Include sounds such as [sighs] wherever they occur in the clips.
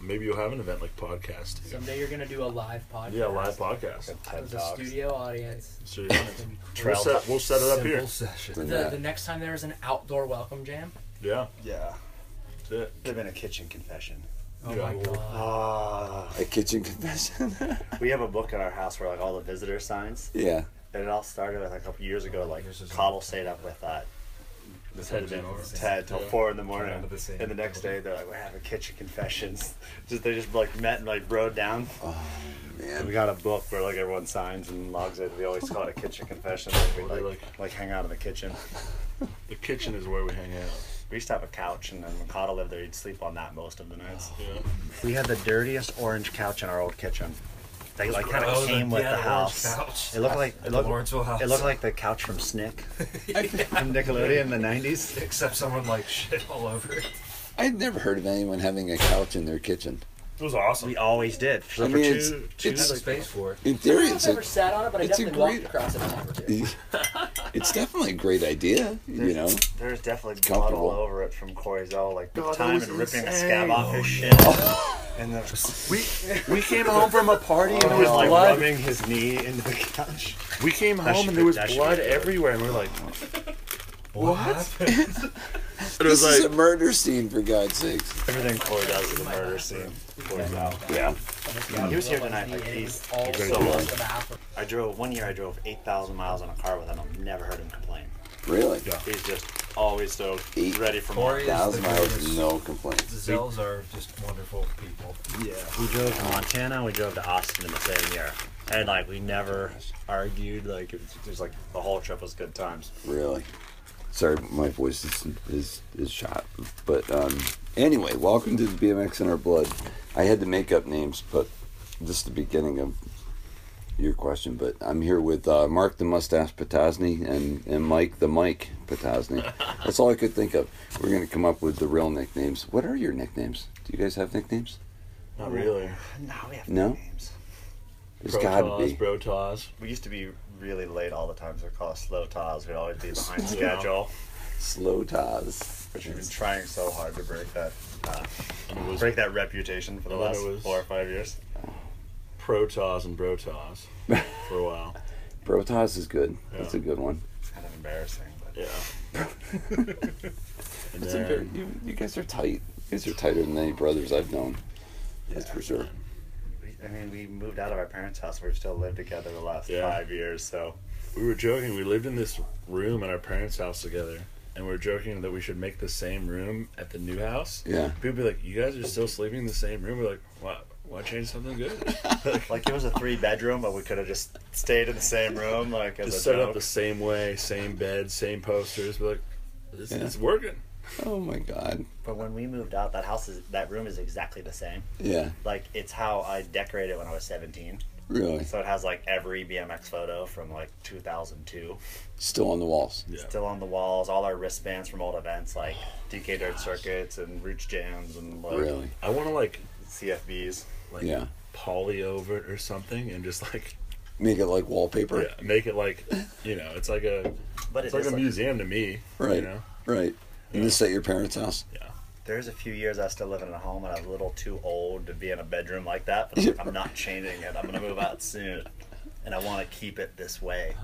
maybe you'll have an event like podcast. too. Someday you're gonna do a live podcast. Yeah, live podcast. Like TED With a Talks. studio audience. So you're- It's gonna be crazy. we'll, Trail set, we'll set it up here. Simple session. The, the next time there's an outdoor welcome jam. Yeah, Yeah. that's it. Could have been a kitchen confession. Oh Yeah. my god. Ah. A kitchen [laughs] confession. we have a book at our house where like all the visitor signs, yeah. and it all started with a couple years ago. Like Yours is- Cottle stayed up with uh, This Ted, isn't over. Ted till four in the morning, Kinda the same. and the next day they're like, "We're having kitchen confessions." [laughs] Just they just like met and like rode down. And we Man. got a book where like everyone signs and logs it. We always call it a kitchen confession. Like, we Well, they like, like- like hang out in the kitchen. The kitchen is where we hang out. We used to have a couch, and then when Cottle lived there, he'd sleep on that most of the nights. Oh, Yeah. We had the dirtiest orange couch in our old kitchen. They like kind of gross. came with Yeah, the the orange house. couch. It looked like At it the looked, Lawrenceville house. It looked like the couch from [laughs] Snick from Nickelodeon in the nineties. Except someone like shit all over it. I'd never heard of anyone having a couch in their kitchen. It was awesome. We always did. So I for mean, it's- two, two it's- like, space for it. In I theory, don't know if it's I've ever a, sat on it, but I it's a definitely walked great- across it a time or two. it's definitely a great idea. You know, there's definitely blood comfortable. all over it from Corey's all like God, that time was and ripping a insane. scab off his shin, and uh, then We [laughs] we came home from a party and he was like rubbing his knee into the [laughs] couch. We came home That should and be- there was that should be blood good. everywhere, and we are like, [laughs] [laughs] What? it this was is a like, murder scene for God's sakes. Everything Corey does is a murder scene. Corey's out. Yeah. He was here tonight. Like he's All he's so so much of Africa. I drove one year. I drove eight thousand miles on a car with him. I've never heard him complain. Really, He's just always so Eight ready for more. Corey is thousand the miles, greatest. no complaints. The Zells are just wonderful people. Yeah, we drove to Montana. We drove to Austin in the same year, and like we never argued. Like it was just like the whole trip was good times. Really. Sorry, my voice is is, is shot. But um, anyway, welcome to the BMX in our blood. I had to make up names, but this is the beginning of your question. But I'm here with uh, Mark the Mustache Potosny and and Mike the Mike Potosny. That's all I could think of. We're gonna come up with the real nicknames. What are your nicknames? Do you guys have nicknames? not really. No, we have No? names. There's Bro gotta Toss, be. bro Toss. We used to be really late all the time. So we call us slow tos. We'd always [laughs] be behind schedule, Slow Taz. which we've been trying so hard to break that uh, And it was break that reputation for the And then last it was- four or five years. pro Toss and bro [laughs] Toss for a while. Bro Taz is good. That's Yeah. a good one. It's kind of embarrassing, but Yeah. [laughs] and It's a very, then you, you guys are tight. You guys are tighter than any brothers I've known. That's for sure. we, I mean, we moved out of our parents' house. We've still lived together the last Yeah. five years, so. we were joking. We lived in this room at our parents' house together, and we were joking that we should make the same room at the new house. Yeah. People be like, "You guys are still sleeping in the same room." We're like, "Why? Why change something [laughs] good?" Like it was a three bedroom, but we could have just stayed in the same room. Like as Just a set it up joke. the same way, same bed, same posters. We're like, "This Yeah. it's working." [laughs] Oh my god. But when we moved out, that house is that room is exactly the same. Yeah. Like it's how I decorated it when I was 17. Really. So it has like every BMX photo from like 2002 Still on the walls. Yeah. still on the walls. All our wristbands from old events like DK Dirt Circuits and Roots Jams and like Really. I want to like CFBs. like Yeah. poly over it or something, and just like Make it like wallpaper. yeah, make it like you know, it's like a But it's it's like a museum to me. Right. You know? Right. And this at your parents' house. Yeah. there's a few years I was still living at home and I was a little too old to be in a bedroom like that. But [laughs] like, I'm not changing it. I'm gonna move out soon, and I want to keep it this way.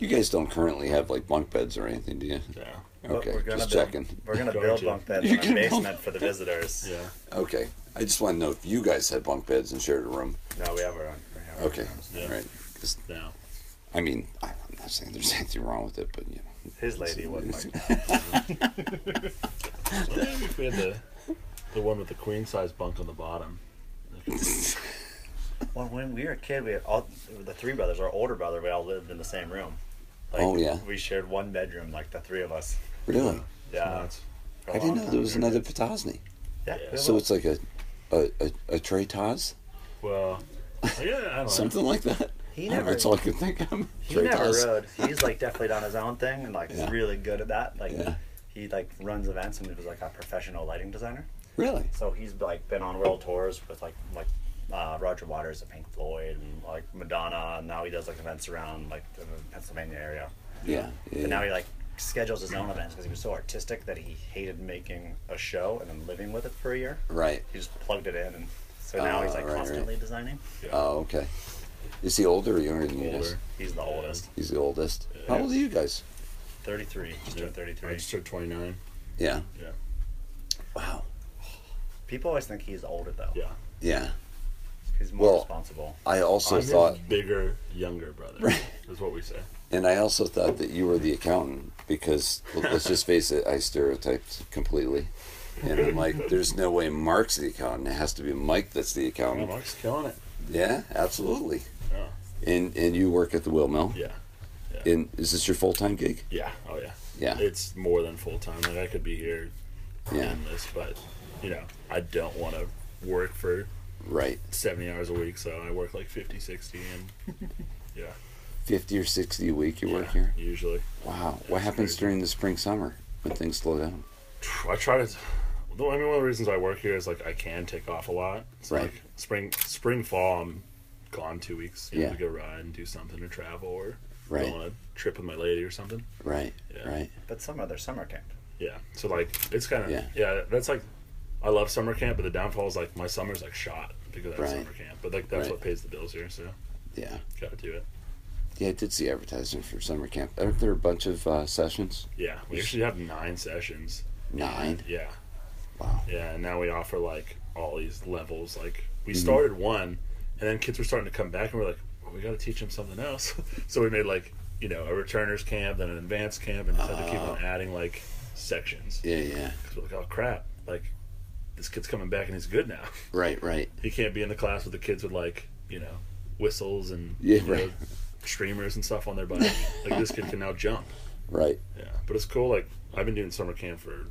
You guys don't currently have like bunk beds or anything, do you? Yeah. But Okay. we're gonna Just build, checking. We're gonna Don't build you? bunk beds You're in our gonna build- basement for the visitors. Yeah. Okay. I just want to know if you guys had bunk beds and shared a room. No, we have our own. we have our own Okay. rooms. Yeah. All right. 'Cause, Now. I mean, I- I'm not saying there's [laughs] anything wrong with it, but you know. His lady wasn't [laughs] like that. I think if we had the the one with the queen size bunk on the bottom. Well, when we were a kid, we had all the three brothers. Our older brother, we all lived in the same room. Like, Oh, yeah. We shared one bedroom, like the three of us. Really. Yeah. Nuts. for a I didn't long know time. there was another Potosny. Yeah. we So were- it's like a a a, a tray Taz. Well, yeah, I don't know. something like that. He I don't know, never- That's all I can think of. he Trey never uh, Doss. rode. He's like definitely done his own thing and like Yeah. really good at that. Like Yeah. he like runs events and he was like a professional lighting designer. Really? So he's like been on world tours with like like uh, Roger Waters and Pink Floyd and like Madonna. And now he does like events around like the Pennsylvania area. Yeah. yeah, But now yeah. he like schedules his Mm. own events because he was so artistic that he hated making a show and then living with it for a year. Right. He just plugged it in, and so now he's Ah, like right, right. constantly designing. Oh, okay. Is he older or younger than you guys? Older. He's the oldest, He's the oldest. How old are you guys? 33, just turned I 33. just turned 29. Yeah. Yeah. Wow. People always think he's older though. Yeah. Yeah. He's more Well- responsible. I also I'm his thought, bigger, younger brother is what we say. and I also thought that you were the accountant because l- let's just face it, I stereotyped completely. And I'm like, there's no way Mark's the accountant. It has to be Mike that's the Oh, accountant. Mark's killing it. Yeah, absolutely. Oh, And and you work at the wheel mill. yeah. And is this your full time gig? Yeah. Oh, yeah. Yeah. It's more than full time. Like, I could be here Yeah. doing this, but, you know, I don't want to work for Right. 70 hours a week, so I work like 50, 60, and [laughs] yeah. Fifty or sixty a week you work yeah, here. Usually. Wow. What happens crazy. during the spring summer when things slow down? I try to. the- I mean, one of the reasons I work here is like I can take off a lot. So Right. like spring, spring, fall, I'm gone two weeks. You Yeah. know, to go ride and do something or travel or Right. go on a trip with my lady or something. Right. Yeah. Right. But some other summer camp. Yeah. So like it's kind of Yeah. yeah. That's like I love summer camp, but the downfall is like my summer's like shot because that's Right. summer camp. But like that's Right. what pays the bills here, so Yeah. gotta do it. Yeah, I did see advertising for summer camp. Aren't there a bunch of uh, sessions? Yeah. We actually have nine sessions. Nine. Yeah. Wow. Yeah, and now we offer like all these levels. Like we Mm-hmm. started one, and then kids were starting to come back, and we're like, well, we got to teach them something else. [laughs] so we made like you know a returners camp, then an advanced camp, and decided to keep Ah. on adding like sections. Yeah, yeah. 'Cause we're like, oh crap, like this kid's coming back and he's good now. [laughs] Right, right. he can't be in the class with the kids with like you know whistles and Yeah, you know, right. streamers and stuff on their bike. like this kid can now jump. Right. Yeah, but it's cool. Like I've been doing summer camp for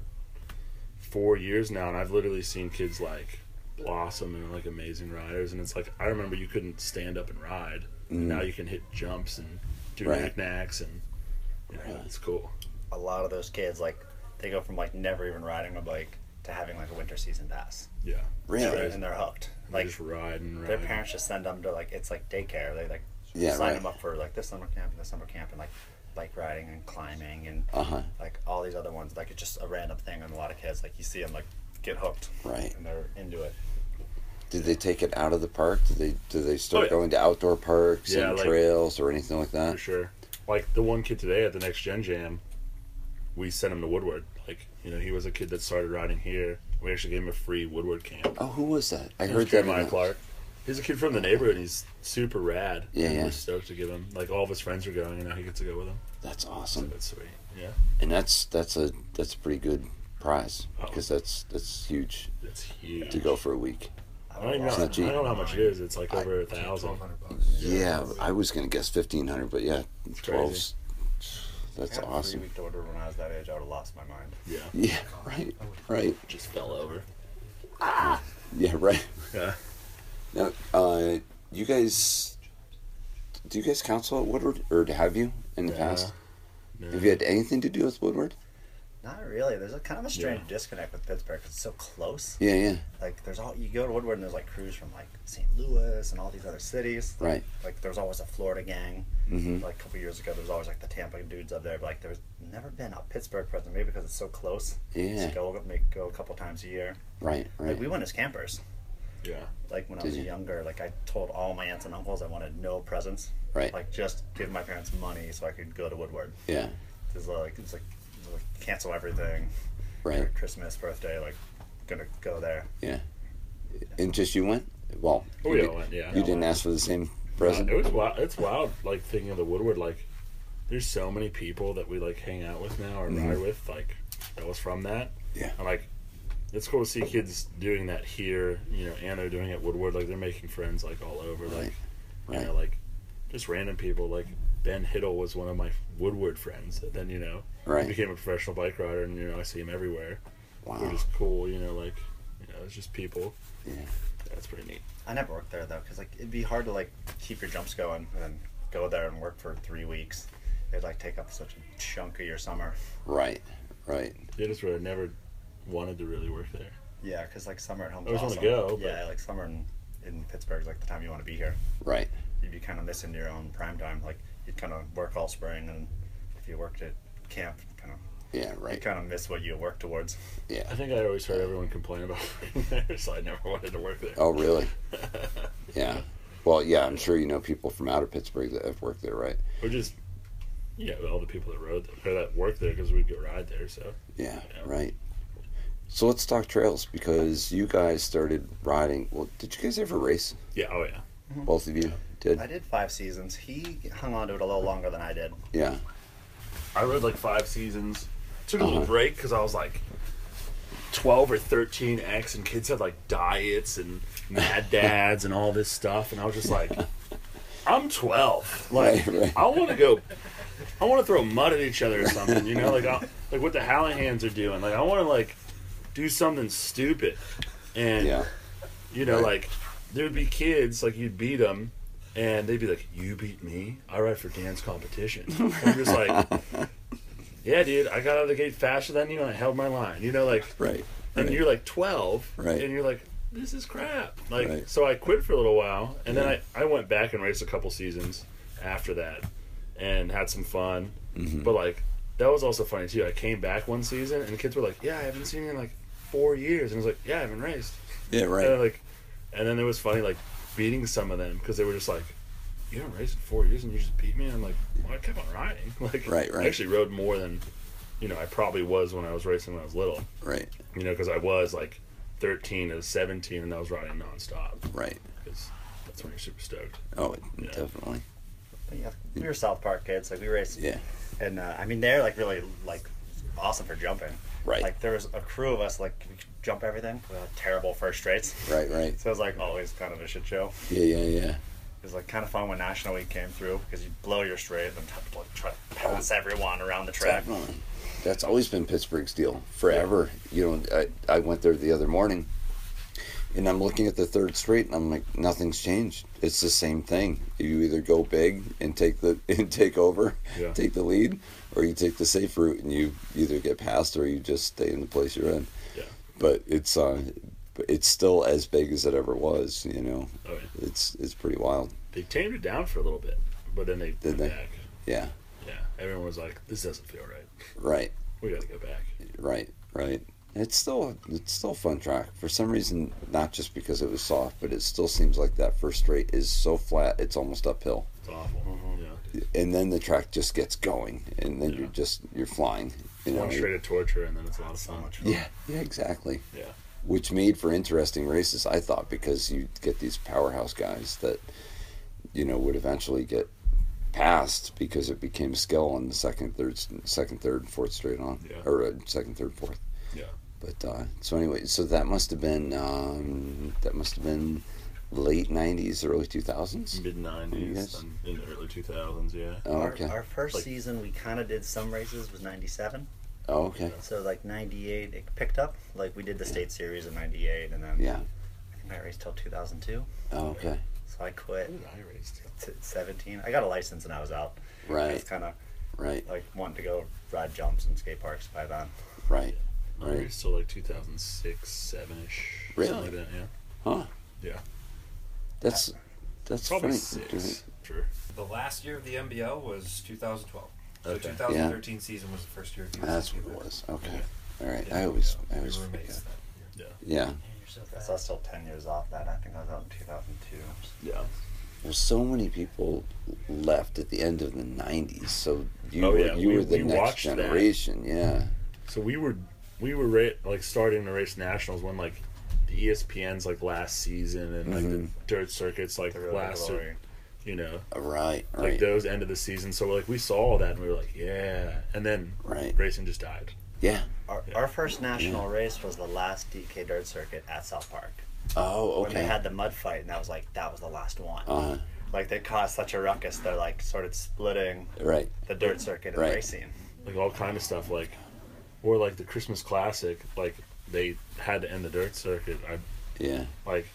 four years now, and I've literally seen kids like blossom and like amazing riders. And it's like I remember you couldn't stand up and ride, and now you can hit jumps and do Right. knickknacks, and you know, it's cool. A lot of those kids like they go from like never even riding a bike to having like a winter season pass, Yeah, Really? and they're hooked. They Like just ride and ride. their parents just send them to like it's like daycare. They like Yeah, sign right. them up for like this summer camp and this summer camp and like bike riding and climbing and Uh-huh. like all these other ones. Like it's just a random thing, and a lot of kids like you see them like get hooked, Right. And they're into it. Did they take it out of the park? Did they do they start Oh, yeah. going to outdoor parks Yeah, and like- trails or anything like that? for sure. Like the one kid today at the next gen jam, we sent him to Woodward. Like you know, he was a kid that started riding here. We actually gave him a free Woodward camp. Oh, who was that? I Heard heard that. in Jeremiah a- Clark. He's a kid from the neighborhood. and He's super rad. Yeah, And yeah. We're stoked to give him. Like all of his friends are going, and now he gets to go with them. That's So awesome. that's sweet. Yeah, And that's that's a that's a pretty good prize Oh. because that's that's huge that's huge. to go for a week. I don't even know. It's not I cheap. don't know how much it is. It's like I- over a thousand. Twelve hundred bucks. Yeah, I was gonna guess fifteen hundred, but yeah, twelve. crazy. That's I had A awesome. three-week daughter when I was that age, I would have lost my mind. Yeah, Yeah, [laughs] right, right. just fell over. Yeah, right. Yeah. Now, uh, you guys, do you guys counsel at Woodward, or have you in the Yeah. past? No. Have you had anything to do with Woodward? Not really. There's a kind of a strange Yeah. disconnect with Pittsburgh 'cause it's so close. Yeah, yeah, Like there's all you go to Woodward and there's like crews from like St. Louis and all these other cities. right. Like there's always a Florida gang. Mhm. Like a couple years ago, there was always like the Tampa dudes up there. But like there's never been a Pittsburgh present. Maybe because it's so close. Yeah. Just go make go a couple times a year. Right, right. Like we went as campers. Yeah. Like when I Did was you? younger, like I told all my aunts and uncles I wanted no presents. Right. Like just give my parents money so I could go to Woodward. yeah, It's like it's like, it's like cancel everything. right. Christmas, birthday, like gonna go there. Yeah. And just you went? Well, Oh, you we did- all went. Yeah. Uh, You didn't ask for the same present? It was wild. It's wild. Like thinking of the Woodward. Like there's so many people that we like hang out with now or Mm-hmm. ride with. Like that was from that. Yeah. I'm like, it's cool to see kids doing that here, you know, and they're doing it at Woodward. Like they're making friends like all over, like you Right. know, like just random people. Like Ben Hiddle was one of my Woodward friends. That then you know, Right. he became a professional bike rider, and you know, I see him everywhere. They're Wow. just cool, you know, like you know, it's just people. Yeah. That's pretty neat. I never worked there though, because like it'd be hard to like keep your jumps going and then go there and work for three weeks. It'd like take up such a chunk of your summer. Right, right. Yeah, that's where I never wanted to really work there. Yeah, because like summer at home. I always wanna go, but- Yeah, like summer in, in Pittsburgh's like the time you want to be here. Right. You'd be kind of missing your own prime time. Like you'd kind of work all spring, and if you worked at camp, Yeah, You right. kind of miss what you work towards. Yeah. I think I always heard everyone complain about [laughs] working there, so I never wanted to work there. Oh, [laughs] really? Yeah. Well, yeah, I'm sure you know people from out of Pittsburgh that have worked there, right? Or just, yeah, all the people that rode or that worked there because we'd go ride there. So Yeah, Yeah. right. So let's talk trails because you guys started riding. Well, did you guys ever race? yeah, oh yeah, Both of you I did. did five seasons. He hung on to it a little longer than I did. Yeah. I rode like five seasons. Took a Uh-huh. little break because I was like. 12 or 13 X and kids had like diets and [laughs] mad dads and all this stuff and I was just like I'm [laughs] 12 like Right, right. I want to go I want to throw mud at each other or something you know like I, like what the Hallahans are doing like I want to like do something stupid and Yeah. You know, Right. like there'd be kids like you'd beat them, and they'd be like, "You beat me? I ride for dance [laughs] competition." And I'm just like, "Yeah, dude, I got out of the gate faster than you, and I held my line." You know, like, Right. and right. you're like 12, Right. And you're like, "This is crap." Like, Right. so I quit for a little while, and Yeah. then I I went back and raced a couple seasons after that, and had some fun. Mm-hmm. But like, that was also funny too. I came back one season, and the kids were like, "Yeah, I haven't seen you in like four years," and I was like, "Yeah, I haven't raced." yeah, right. And then, like, and then it was funny, like beating some of them because they were just like, "You haven't raced in four years and you just beat me." I'm like, "Well, I kept on riding. [laughs] Like, Right, right. I actually rode more than, you know, I probably was when I was racing when I was little. right. You know, because I was like 13 and 17 and I was riding nonstop Right. because that's when you're super stoked. Oh, Yeah. definitely. But yeah, we were South Park kids. Like we raced. Yeah. And uh, I mean, they're like really like awesome for jumping. Right. Like there was a crew of us like we could jump everything. We had terrible first straights. Right, right. So it was like always kind of a shit show. Yeah, yeah, yeah. It was like kind of fun when National Week came through because you blow your straight and have to like, try to pass everyone around the track. Definitely. That's always been Pittsburgh's deal forever. You know, I, I went there the other morning and I'm looking at the third straight and I'm like, nothing's changed. It's the same thing. You either go big and take the [laughs] and take over, Yeah. take the lead, or you take the safe route and you either get past or you just stay in the place you're in. Yeah. But it's uh but it's still as big as it ever was, you know. Oh, yeah. It's it's pretty wild. They tamed it down for a little bit, but then they went they? back. Yeah. Yeah, everyone was like, "This doesn't feel right. Right. We got to go back." Right, right. It's still it's still a fun track. For some reason, not just because it was soft, but it still seems like that first straight is so flat it's almost uphill. It's awful. Mm-hmm. Yeah, And then the track just gets going and then you're Yeah. just you're flying. You know? one straight of torture, and then it's a lot of fun. Yeah, yeah, exactly. Yeah. Which made for interesting races, I thought, because you get these powerhouse guys that, you know, would eventually get passed because it became skill on the second, third, second, third, and fourth straight on, Yeah. or uh, second, third, fourth. Yeah. But uh, so anyway, so that must have been um, that must have been late '90s, early 2000s. mid Yes. nineties and in the early two thousands. Yeah, Oh, Our, okay. our first Like- season, we kind of did some races was '97, Oh, okay. so like '98 it picked up. Like we did the state series in '98, and then Yeah. I think I raced till 2002. Oh, okay. So I quit I raced. t- 17. I got a license and I was out. I Right. was kind of Right. like wanting to go ride jumps in skate parks by then. Right. I Right. raced till like two thousand six, seven ish. Really? Like that, yeah. Huh. Yeah. That's that's Probably funny. six. Sure. The last year of the MBL was 2012. So Okay. 2013 season was the first year of USC. That's what it was. Okay. All right. Yeah, I always yeah. I We always were forget. amazed that year. Yeah. Man, you're so So fast. I was still 10 years off that. I think I was out in 2002. Yeah. Well, so many people left at the end of the '90s, so you Oh, were yeah. you We- were the we next watched that. generation. Yeah. So we were we were ra- like starting to race nationals when like the E ESPN's like last season and like the Mm-hmm. dirt circuits like The Road to last Glory. or, you know Right. like Right. those end of the season. So like we saw all that and we were like yeah, and then Right. racing just died. Yeah. Our, Yeah. our first national race was the last DK Dirt Circuit at South Park. Oh. When Okay. they had the mud fight, and that was like, that was the last one. uh, Like, they caused such a ruckus, they're like, started splitting right. the dirt circuit and Right. racing. like all kind of stuff like or like the christmas classic like they had to end the dirt circuit I, Yeah. like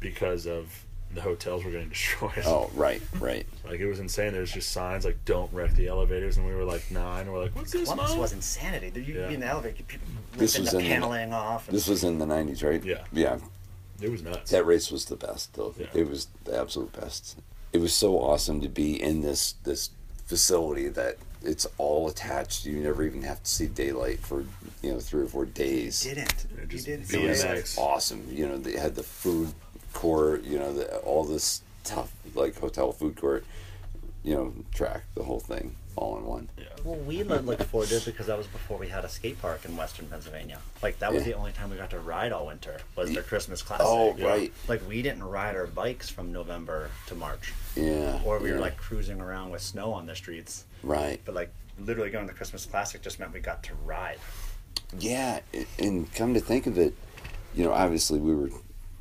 because of the hotels were getting [laughs] destroyed Oh, right, right. like it was insane there's just signs like don't wreck the elevators and we were like nine and we're like what's this Columbus mom? was insanity. You'd Yeah. be in the elevator, people This ripping was the in the- paneling off. And This was in the 90s, right? Yeah. Yeah. it was nuts That race was the best, though. Yeah. It was the absolute best. It was so awesome to be in this this facility that it's all attached. You never even have to see daylight for you know three or four days. Didn't. They're You just did It say was BMX. that. Nice. awesome. You know, they had the food court. You know, the, all this tough like hotel food court. You know, track the whole thing all in one. Well, [laughs] we looked forward to it because that was before we had a skate park in Western Pennsylvania. Like that was Yeah. the only time we got to ride all winter was the Christmas classic. Oh yeah. right, Like we didn't ride our bikes from November to March, yeah. or we were yeah. like cruising around with snow on the streets. right. But like literally going to the Christmas classic just meant we got to ride. Yeah, a- and come to think of it, you know, obviously we were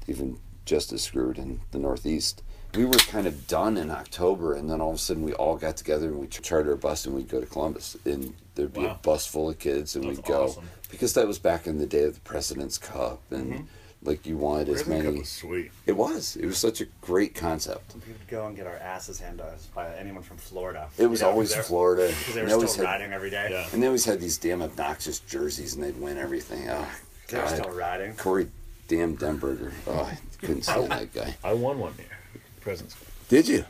even just as screwed in the Northeast. We were kind of done in October, and then all of a sudden we all got together and we ch- charter a bus and we'd go to Columbus, and there'd be Wow. a bus full of kids, and That's we'd go awesome. because that was back in the day of the President's Cup, and Mm-hmm. like you wanted as Resin Cup many. was sweet. It was. It was such a great concept. We would go and get our asses handed to us by anyone from Florida. It was always Florida. because they and were they always still had, riding every day. Yeah. and they always had these damn obnoxious jerseys, and they'd win everything. Oh, They were God. still riding. Corey damn Denberger. Oh, I couldn't stand that guy. I won one year. Presents. Did you?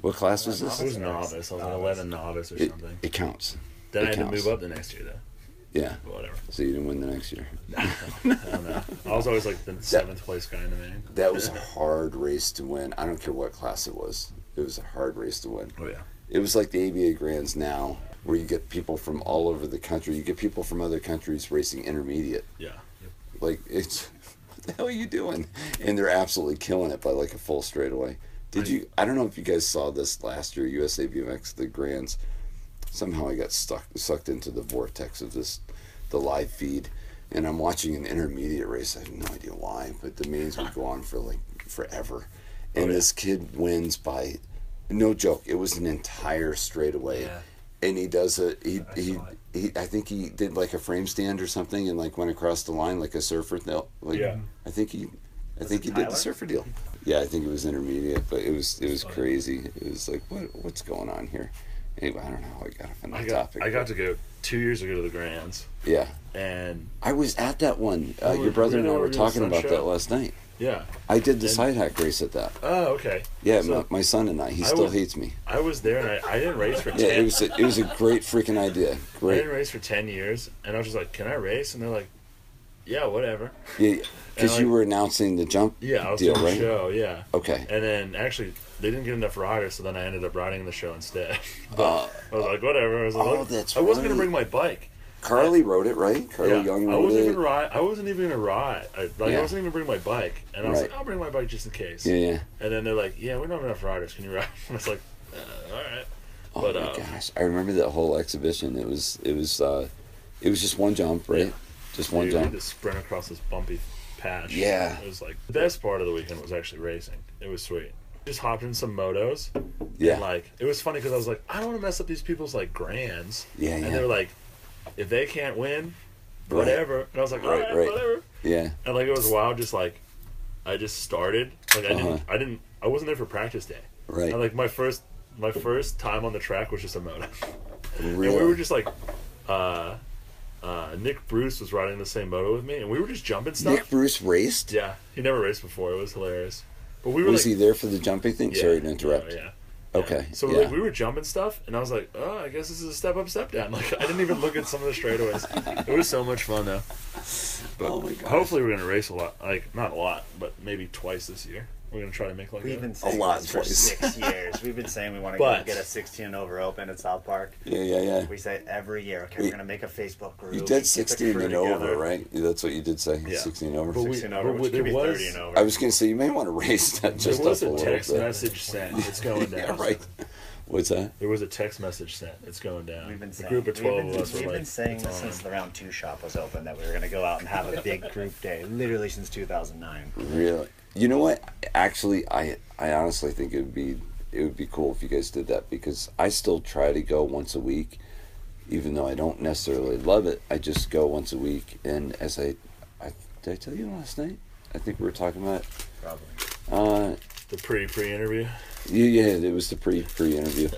What class was I this? was novice. I was an eleven novice or It, something. it counts. Then I it had to counts. move up the next year though. Yeah. But whatever. So you didn't win the next year. I don't know. I was always like the seventh place guy in the main. That was a hard race to win. I don't care what class it was. It was a hard race to win. Oh yeah. It was like the ABA Grands now, where you get people from all over the country. You get people from other countries racing intermediate. Yeah. Like it's [laughs] what the hell are you doing? And they're absolutely killing it by like a full straightaway. Did Right. you I don't know if you guys saw this last year, USA BMX the Grands. Somehow I got stuck sucked into the vortex of this the live feed and I'm watching an intermediate race. I have no idea why, but the mains would go on for like forever. And Oh, this kid wins by no joke, it was an entire straightaway Yeah. and he does a he I he, saw it. he I think he did like a frame stand or something and like went across the line like a surfer deal. Like Yeah. I think he I think it he did the Tyler? surfer deal. Yeah, I think it was intermediate, but it was it was crazy. It was like what what's going on here? Anyway, I don't know how I got off on that I got topic. I got but- to go two years ago to the Grands Yeah. and I was at that one. Uh, Oh, your brother and I really? were Your talking son about show? that last night. yeah. I did the And- side hack race at that. Oh, okay. Yeah, So- my, my son and I. He I still was- hates me. I was there and I, I didn't race for [laughs] Yeah, ten it was a, it was a great freaking idea. I [laughs] Great. didn't race for ten years and I was just like, Can I race? And they're like, Yeah, whatever. Yeah, because And, you like- were announcing the jump Yeah, I was deal, doing right? the show, yeah. Okay. And then actually they didn't get enough riders, so then I ended up riding the show instead. [laughs] Uh, I was like, whatever. I was like, Oh, "Look, that's I wasn't right. gonna bring my bike. Carly wrote it, right? Carly Yeah, Young I wrote wasn't it. even ride. I wasn't even gonna ride. I, like Yeah. I wasn't even bring my bike, and I was Right. like, I'll bring my bike just in case. yeah, yeah. And then they're like, Yeah, we don't have enough riders. Can you ride? [laughs] And I was like, uh, All right. Oh But, my uh, gosh, I remember that whole exhibition. It was it was uh, it was just one jump, right? Yeah. Just one Dude, we had jump. to sprint across this bumpy patch. Yeah. It was like the best part of the weekend was actually racing. It was sweet. Just hopped in some motos. yeah, And like it was funny because I was like, I don't want to mess up these people's like grands. Yeah, yeah. And they're like, if they can't win, Right. whatever. And I was like, all Right, right, right. whatever. yeah, And like it was wild. Just like I just started. Like I Uh-huh. didn't. I didn't. I wasn't there for practice day. Right. And like my first. My first time on the track was just a moto. [laughs] really. And we were just like, uh, uh, Nick Bruce was riding the same moto with me, and we were just jumping stuff. Nick Bruce raced. Yeah, he never raced before. It was hilarious. But we were Was like, he there for the jumping thing? yeah, Sorry to interrupt. Yeah, yeah. Okay. So yeah. like we were jumping stuff, and I was like, "Oh, I guess this is a step up, step down." [laughs] Like I didn't even look at some of the straightaways. It was so much fun though. But Oh my gosh. hopefully we're gonna race a lot. Like not a lot, but maybe twice this year. We're gonna try to make like We've a, been saying lot this for twice. six [laughs] years. We've been saying we want to But- get a 16 and over open at South Park. yeah, yeah, yeah. We say every year, okay, We- we're gonna make a Facebook group. You get the did sixteen crew and over, together. right? That's what you did say. Yeah. Sixteen over. But we- 16 and over, But which could there be was- 30 and over. I was gonna say you may want to raise that there just was up a a, text little bit. message sent. It's going down. [laughs] Yeah, right. What's that? There was a text message sent. It's going down. We've been a saying, group of twelve we've of been, us were we've like, been saying "It's this on." since the round two shop was open that we were gonna go out and have [laughs] a big group day, literally since 2009. Really? You know what? Actually, I I honestly think it would be it would be cool if you guys did that because I still try to go once a week, even though I don't necessarily love it. I just go once a week, and as I, I did I tell you last night? I think we were talking about. Probably. Uh, the pre pre interview. yeah, yeah, it was the pre Um, pre interview.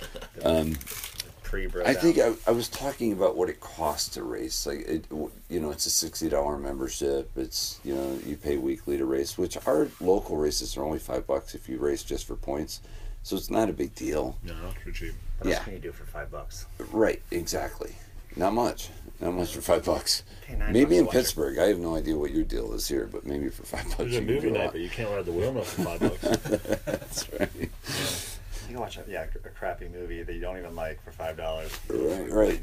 Pre bro. I think uh, I, I was talking about what it costs to race. Like, it, w- you know, it's a sixty dollar membership. It's you know you pay weekly to race, which our local races are only five bucks if you race just for points. So it's not a big deal. You know, it's pretty cheap. What else Yeah. can you do for five bucks? Right, exactly. Not much. Not much for five bucks. Pay nine bucks Maybe to in watch it. Pittsburgh. I have no idea what your deal is here, but maybe for five bucks. There's a you can movie do night, lot. [laughs] but you can't ride the wheelmill for five [laughs] bucks. That's right. You can watch a, yeah, a crappy movie that you don't even like for five dollars. Right, right.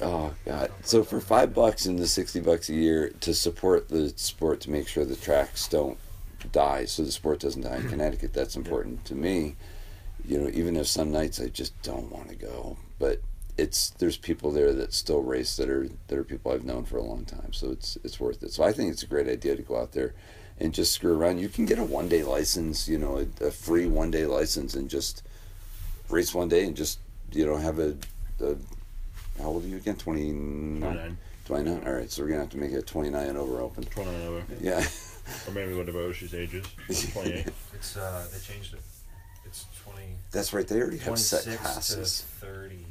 Oh God! So for five bucks into sixty bucks a year to support the sport to make sure the tracks don't die, so the sport doesn't die in Connecticut, that's important to me. You know, even if some nights I just don't want to go, but it's there's people there that still race that are that are people I've known for a long time, so it's it's worth it. So I think it's a great idea to go out there and just screw around. You can get a one day license, you know, a, a free one day license, and just race one day and just you know have a. a how old are you again? 29? 29. 29. All right, so we're going to have to make it 29 and over open. 29 over. Yeah. [laughs] Or maybe one of Oshi's [laughs] ages. 28. It's uh, they changed it. It's twenty That's right. They already twenty have set six to passes. thirty.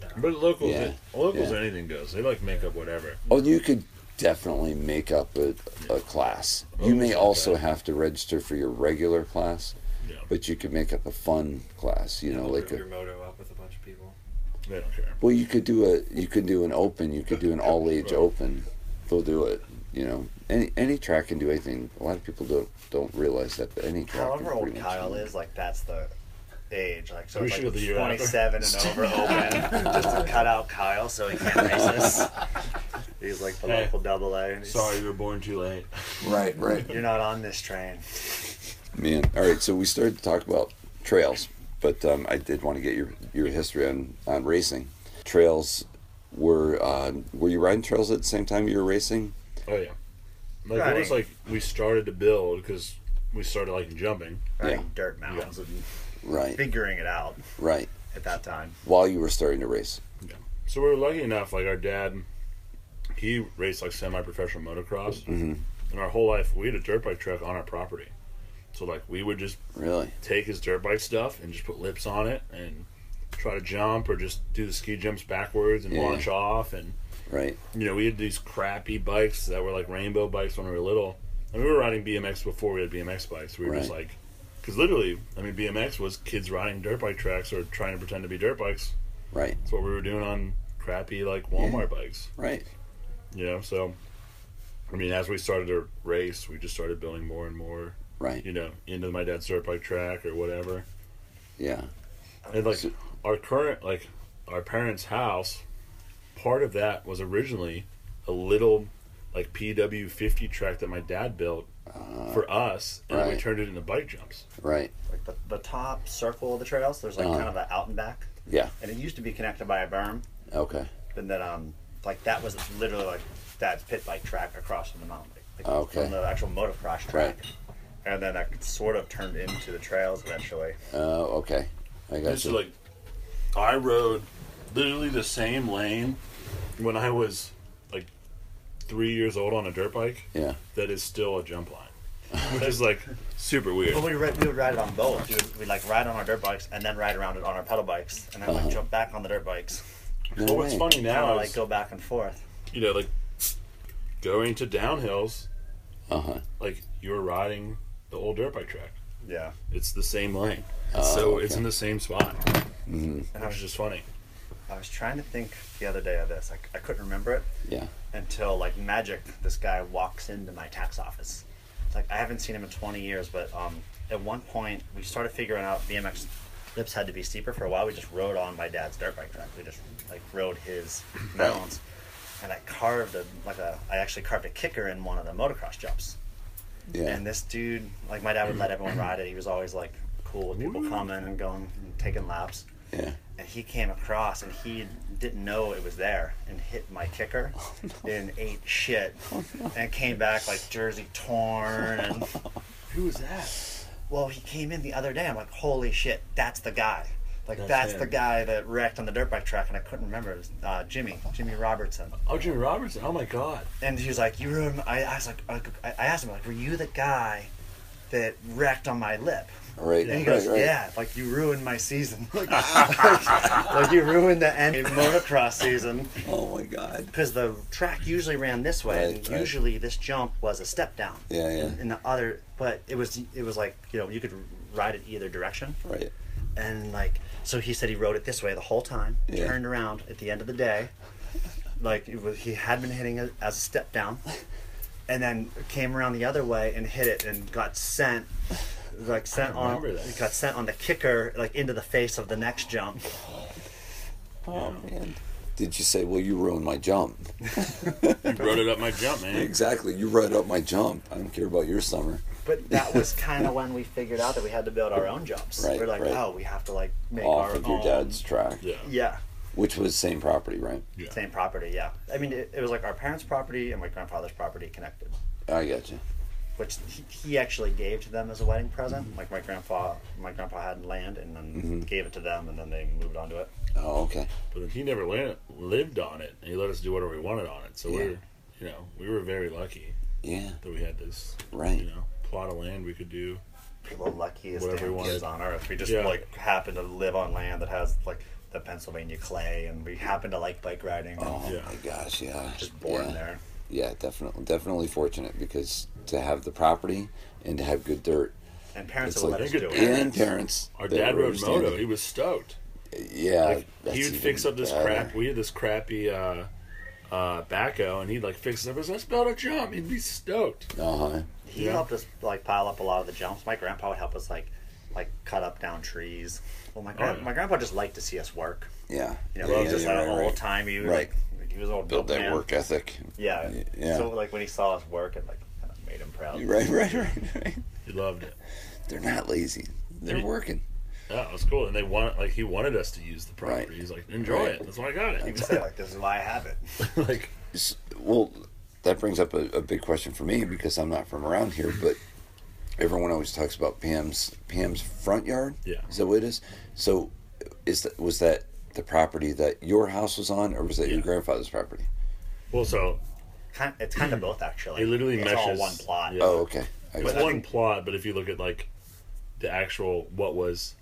now. But locals, Yeah. locals, Yeah. anything goes. They like make up whatever. Oh, you could definitely make up a, a class. Oh, You may also have to register for your regular class, Yeah. but you could make up a fun class. You know, Put like your a, moto up with a bunch of people. They don't care. well, you could do a you could do an open. You could do an all age open. They'll do it. You know, any any track can do anything. A lot of people don't don't realize that, but any track. However can old pretty much Kyle do it. is, like that's the age. Like so, We it's should like go the uh, year after. twenty-seven and over [laughs] open. Just to cut out Kyle so he can't race us. He's like the Hey. local double A. and he's- Sorry, you were born too late. Right, right. you're not on this train. Man, all right. So we started to talk about trails, but um, I did want to get your your history on on racing. Trails were uh, were you riding trails at the same time you were racing? [laughs] Oh yeah. Like it was Riding. like we started to build because we started liking jumping. Riding Yeah. dirt mountains and Right, figuring it out right. at that time. While you were starting to race, So we were lucky enough. Like our dad, he raced like semi-professional motocross, and our whole life we had a dirt bike track on our property. So like we would just really? take his dirt bike stuff and just put lips on it and try to jump or just do the ski jumps backwards and Yeah. launch off and Right, you know, we had these crappy bikes that were like rainbow bikes when we were little. And we were riding BMX before we had BMX bikes. We were just Right. like, because literally, I mean, BMX was kids riding dirt bike tracks or trying to pretend to be dirt bikes. right, That's what we were doing on crappy like Walmart bikes, right. you know. So, I mean, as we started to race, we just started building more and more, Right, you know, into my dad's dirt bike track or whatever. yeah, And like our current, like our parents' house, part of that was originally a little like PW fifty track that my dad built for us, and we right. turned it into bike jumps. right, Like the, the top circle of the trails, there's like Uh-huh. kind of an out and back, yeah, and it used to be connected by a berm. okay, And then um, like that was literally like dad's pit bike track across from the mountain, like Ah, Okay. from the actual motocross Right. track. And then that sort of turned into the trails eventually. uh, okay. I got This is you. like I rode literally the same lane when I was like three years old on a dirt bike. yeah, That is still a jump line, which is like super weird. But we, ri- we would ride it on both. Dude. We'd like ride on our dirt bikes and then ride around it on our pedal bikes, and then Uh-huh. like jump back on the dirt bikes. no But what's way. funny Kind now of like is go back and forth. you know like going to downhills Uh huh. like you're riding the old dirt bike track. Yeah. It's the same lane, Oh, so okay. it's in the same spot, And I which is was just funny. I was trying to think the other day of this. I, c- I couldn't remember it Yeah. until like magic. This guy walks into my tax office. It's like I haven't seen him in 20 years, but um, at one point we started figuring out BMX lips had to be steeper. For a while, we just rode on my dad's dirt bike track. We just like rode his mounds, and I carved a like a. I actually carved a kicker in one of the motocross jumps. Yeah. And this dude, like my dad would let everyone ride it. He was always like cool with people coming and going and taking laps. Yeah. And he came across and he didn't know it was there and hit my kicker and ate shit and came back like jersey torn and Who was that? well he came in the other day I'm like holy shit that's the guy like That's that's, him. the guy that wrecked on the dirt bike track and I couldn't remember it was uh, Jimmy Jimmy Robertson Oh, Jimmy Robertson. Oh my God. and he was like, "You ruined." I, I was like, I I asked him like, "Were you the guy that wrecked on my lip?" Right. And he Right. goes, right. "Yeah, like you ruined my season. [laughs] like, like you ruined the end of motocross season Oh my God. because the track usually ran this way, and Right, right. usually this jump was a step down. Yeah. Yeah. And the other, but it was it was like you know you could ride it either direction. Right. and like so he said he wrote it this way the whole time Yeah. turned around at the end of the day like it was, he had been hitting it as a step down and then came around the other way and hit it and got sent like sent on remember that. got sent on the kicker like into the face of the next jump Oh man. Did you say, well, you ruined my jump? [laughs] You wrote it up my jump, man. Exactly. You wrote up my jump. I don't care about your summer. but that [laughs] was kind of when we figured out that we had to build our own jumps Right, we're like right. oh we have to like make Off our of your own dad's track, Yeah. yeah which was same property, right? Yeah. Same property, yeah. I mean, it, it was like our parents' property and my grandfather's property connected, I got you. which he, he actually gave to them as a wedding present. Like my grandpa, my grandpa had land and then gave it to them, and then they moved on to it. Oh, okay. But then he never li- lived on it, and he let us do whatever we wanted on it. So Yeah. we're, you know, we were very lucky Yeah. that we had this, Right. you know, plot of land we could do. People luckiest Whatever we damn wanted. kids on earth. We just Yeah. like happen to live on land that has like the Pennsylvania clay, and we happen to like bike riding. And Oh Yeah. my gosh, yeah. Just born yeah. there. Yeah, definitely, definitely fortunate because to have the property and to have good dirt And parents It's would like- let us do it. and parents. Our that dad were rode moto. understanding. He was stoked. Yeah, Like, that's he would even fix up this better. crap. We had this crappy uh, uh, backhoe, and he'd like fix it up. He's like, Let's build a jump. He'd be stoked. Uh-huh. He Yeah. helped us like pile up a lot of the jumps. My grandpa would help us like like cut up down trees. Well, my gran- yeah. my grandpa just liked to see us work. Yeah. You know, Oh. yeah, he was just yeah, like right, an old right. time. He was Right. like, he was an old Build dope that man. work ethic. Yeah. Yeah. So like when he saw us work, it like kind of made him proud. Right, [laughs] right, right, right. He loved it. They're not lazy. They're Yeah. working. Yeah, it was cool. And they want like he wanted us to use the property. Right. He's like, enjoy Right. it. That's why I [laughs] got He would it. say like, "This is why I have it." like, S- Well, that brings up a, a big question for me because I'm not from around here, but everyone always talks about Pam's Pam's front yard. Yeah. Is that what it is? So, is that was that the property that your house was on, or was that your Yeah. grandfather's property? well, so Kind, it's kind Hmm. of both actually. It literally it's all meshes- one plot. yeah. Oh, okay. I it's got one plot, but if you look at like the actual what was,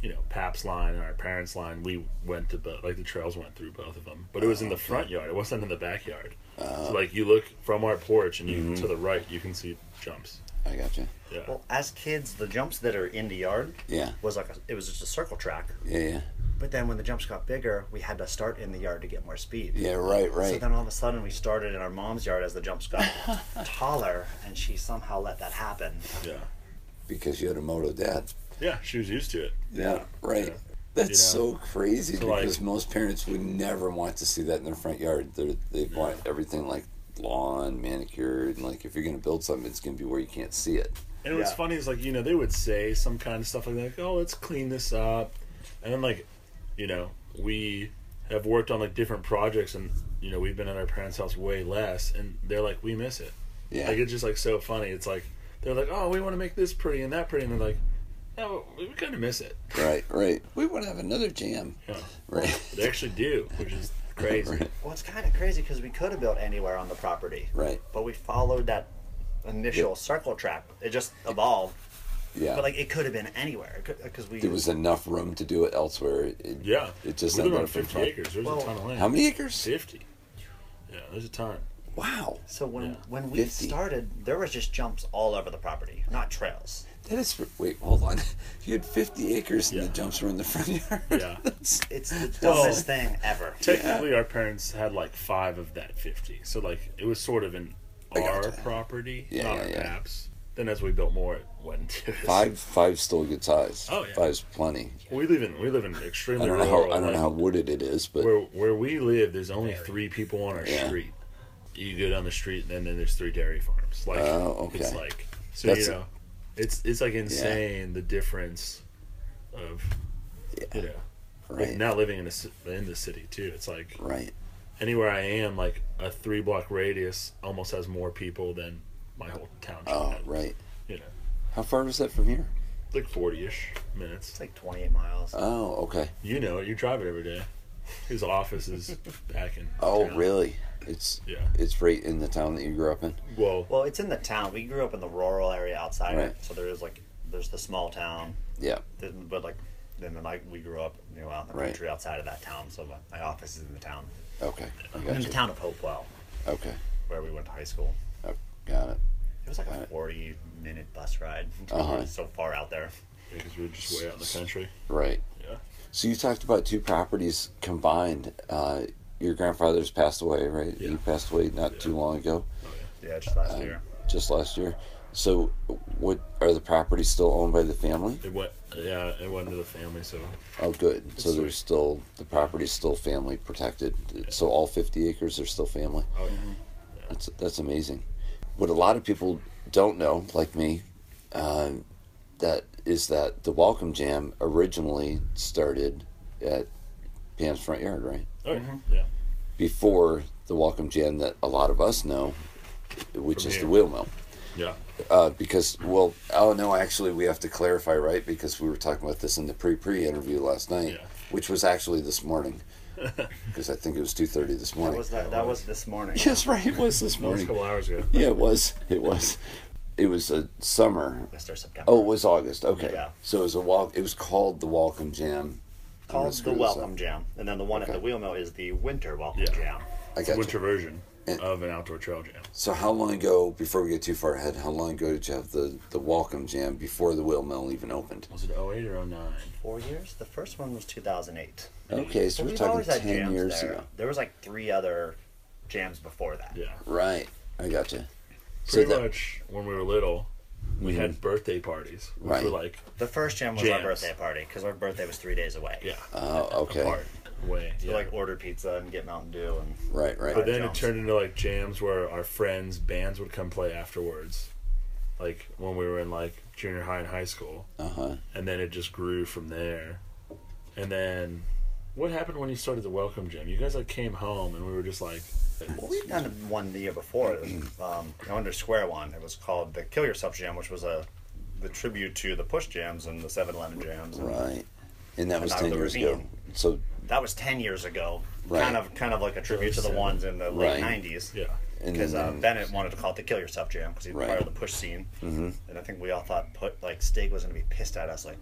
you know, Pap's line and our parents' line, we went to both. Like the trails went through both of them, but it was Oh, in the front yard. It wasn't in the backyard. so like you look from our porch and you Mm-hmm. to the right, you can see jumps. you. I got you. Yeah, Well, as kids, the jumps that are in the yard Yeah. was like a, it was just a circle track. Yeah, yeah, But then when the jumps got bigger, we had to start in the yard to get more speed. yeah. Right, So right. then all of a sudden we started in our mom's yard as the jumps got taller, and she somehow let that happen. yeah, because you had a moto dad. yeah. She was used to it. Yeah, right. Yeah. That's You know? so crazy So, like- because most parents would never want to see that in their front yard. They're, they want everything like lawn, manicured, and like if you're going to build something, it's going to be where you can't see it. And what's Yeah. funny is like you know they would say some kind of stuff like that, like, oh let's clean this up, and then like you know we have worked on like different projects and you know we've been at our parents' house way less, and they're like we miss it. Yeah, Like it's just like so funny. It's like they're like oh we want to make this pretty and that pretty, and they're like no we kind of miss it. right, right. We want to have another jam, Yeah. right? They actually do, which [laughs] is [laughs] crazy. right, Well, it's kind of crazy because we could have built anywhere on the property, right. but we followed that initial Yeah. circle track. It just evolved, Yeah, but like it could have been anywhere because we there was enough room to do it elsewhere. It, Yeah, it just we live ended on up in fifty front. acres. There's Well, a ton of land. How many acres? Fifty. Yeah, there's a ton. Wow, So when Yeah. when we 50. started, there was just jumps all over the property, not trails. that is. Wait, hold on. [laughs] You had 50 acres and Yeah. the jumps were in the front [laughs] yard. Yeah. That's- It's [laughs] the Well- Oh. dumbest thing ever. Technically, our parents had like five of that fifty, so like it was sort of an I got our that. property, Yeah, not yeah, our yeah. paps. Then as we built more, it went to [laughs] this. Five, five's still a good size. Oh, yeah. Five's plenty. We live in we live in I extremely don't know rural. how I don't like, know how wooded it is, but Where where we live, there's only three people on our Yeah. street. You go down the street, and then there's three dairy farms. Like Oh, it's okay. like so That's- you know, it's it's like insane the difference of you know. right, Now living in a, ci- in the city too, it's like right, anywhere I am, like a three block radius almost has more people than my whole town. oh, right. You know, How far was that from here? like 40 ish It's minutes. like 28 miles. Oh, okay. You know, it, you drive it every day. His office [laughs] is back in. Oh, town. really? It's Yeah. it's right in the town that you grew up in. Well, well, it's in the town. We grew up in the rural area outside, Right. so there is like there's the small town, Yeah, then- but like then like we grew up you know out in the Right. country outside of that town. So my, my office is in the town, okay, I in got the you. town of Hopewell, Okay, where we went to high school. oh, got it. It was like Got a it. 40 minute bus ride. Uh-huh. So far out there. because we were just way out in the country. Right. Yeah. So you talked about two properties combined. Uh, your grandfather's passed away, right? Yeah. He passed away not too long ago, Yeah, just last um, year. just last year. So, what are the properties still owned by the family? It went, yeah, it went to the family. So Oh, good. so It's- there's still the property's still family protected. So all 50 acres are still family. oh, yeah. That's that's amazing. What a lot of people don't know, like me, um, that is that the Welcome Jam originally started at Pam's front yard, right? Oh, yeah. Mm-hmm. yeah. Before the Welcome Jam that a lot of us know, which From is here. the Wheel Mill. Yeah. Uh, because well, oh no, actually we have to clarify, right? Because we were talking about this in the pre-pre interview last night, Yeah. which was actually this morning, because I think it was two thirty this That morning. was that, that was this [laughs] morning. yes, right. It was That was this a morning. couple hours ago. Yeah, it was. It was. It was a summer. August or September. Oh, it was August. Okay. Yeah. So it was a walk. It was called the Welcome Jam. I'm gonna called screw the this up. Welcome Jam, and then the one Okay. at the Wheel Mill is the Winter Welcome Yeah. Jam. I It's a got winter you. version And- of an outdoor trail jam. So how long ago? Before we get too far ahead, how long ago did you have the the Welcome Jam before the Wheel Mill even opened? Was it 08 or 09? Four years. The first one was 2008. Okay, so But we're we've talking always had ten jams years there. ago. There was like three other jams before that. Yeah. Right. I got you. So Pretty that- much when we were little, we had birthday parties. Which Right. were like, The first jam was Jams. our birthday party because our birthday was three days away. yeah, Oh, okay. apart. Way. So yeah. like order pizza and get Mountain Dew and Right, But right. then it Jams. turned into like jams where our friends' bands would come play afterwards, like when we were in like junior high and high school, Uh huh. and then it just grew from there. And then, what happened when you started the welcome jam? You guys like came home and we were just like, Well, we've done one the year [clears throat] before. It was, um, I went to Square One. It was called the Kill Yourself Jam, which was a the tribute to the Push Jams and the 7-Eleven Jams. And Right. And that was out of ten the years ago. ravine. So That was ten years ago. Right. Kind of, kind of like a tribute to the ones in the late Right. '90s. yeah, and Because uh, then- Bennett wanted to call it the Kill Yourself Jam because he was Right. part of the Push scene. Mm-hmm. And I think we all thought put like Stig was going to be pissed at us, like,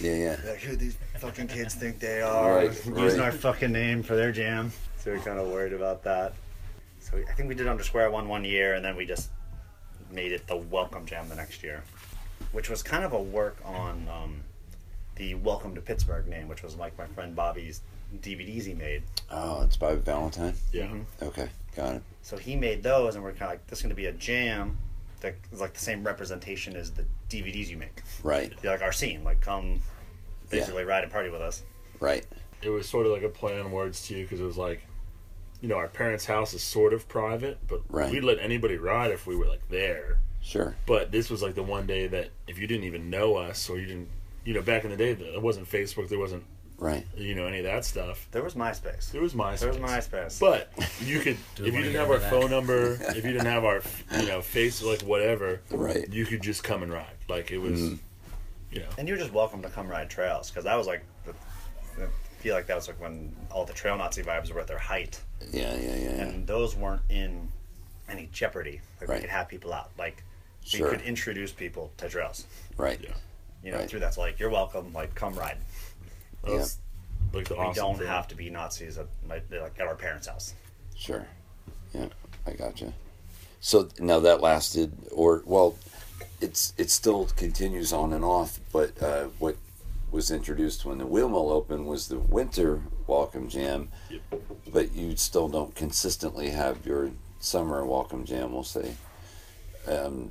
yeah, yeah. like who these fucking kids think they are Right, using right. our fucking name for their jam. So we're kind of worried about that. So we- I think we did under Square One one year, and then we just made it the Welcome Jam the next year, which was kind of a work on um, the Welcome to Pittsburgh name, which was like my friend Bobby's DVDs he made. Oh, it's Bobby Valentine. yeah. Okay, got it. So he made those, and we're kind of like, this is going to be a jam that is like the same representation as the DVDs you make. Right, Be like our scene, like come basically ride and party with us. right. It was sort of like a play on words too, because it was like, you know, our parents' house is sort of private, but Right. we'd let anybody ride if we were like there. Sure. But this was like the one day that if you didn't even know us or you didn't, you know, back in the day, there wasn't Facebook, there wasn't, Right. you know, any of that stuff. There was MySpace. There was MySpace. There was MySpace. But you could, if you wanna didn't get have into our that. phone number, if you didn't have our, you know, face, like whatever, Right. you could just come and ride. Like it was, you know, And you're just welcome to come ride trails because that was like, the, I feel like that was like when all the trail Nazi vibes were at their height, Yeah, yeah, yeah, yeah. and those weren't in any jeopardy. Like Right. we could have people out, like Sure. we could introduce people to trails, Right. yeah. you know, Right. through that. So like, you're welcome, like come ride. That Yeah. was, like the We awesome don't thing. have to be Nazis at like, like at our parents' house. Sure. Yeah, I gotcha. So now that lasted, or well, it's it still continues on and off. But uh, what was introduced when the wheel mill opened was the winter welcome jam. Yep. But you still don't consistently have your summer welcome jam. We'll say. Um,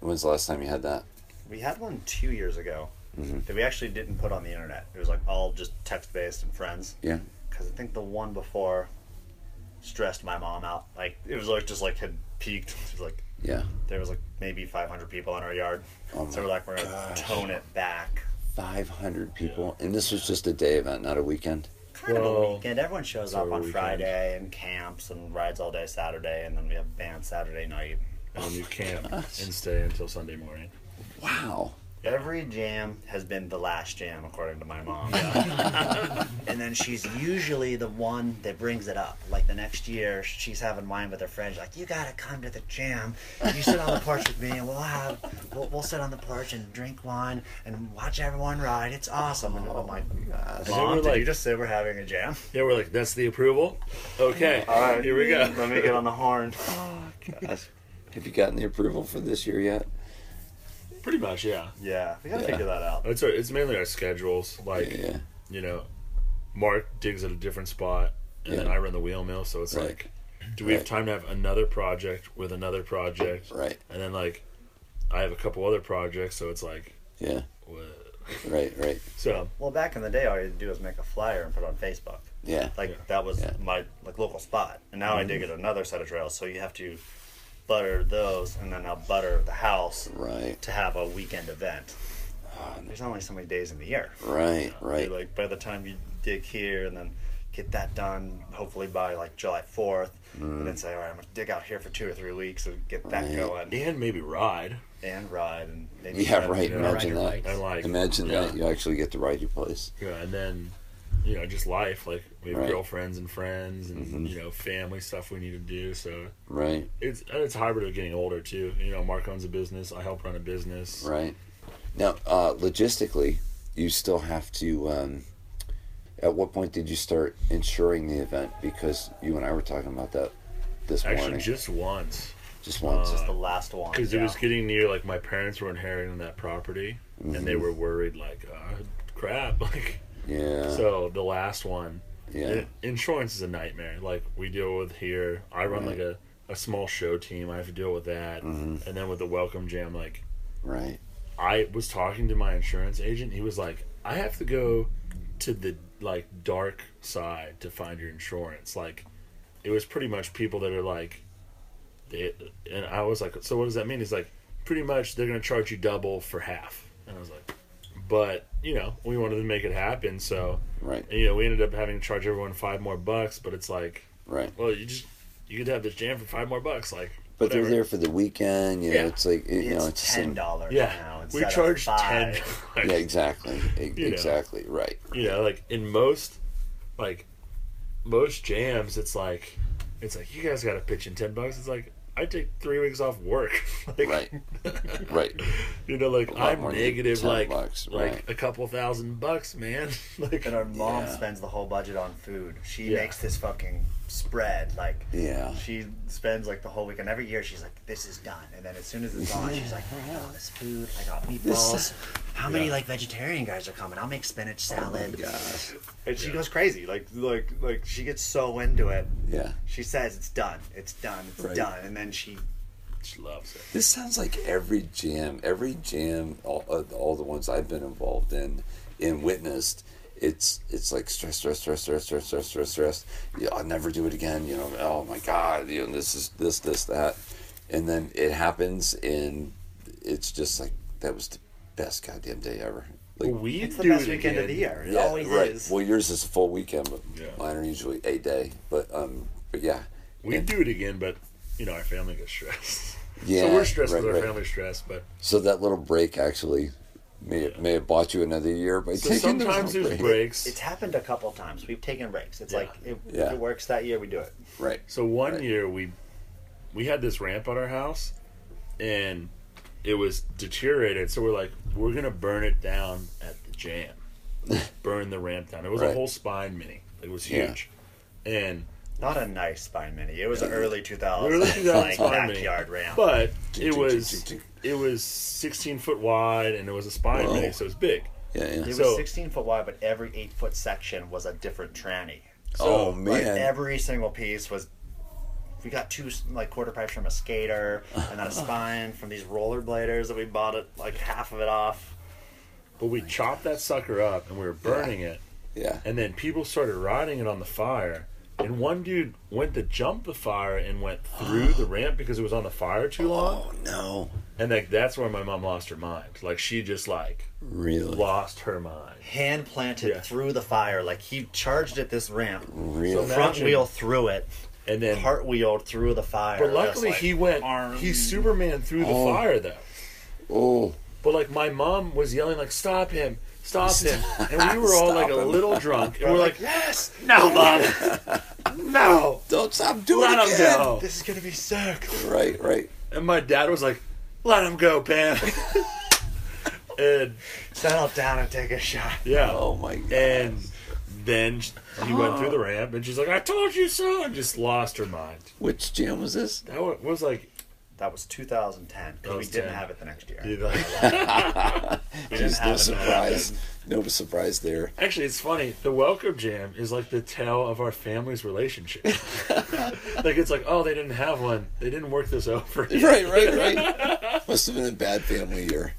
when's the last time you had that? We had one two years ago Mm-hmm. that we actually didn't put on the internet. It was like all just text based and friends. Yeah. because I think the one before stressed my mom out. Like it was like just like had peaked. She was like Yeah. there was like maybe 500 people in our yard, Oh so my we're like we're gonna gosh. tone it back. Five hundred people, and this was just a day event, not a weekend. Kind of Well, a weekend. Everyone shows up sort of on weekend. Friday and camps and rides all day Saturday, and then we have band Saturday night. And then you camp and stay until Sunday morning. Wow. Every jam has been the last jam, according to my mom. and then she's usually the one that brings it up. Like the next year, she's having wine with her friends. Like, you gotta come to the jam. You sit on the porch with me, and we'll have we'll, we'll sit on the porch and drink wine and watch everyone ride. It's awesome. And I'm like, They mom, were did you like- just say we're having a jam? Yeah, we're like, that's the approval. Okay, all right, here we go. [laughs] Let me get on the horn. Have you gotten the approval for this year yet? [laughs] Pretty much, yeah. Yeah, we gotta Yeah. figure that out. It's our, it's mainly our schedules. Like yeah, you know, Mark digs at a different spot, and then Yeah. I run the wheel mill. So it's Right. like, do we have Right. time to have another project with another project? right. And then like, I have a couple other projects. So it's like, Yeah, wha- right, right. so Well, back in the day, all you had to do was make a flyer and put it on Facebook. Yeah, Like Yeah. Mm-hmm. that was Yeah. my like local spot, and now I dig at another set of trails. So you have to butter those, and then I'll butter the house right, to have a weekend event. God, Ah, There's only so many days in the year. right, right. You're like by the time you dig here and then get that done, hopefully by like July 4th, and then say, all right, I'm gonna dig out here for two or three weeks and get that Mm. Right. going and maybe ride and ride and maybe Yeah, drive- right. Yeah. Imagine Ride your bike. that. and like Imagine yeah, that. You actually get to ride your place. yeah, and then. You know, just life. Like we have Right. Mm-hmm. girlfriends and friends, and you know, family stuff we need to do. So Right, it's and it's hybrid of getting older too. You know, Mark owns a business. I help run a business. right. Now, uh, logistically, you still have to. Um, at what point did you start insuring the event? Because you and I were talking about that this Actually, morning. Just, just uh, once. once. Just the last one. because it yeah. was getting near like my parents were inheriting that property and they were worried like ah, crap [laughs] like yeah. so the last one yeah. in- insurance is a nightmare like we deal with here i run like a, a small show team i have to deal with that and then with the welcome jam like Right. i was talking to my insurance agent he was like i have to go to the like dark side to find your insurance like it was pretty much people that are like they, and I was like, so what does that mean? He's like, pretty much they're going to charge you double for half. And I was like, but you know, we wanted to make it happen. So, Right. and, you know, we ended up having to charge everyone five more bucks, but it's like, Right. well, you just, you could have this jam for five more bucks. Like, But they're whatever. there for the weekend. You know, Yeah. it's like you know, it's the it's ten same. dollars now. Yeah. We instead of charged five. 10. [laughs] Yeah, exactly. E- You know. Exactly. Right. you know like in most like most jams it's like it's like you guys gotta pitch in 10 bucks it's like i take three weeks off work [laughs] like, Right. Right. you know like A lot i'm more than negative 10 like bucks, like right. a couple thousand bucks man [laughs] like And uh, our mom Yeah. spends the whole budget on food. She Yeah. makes this fucking spread. Like, Yeah. she spends like the whole weekend. Every year, she's like, "This is done," and then as soon as it's on, she's like, "I got this food. I got meatballs. How many like vegetarian guys are coming? I'll make spinach salad." Gosh. and she Yeah. goes crazy. Like, like, like she gets so into it. Yeah. She says, "It's done. It's done. It's Right. done." And then she, she loves it This sounds like every jam, every jam, all, uh, all the ones I've been involved in and witnessed. It's it's like stress, stress, stress, stress, stress, stress, stress, stress. You know, I'll never do it again. You know, oh my god, you know, this is this, this, that, and then it happens, and it's just like that was the best goddamn day ever. Like we it's the do best it weekend of again. the year. It always is. Well, yours is a full weekend, but Yeah. mine are usually a day. But um, but yeah, we do it again but you know our family gets stressed [laughs] yeah. so we're stressed right, with our right. family stress but So that little break actually may may have bought you another year by so taking the sometimes little there's breaks it's happened a couple of times. We've taken breaks. It's Yeah. like if Yeah. if it works that year, we do it. Right. So one Right. year we we had this ramp at our house and it was deteriorated. So we're like, we're gonna burn it down at the [laughs] jam. burn the ramp down. It was Right. a whole spine mini. It was Yeah. huge. [laughs] And Not a nice spine mini. It was an early 2000s, Early 2000s like spine mini. backyard ramp. but it [laughs] tick, tick, was tick, it was sixteen foot wide and it was a spine Whoa. mini, so it's big. Yeah, yeah. It So- was 16 foot wide, but every eight foot section was a different tranny. oh Like man. every single piece was. We got two like quarter pipes from a skater, and then a spine from these rollerbladers that we bought it like half of it off. But we chopped that sucker up and we were burning it yeah. and then people started riding it on the fire. And one dude went to jump the fire and went through the ramp because it was on the fire too long. Oh no. And like that's where my mom lost her mind. Like she just like Really. lost her mind. Hand planted Yeah. through the fire, like he charged at this ramp, Really. So front Imagine. wheel through it, And then cartwheeled through the fire. but just luckily like, he went arm- he Superman through the Oh. fire though. oh. But like my mom was yelling like stop him, stop him. And we were all like a Stop him. little drunk and we're like yes, no mom. no. Don't stop doing Let it. him again. go. this is gonna be sick. Right. Right. And my dad was like let him go, [laughs] Pam. and Settle down and take a shot. yeah. Oh my god. And then sh- he went [gasps] through the ramp and she's like I told you so and just lost her mind. Which jam was this? That wa- was like That was 2010 That because we was didn't 10. have it the next year. You're like- We didn't There's no have it. surprise. No surprise there. [laughs] Actually, it's funny. The welcome jam is like the tale of our family's [laughs] relationship. like it's like, oh, they didn't have one. They didn't work this over. [laughs] Right, right, right. Must have been a bad family year.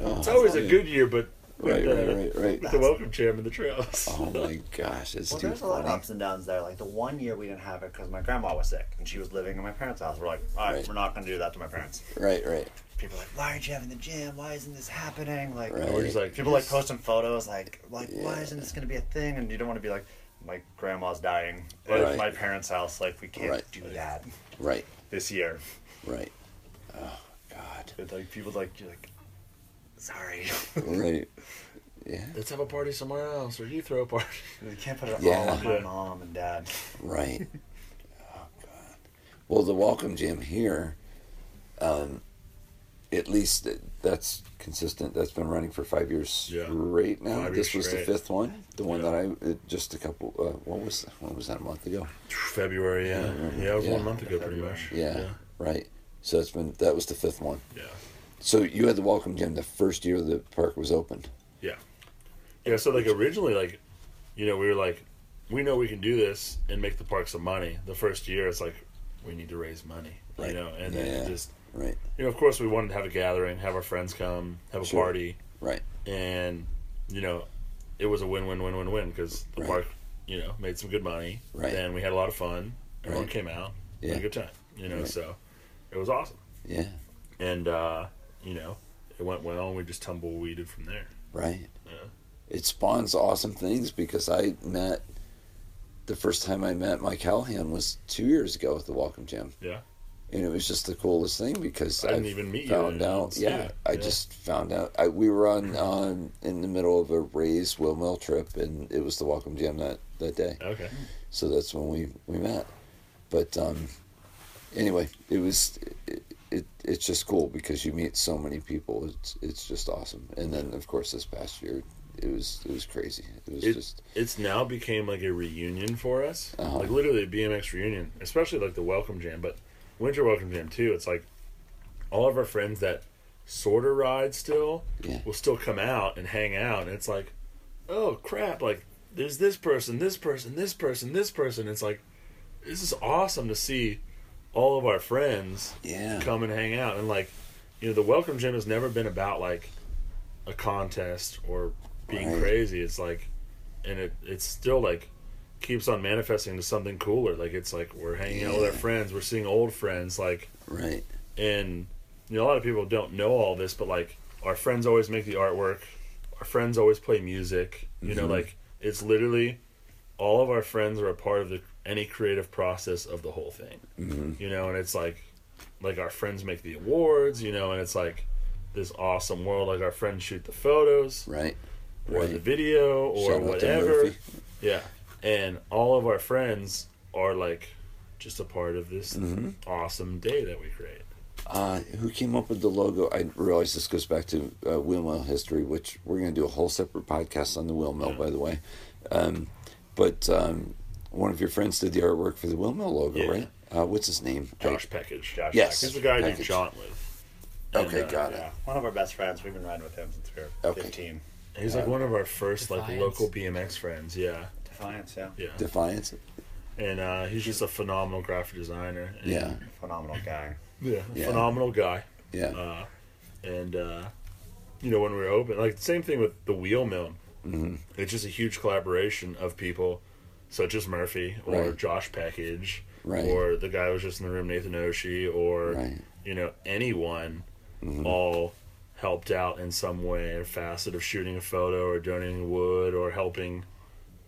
Oh, [laughs] It's always a man. good year, but with, Right, the, right, right, with right. the welcome jam and the trails. Oh my gosh, it's Well, too there's a lot of funny. ups and downs there. Like the one year we didn't have it because my grandma was sick and she was living in my parents' house. We're like, all right, Right. we're not going to do that to my parents. Right, right. People are like, why aren't you having the jam? Why isn't this happening? Like, Right. And we're just like people like posting photos, like, like why Yeah. isn't this going to be a thing? And you don't want to be like, my grandma's dying. But Right. it's my parents' house. Like, we can't Right. do that Right, this year. right. Oh God. But like people like you're like, sorry, [laughs] Right. Yeah. let's have a party somewhere else, or you throw a party. we can't put it all Yeah. on my Yeah. mom and dad. Right. oh God. Well, the welcome jam here, um, at least it- that's consistent. That's been running for five years Yeah. straight now. Five this years was straight. the fifth one. The one Yeah. that I it, just a couple. Uh, what was when was that a month ago? February, yeah, yeah, it was Yeah. one month ago, pretty much. Yeah, Right. So it's been that was the fifth one. yeah, So you had the welcome jam the first year the park was opened. yeah, yeah. So like originally, like you know, we were like, we know we can do this and make the park some money. The first year, it's like we need to raise money, Right. you know, and then Yeah. it just Right. you know, of course, we wanted to have a gathering, have our friends come, have a Sure. party, Right. and you know, it was a win-win-win-win-win because the Right. park, you know, made some good money, Right. and we had a lot of fun. Everyone Right. came out, Yeah. had a good time, you know. Right. So it was awesome, Yeah. and uh, you know, it went well, and we just tumbleweeded from there. Right. Yeah. It spawns awesome things because I met the first time I met Mike Callahan was two years ago at the Welcome Jam. Yeah. And it was just the coolest thing because I didn't even meet you found then. out. Yeah. Yeah, I Yeah. just found out. I, we were on um, in the middle of a Rays Will Mill trip, and it was the Welcome Jam that, that day. Okay. so that's when we we met but um anyway it was it, it it's just cool because you meet so many people it's it's just awesome and then of course this past year it was it was crazy it was It, just It's now became like a reunion for us, Uh-huh. like literally a BMX reunion, especially like the Welcome Jam, but Winter Welcome Jam too. It's like all of our friends that sort of ride still Yeah. will still come out and hang out, and it's like, oh crap! Like there's this person, this person, this person, this person. It's like this is awesome to see all of our friends yeah come and hang out and like you know the welcome gym has never been about like a contest or being Right. crazy it's like and it it's still like keeps on manifesting to something cooler like it's like we're hanging out with our Yeah. friends we're seeing old friends like right and you know a lot of people don't know all this but like our friends always make the artwork our friends always play music you know Mhm. like it's literally all of our friends are a part of the any creative process of the whole thing hmm you know and it's like like our friends make the awards you know and it's like this awesome world like our friends shoot the photos right or the right video or Shout out to whatever Murphy. yeah and all of our friends are like just a part of this Mhm. awesome day that we create uh who came up with the logo i realize this goes back to uh, wheelmill history which we're going to do a whole separate podcast on the wheelmill Yeah. by the way um but um one of your friends did the artwork for the wheelmill logo Yeah. right uh what's his name I- josh package josh Yes. he's the guy i do Package. jaunt with Okay, got it. Yeah, one of our best friends. We've been riding with him since we were Okay. 15. it he's like one of our first like Defiance. local bmx friends yeah Defiance, yeah. yeah Defiance. and uh, he's just a phenomenal graphic designer and- Yeah, Phenomenal guy. yeah Yeah. phenomenal guy yeah, uh, and uh, you know when we were open like same thing with the wheel mill Mhm. it's just a huge collaboration of people such as murphy or Right. josh package Right. or the guy who was just in the room nathan oshie or Right. you know anyone Mm-hmm. all helped out in some way or facet of shooting a photo or donating wood or helping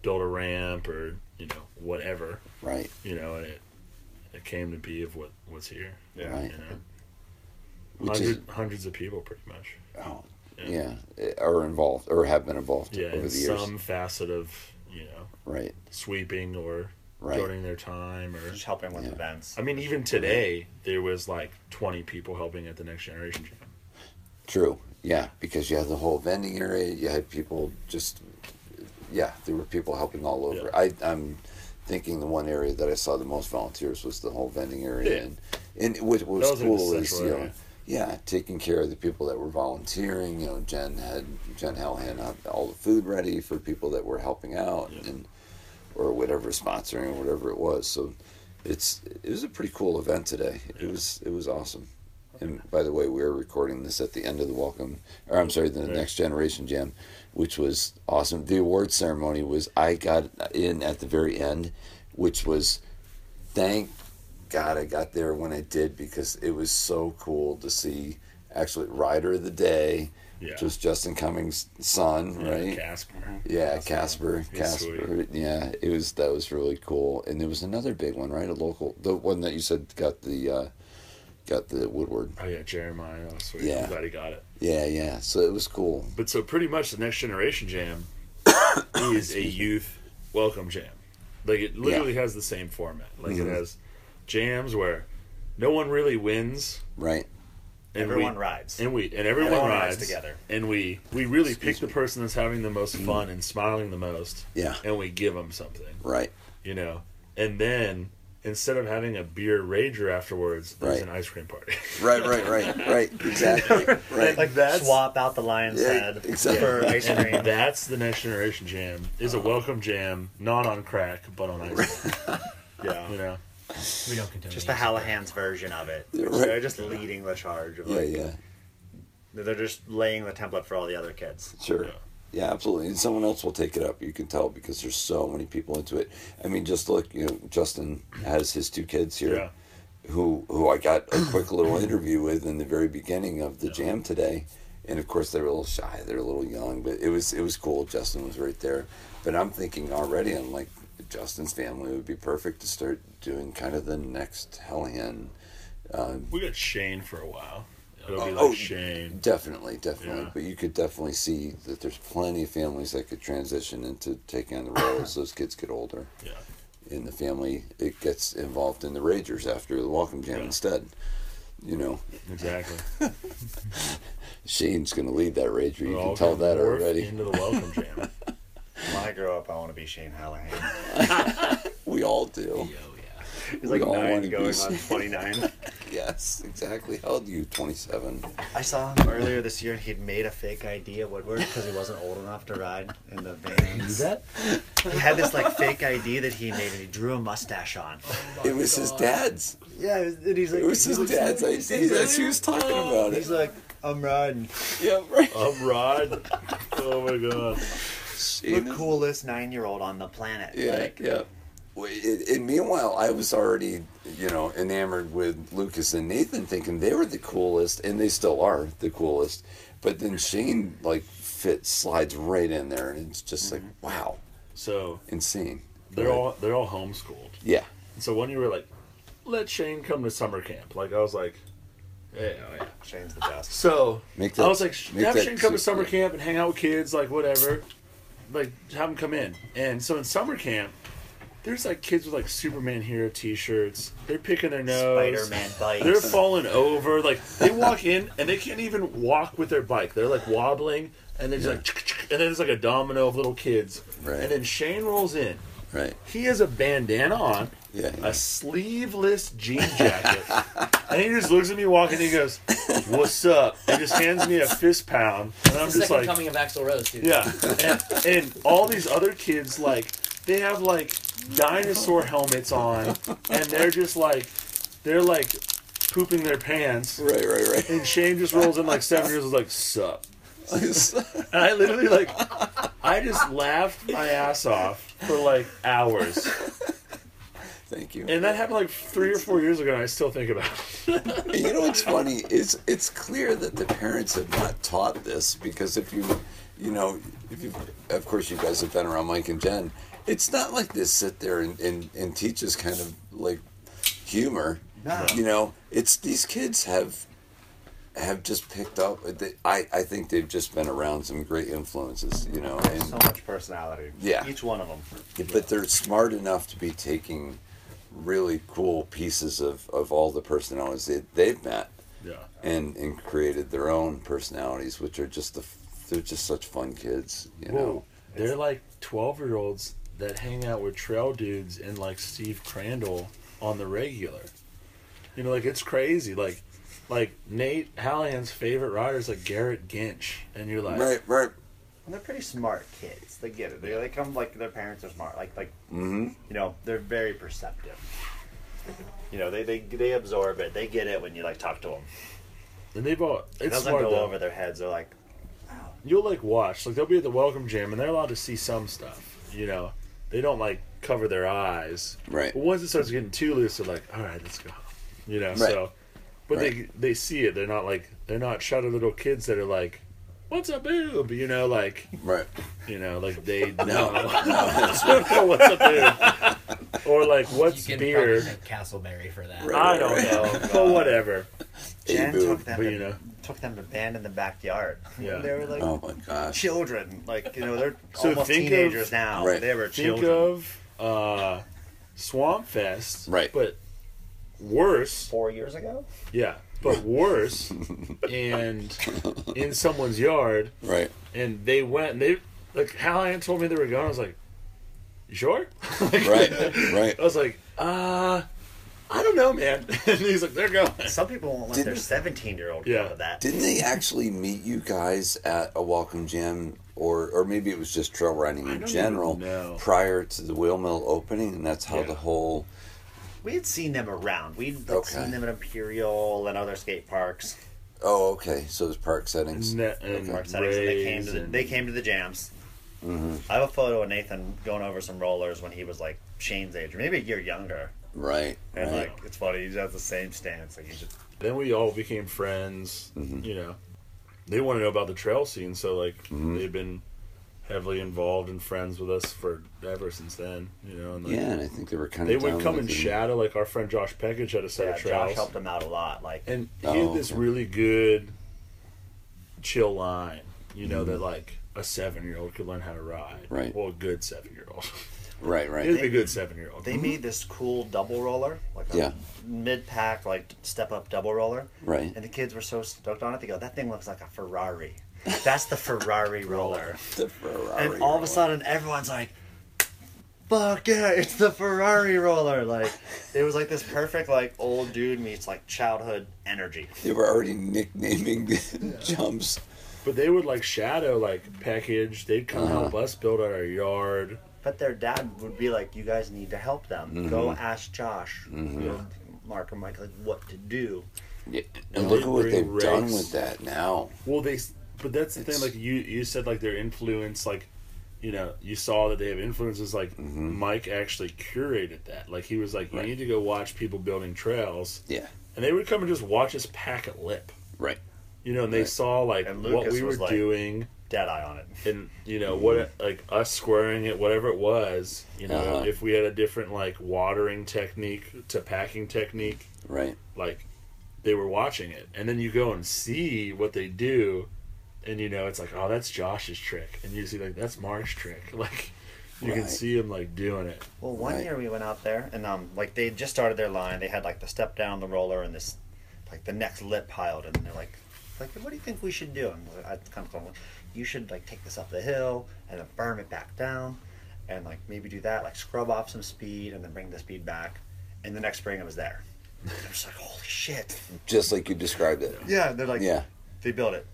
build a ramp or you know whatever right, you know and it it came to be of what was here Yeah. right. you know Which Hundred, is hundreds of people, pretty much. oh, yeah. Yeah. are involved or have been involved Yeah, um, over in the years. some facet of you know Right, sweeping or Right. donating their time, or Just helping with Yeah. events. I mean, even today there was like twenty people helping at the Next Generation Jam. true. Yeah, because you had the whole vending area. You had people just, yeah, there were people helping all over. Yeah. I, I'm thinking the one area that I saw the most volunteers was the whole vending area Yeah. and and what what That was was like a cool is central you know, area. yeah, taking care of the people that were volunteering. You know, Jen had Jen Hallahan had all the food ready for people that were helping out and or whatever sponsoring or whatever it was. So it's it was a pretty cool event today. It was it was awesome. And by the way, we are recording this at the end of the welcome, or I'm sorry, the Right. Next Generation Jam, which was awesome. The award ceremony was I got in at the very end, which was thank God I got there when I did because it was so cool to see actually Rider of the Day, Yeah. which was Justin Cummings' son, Yeah, right? Casper. Yeah, Casper. He's Casper. Yeah, it was that was really cool. And there was another big one, right? A local, the one that you said got the uh, got the Woodward. Oh yeah, Jeremiah. Oh, sweet. Yeah. I'm glad he got it. Yeah, yeah. So it was cool. But so pretty much the next generation [coughs] jam is a youth welcome jam. Like it literally has the same format. Like Mhm. it has jams where no one really wins Right. and Everyone we, rides. and we and everyone, Everyone rides rides, together. And we we really Excuse pick the me. Mm-hmm. person that's having the most fun and smiling the most. Yeah. And we give them something, Right. you know. And then instead of having a beer rager afterwards, there's Right. an ice cream party. [laughs] Right. Right. Right. Right. Exactly. Right. like that's- swap out the lion's Yeah, head exactly. for ice cream. [laughs] and that's the next generation jam. Is a Uh-huh. welcome jam, not on crack, but on ice cream. yeah. You know. We don't condone Just it. the Hallahan's version of it. Yeah, right. They're just leading the charge. Of Yeah. like, Yeah. They're just laying the template for all the other kids. Sure. Yeah. Yeah, absolutely. And someone else will take it up. You can tell because there's so many people into it. I mean, just look, you know, Justin has his two kids here Yeah. who who I got a quick little interview with in the very beginning of the jam today. And of course they were a little shy, they're a little young, but it was it was cool. Justin was right there. But I'm thinking already, I'm like Justin's family would be perfect to start doing kind of the next uh, Hellion. We got Shane for a while. It'll be Oh, like oh. Shane. Definitely, definitely. Yeah. But you could definitely see that there's plenty of families that could transition into taking on the role as those kids get older. Yeah. In the family, it gets involved in the Ragers after the Welcome Jam Yeah. instead. You know, Exactly. Shane's Shane's going to lead that Rager. You We're can all tell gonna that morph already. Into the welcome [laughs] jam. When I grow up, I want to be Shane Hallahan. We all do. Oh, yeah. He's like We all wanna nine be going on Shane. [laughs] 29. Yes, exactly. How old are you? 27. Oh I saw him earlier this year, and he'd made a fake ID at Woodward because he wasn't old enough to ride in the vans. He had this like fake ID that he made, and he drew a mustache on. It was his dad's. Yeah, and he's like, It was his dad's. I see that she was talking Oh. about it. He's like, I'm riding yeah, right. I'm Rod. Oh my god. Shane the is- coolest nine year old on the planet. Yeah, Like, yeah. Well, it- and meanwhile, I was already, you know, enamored with Lucas and Nathan, thinking they were the coolest, and they still are the coolest. But then Shane like fit slides right in there, and it's just like wow, So insane. they're all they're all homeschooled. yeah, And so when you were like, let Shane come to summer camp, like I was like, yeah, oh, yeah. Shane's the best. So Make that- I was like, sh- make have that Shane come to soup, summer yeah. camp and hang out with kids, like whatever. Like have them come in. And so in summer camp, there's like kids with like Superman hero T-shirts. They're picking their nose. Spider Man bites. They're falling over. Like they walk in and they can't even walk with their bike. They're like wobbling, and then like, and then it's like a domino of little kids. Right. And then Shane rolls in. right. He has a bandana on, Yeah, yeah. a sleeveless jean jacket, and he just looks at me walking. He goes, "What's up?" And just hands me a fist pound, and I'm The just second like, coming of Axl Rose, dude. "Yeah." And, and all these other kids, like, they have like dinosaur helmets on, and they're just like, they're like pooping their pants. right, right, [laughs] And Shane just rolls in like seven years, was like, "Sup." right. And I literally like, I just laughed my ass off for like hours. Thank you. And that happened like three or four years ago, and I still think about it. And you know what's funny is it's clear that the parents have not taught this because if you, you know, if you, of course you guys have been around Mike and Jen, it's not like they sit there and and, and teach us kind of like humor. No. You know, it's these kids have have just picked up. They, I I think they've just been around some great influences. You know, and So much personality. Yeah. Each one of them. but they're smart enough to be taking really cool pieces of of all the personalities they, they've met Yeah. and and created their own personalities, which are just the f- they're just such fun kids, you know. They're like 12 year olds that hang out with trail dudes and like Steve Crandall on the regular. You know, like it's crazy. Like, like Nate Hallahan's favorite rider is like Garrett Ginch, and you're like, Right, right. And they're pretty smart kids. They get it. They they come like their parents are smart. Like like Mm-hmm. you know they're very perceptive. You know they they, they absorb it. They get it when you like talk to them. and they bought It it's doesn't smart go though. over their heads. They're like, You'll like watch, like they'll be at the welcome gym, and they're allowed to see some stuff. You know, they don't like cover their eyes. Right. But once it starts getting too loose, they're like, all right, let's go. You know, so. But they they see it. They're not like they're not shutter little kids that are like, "What's a boob?" You know, like Right. You know, like [laughs] they know. [laughs] what's up, dude? Or like, what's you can beer? probably make Castleberry for that. Right. I don't know, [laughs] but whatever. Hey, Jan boo. took them, But, to, you know. took them to band in the backyard. [laughs] Yeah. they were like Oh my gosh. children. Like you know they're So almost think of- teenagers now. Right. They were Think children. of uh, Swamp Fest, Right. But worse, Four years ago. yeah, but [laughs] worse, and in someone's yard, Right. and they went. And they like Hallahan told me they were going. I was like, you sure? Right. Right. I was like, uh, I don't know, man. [laughs] and he's like, they're going. Some people won't let their Didn't- seventeen-year-old Yeah. go to that. Didn't they actually meet you guys at a welcome gym, or or maybe it was just trail riding I in don't general even know. prior to the wheel mill opening, and that's how Yeah. the whole We had seen them around. We'd like, Okay. seen them at Imperial and other skate parks. oh okay, so it's park settings. Ne- and park settings, and they came to the, rays they and- came to the jams. Mm-hmm. I have a photo of Nathan going over some rollers when he was like Shane's age, or maybe a year younger. Right. And right. like it's funny, he has the same stance. Like he just then we all became friends Mm-hmm. you know they want to know about the trail scene so like Mm-hmm. they've been heavily involved and friends with us for ever since then you know and like, yeah, and I think they were kind they of would come and shadow like our friend josh peckage had a set yeah, of trails Josh helped him out a lot. Like and he Oh, had this okay. really good chill line you know that like a seven year old could learn how to ride Mm-hmm. Right. well a good seven year [laughs] old Right. it'd be Right. a good seven year old they made this cool double roller, like a Mm-hmm. Yeah. mid pack, like step up double roller. Right. And the kids were so stoked on it. They go, "That thing looks like a Ferrari. That's the [laughs] Ferrari roller." The Ferrari and all of a roller. sudden everyone's like fuck yeah it's the ferrari roller like it was like this perfect like old dude meets like childhood energy they were already nicknaming [laughs] the jumps. but they would like shadow like package they'd come Uh-huh. help us build out our yard but their dad would be like you guys need to help them go ask josh you know, mark and mike like what to do Yeah, And and look they at what bring they've done rakes. with that now. Well, they, s- but that's the It's- thing. Like you, you said like their influence. Like, you know, you saw that they have influences. Like Mike actually curated that. Like he was like, you Mm-hmm. Right. need to go watch people building trails, Yeah. and they would come and just watch us pack a lip. Right. You know, and they Right. saw like And what Lucas we were was like- Mm-hmm. doing, dead eye on it and you know what, like us squaring it, whatever it was. You know, Uh-huh. if we had a different like watering technique to packing technique, Right. like they were watching it and then you go and see what they do and you know it's like oh that's josh's trick and you see like that's mark's trick [laughs] like you can Right. see him like doing it well one Right. year we went out there and um like they just started their line they had like the step down the roller and this like the next lip piled and they're like like what do you think we should do and i kind of thought you should like take this up the hill and then burn it back down and like maybe do that like scrub off some speed and then bring the speed back and the next spring it was there and i was like holy shit Just like you described it. yeah they're like Yeah. they built [laughs] it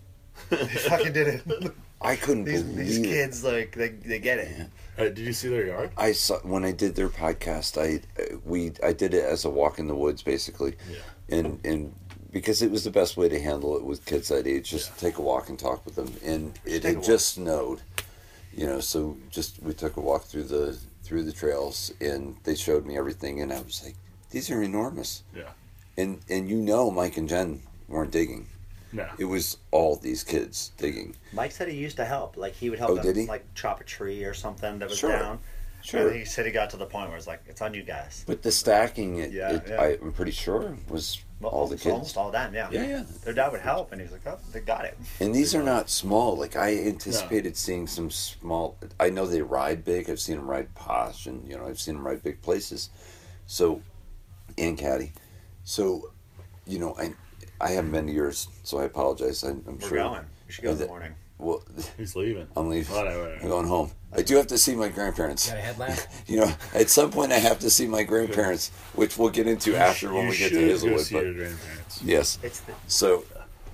they fucking did it I couldn't these, believe these it. kids like they, they get it uh, did you see their yard I saw when I did their podcast. I uh, we I did it as a walk in the woods, basically, Yeah. and and because it was the best way to handle it with kids that age, just Yeah. take a walk and talk with them. And it take a had walk. just snowed, you know, so just we took a walk through the through the trails, and they showed me everything, and I was like, these are enormous, yeah and and you know, Mike and Jen weren't digging. no It was all these kids digging. Mike said he used to help. Like he would help Oh, them did he? like chop a tree or something that was Sure. down. Sure. And he said he got to the point where it's like, it's on you guys. But the stacking, it, Yeah, it, yeah. I, I'm pretty sure was Well, all the almost, kids. almost all that, yeah. Yeah, yeah. Their dad would help, and he was like, oh, they got it. And these are not small. Like I anticipated seeing some small. I know they ride big. I've seen them ride posh, and you know I've seen them ride big places. So, and caddy. So, you know I I haven't been to yours, so I apologize. I, I'm We're sure. going. We should go in And the the- morning. Well, [laughs] He's leaving. I'm leaving. [laughs] Whatever. I'm going home. I do have to see my grandparents. Got a headlamp? You know, at some point I have to see my grandparents, which we'll get into after when You we get to should go Hazelwood. see your But grandparents. yes, It's the, so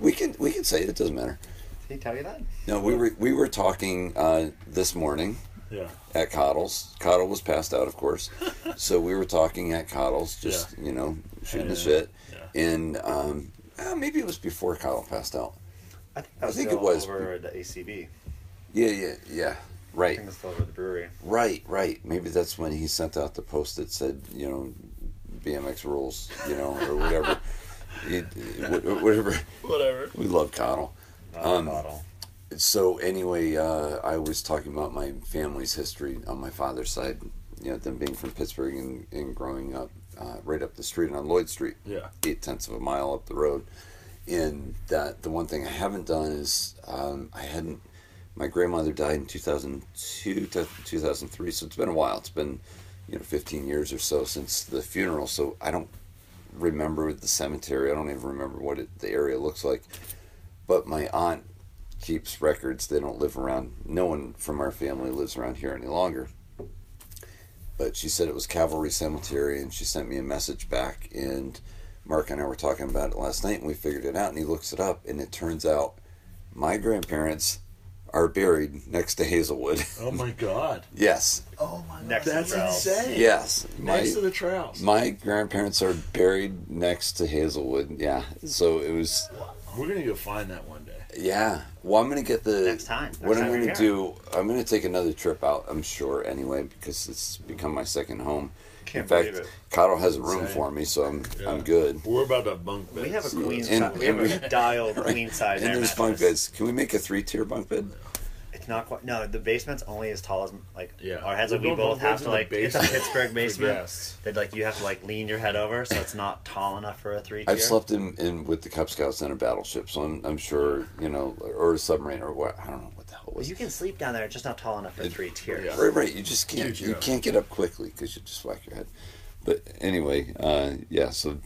we can we can say it, it doesn't matter. did he tell you that? No, we were we were talking uh, this morning Yeah. at Coddle's. Coddle was passed out, [laughs] of course. so we were talking at Coddle's, just you know, shooting the Yeah, shit. yeah. And um, eh, maybe it was before Coddle passed out. I think, that was I think still it was. over the ACB. Yeah, yeah, yeah. I Right, think it's still over the brewery. right, right. Maybe that's when he sent out the post that said, you know, BMX rules, you know, or [laughs] whatever. It- wh- whatever. Whatever. We love Coddle. Uh, Um, bottle. so anyway, uh, I was talking about my family's history on my father's side. You know, them being from Pittsburgh and, and growing up uh, right up the street on Lloyd Street, Yeah. eight tenths of a mile up the road. And that the one thing I haven't done is um, I hadn't. My grandmother died in 2002, to 2003, so it's been a while. It's been, you know, 15 years or so since the funeral. So I don't remember the cemetery. I don't even remember what it, the area looks like. But my aunt keeps records. They don't live around. No one from our family lives around here any longer. But she said it was Cavalry Cemetery, and she sent me a message back. And Mark and I were talking about it last night, and we figured it out. And he looks it up, and it turns out my grandparents are buried next to Hazelwood. [laughs] Oh my god. yes, Oh my Next to That's the trails. insane. yes. Next My, to the trails. my grandparents are buried next to Hazelwood. Yeah. So it was We're gonna go find that one day. Yeah. Well, I'm gonna get the Next time. Next what I'm time gonna you're here. do, I'm gonna take another trip out. I'm sure anyway because it's become my second home. Can't In fact, believe it. Cottle has a room Same. for me, so I'm I'm Yeah. good. We're about to bunk beds. We have a Yeah. queen. And- size we have and a [laughs] dialed queen size. And air there's bunk mattress. beds. Can we make a three tier bunk bed? It's not quite. No, the basement's only as tall as like Yeah. our heads. We're Like, we going both bunk have beds to in the like. It's a basement [laughs] Pittsburgh for basement. guests. That like you have to like lean your head over, so it's not tall enough for a three. I've slept in, in with the Cub Scouts in a battleship, so I'm I'm sure you know, or a submarine, or what I don't know what the hell Well, was. you it. can sleep down there, it's just not tall enough for three tiers. yeah. Right, right. You just can't Huge, you yeah. can't get up quickly because you just whack your head. But anyway, uh, yeah. So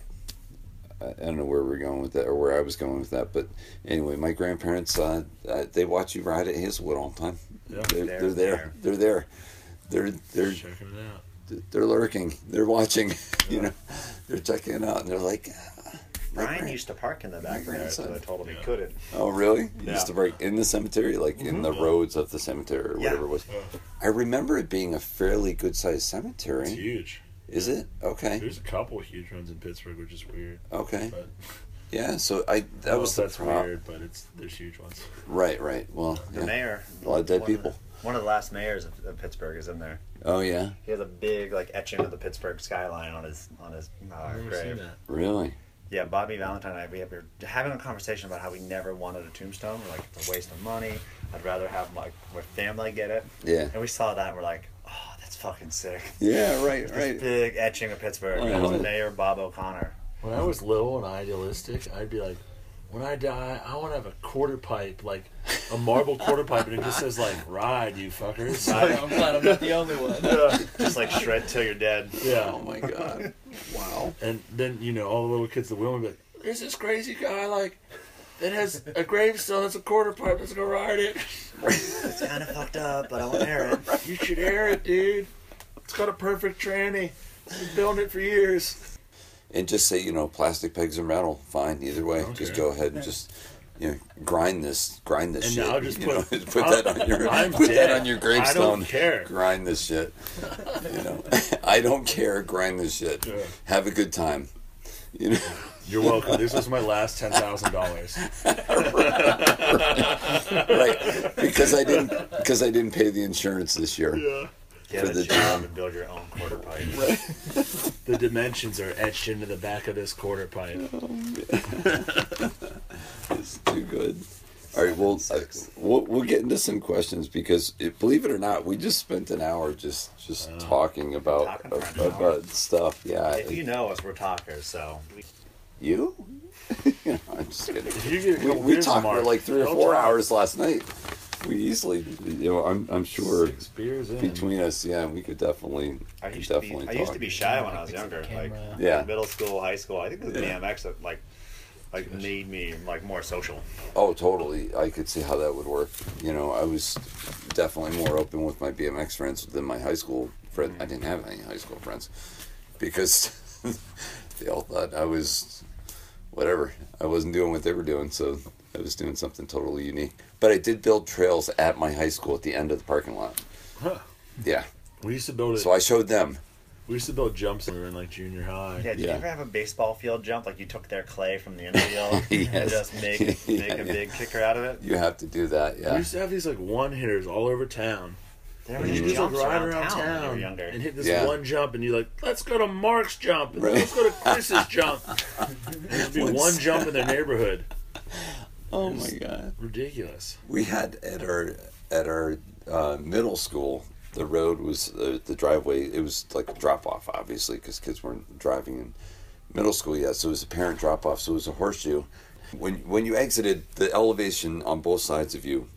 I I don't know where we're going with that or where I was going with that. But anyway, my grandparents uh, uh, they watch you ride at Hazelwood all the time. Yeah. They're, they're, They're there. They're there. They're they're Checking it out. they're lurking. They're watching. [laughs] You know, they're checking it out and they're like. "Ah, my Brian grand- used to park in the back there, grandson. so I told him Yeah. he couldn't. Oh, really? Yeah. Used to park in the cemetery, like in the roads of the cemetery or Yeah. whatever it was. Mm-hmm. Yeah. I remember it being a fairly good sized cemetery. It's huge. Is it okay? There's a couple of huge ones in Pittsburgh, which is weird. Okay. But Yeah. So I that was the that's pro- weird, but it's there's huge ones. Right. Right. Well. The yeah. mayor, A lot of dead one the- people. one of the last mayors of, of Pittsburgh is in there. Oh yeah. He has a big like etching of the Pittsburgh skyline on his on his uh, I've never seen grave. that. Really. Yeah, Bobby Valentine and I, we have- we were having a conversation about how we never wanted a tombstone. We're like, it's a waste of money. I'd rather have my, my family get it. Yeah. And we saw that and we're like, oh, that's fucking sick. Yeah. Right. This Right. big etching of Pittsburgh. Oh, yeah. It was Mayor Bob O'Connor. When I was little and idealistic, I'd be like, when I die, I want to have a quarter pipe, like a marble quarter pipe, and it just says like "ride, you [laughs] fuckers." I'm glad I'm not the only one. [laughs] Just like shred till you're dead. yeah, Oh [laughs] my God. wow. and then you know all the little kids, the women, be like, "There's this crazy guy like that has a gravestone that's a quarter pipe. Let's go ride it. It's kind of fucked up, but I want to hear [laughs] it. You should air it, dude. It's got a perfect tranny. It's been building it for years." And just say you know plastic pegs and metal. Fine. Either way. don't Just care. go ahead and just. You know, grind this, grind this And shit. I'll just you put- know, [laughs] put that on your I'm put that dead. on your I don't gravestone. care. Grind this shit. You know, [laughs] I don't care. Grind this shit. Yeah. Have a good time. You know. [laughs] You're welcome. This was my last ten thousand dollars. right because i didn't because i didn't pay the insurance this year Yeah. Get For a the job and build your own quarter pipe. The dimensions are etched into the back of this quarter pipe. it's too good all right well uh, we'll, we'll get into some questions because it, believe it or not we just spent an hour just just talking about Oh. Talking for an hour. about stuff yeah If you know us, we're talkers, so we you [laughs] You know, i'm just kidding You get a we, couple we beers, talked for Mark. like three or Don't four talk. hours last night we easily you know i'm, I'm sure Six beers in. between us yeah we could definitely I could used to be definitely I used to talk. be shy when I was Fix the younger, like camera. Yeah. middle school, high school. I think the Yeah. BMX that, like like made me like more social. Oh, totally. I could see how that would work. You know, I was definitely more open with my BMX friends than my high school friend. I didn't have any high school friends because [laughs] they all thought I was whatever. I wasn't doing what they were doing, so I was doing something totally unique. But I did build trails at my high school at the end of the parking lot. Huh. Yeah. We used to build it. So I showed them. we used to build jumps when we were in like junior high. Yeah, did Yeah. you ever have a baseball field jump? Like you took their clay from the infield and Yes. just make make Yeah, a yeah. big kicker out of it? You have to do that. We Yeah. used to have these like one hitters all over town. There And were you just just like jumps ride around town, when you were town, younger. and hit this Yeah. one jump, and you're like, let's go to Mark's jump, and Right. let's go to [laughs] Chris's jump. It'd be What's- one jump in their neighborhood. Oh my god. Ridiculous. We had at our at our uh, middle school, the road was uh, the driveway. It was like a drop off, obviously, because kids weren't driving in middle school yet. So it was a parent drop off. So it was a horseshoe. When when you exited, the elevation on both sides of you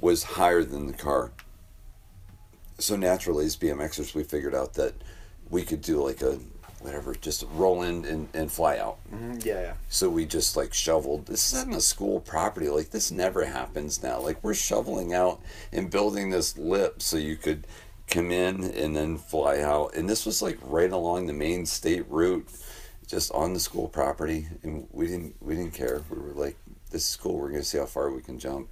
was higher than the car. So naturally, as BMXers, we figured out that we could do like a whatever, just roll in and, and fly out. yeah, yeah. So we just like shoveled. This is on a school property. Like this never happens now. Like we're shoveling out and building this lip so you could come in and then fly out. And this was like right along the main state route, just on the school property. And we didn't we didn't care. We were like, this is cool. We're gonna see how far we can jump.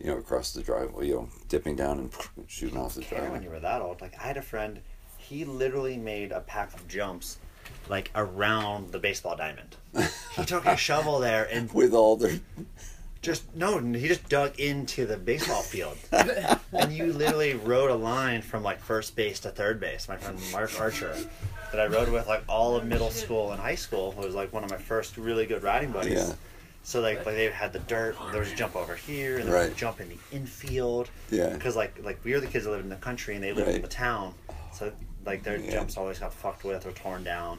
You know, across the driveway. You know, dipping down and shooting off the care when driveway. you were that old. Like I had a friend, he literally made a pack of jumps, like around the baseball diamond. he took a shovel there and With all their just no, he just dug into the baseball field, and you literally rode a line from like first base to third base. My friend Mark Archer, that I rode with like all of middle school and high school, was like one of my first really good riding buddies. Yeah. So like, like they had the dirt. There was a jump over here, and there was a Right. jump in the infield. Yeah. Because like like we were the kids that lived in the country and they lived in Right. the town, so like their Yeah. jumps always got fucked with or torn down.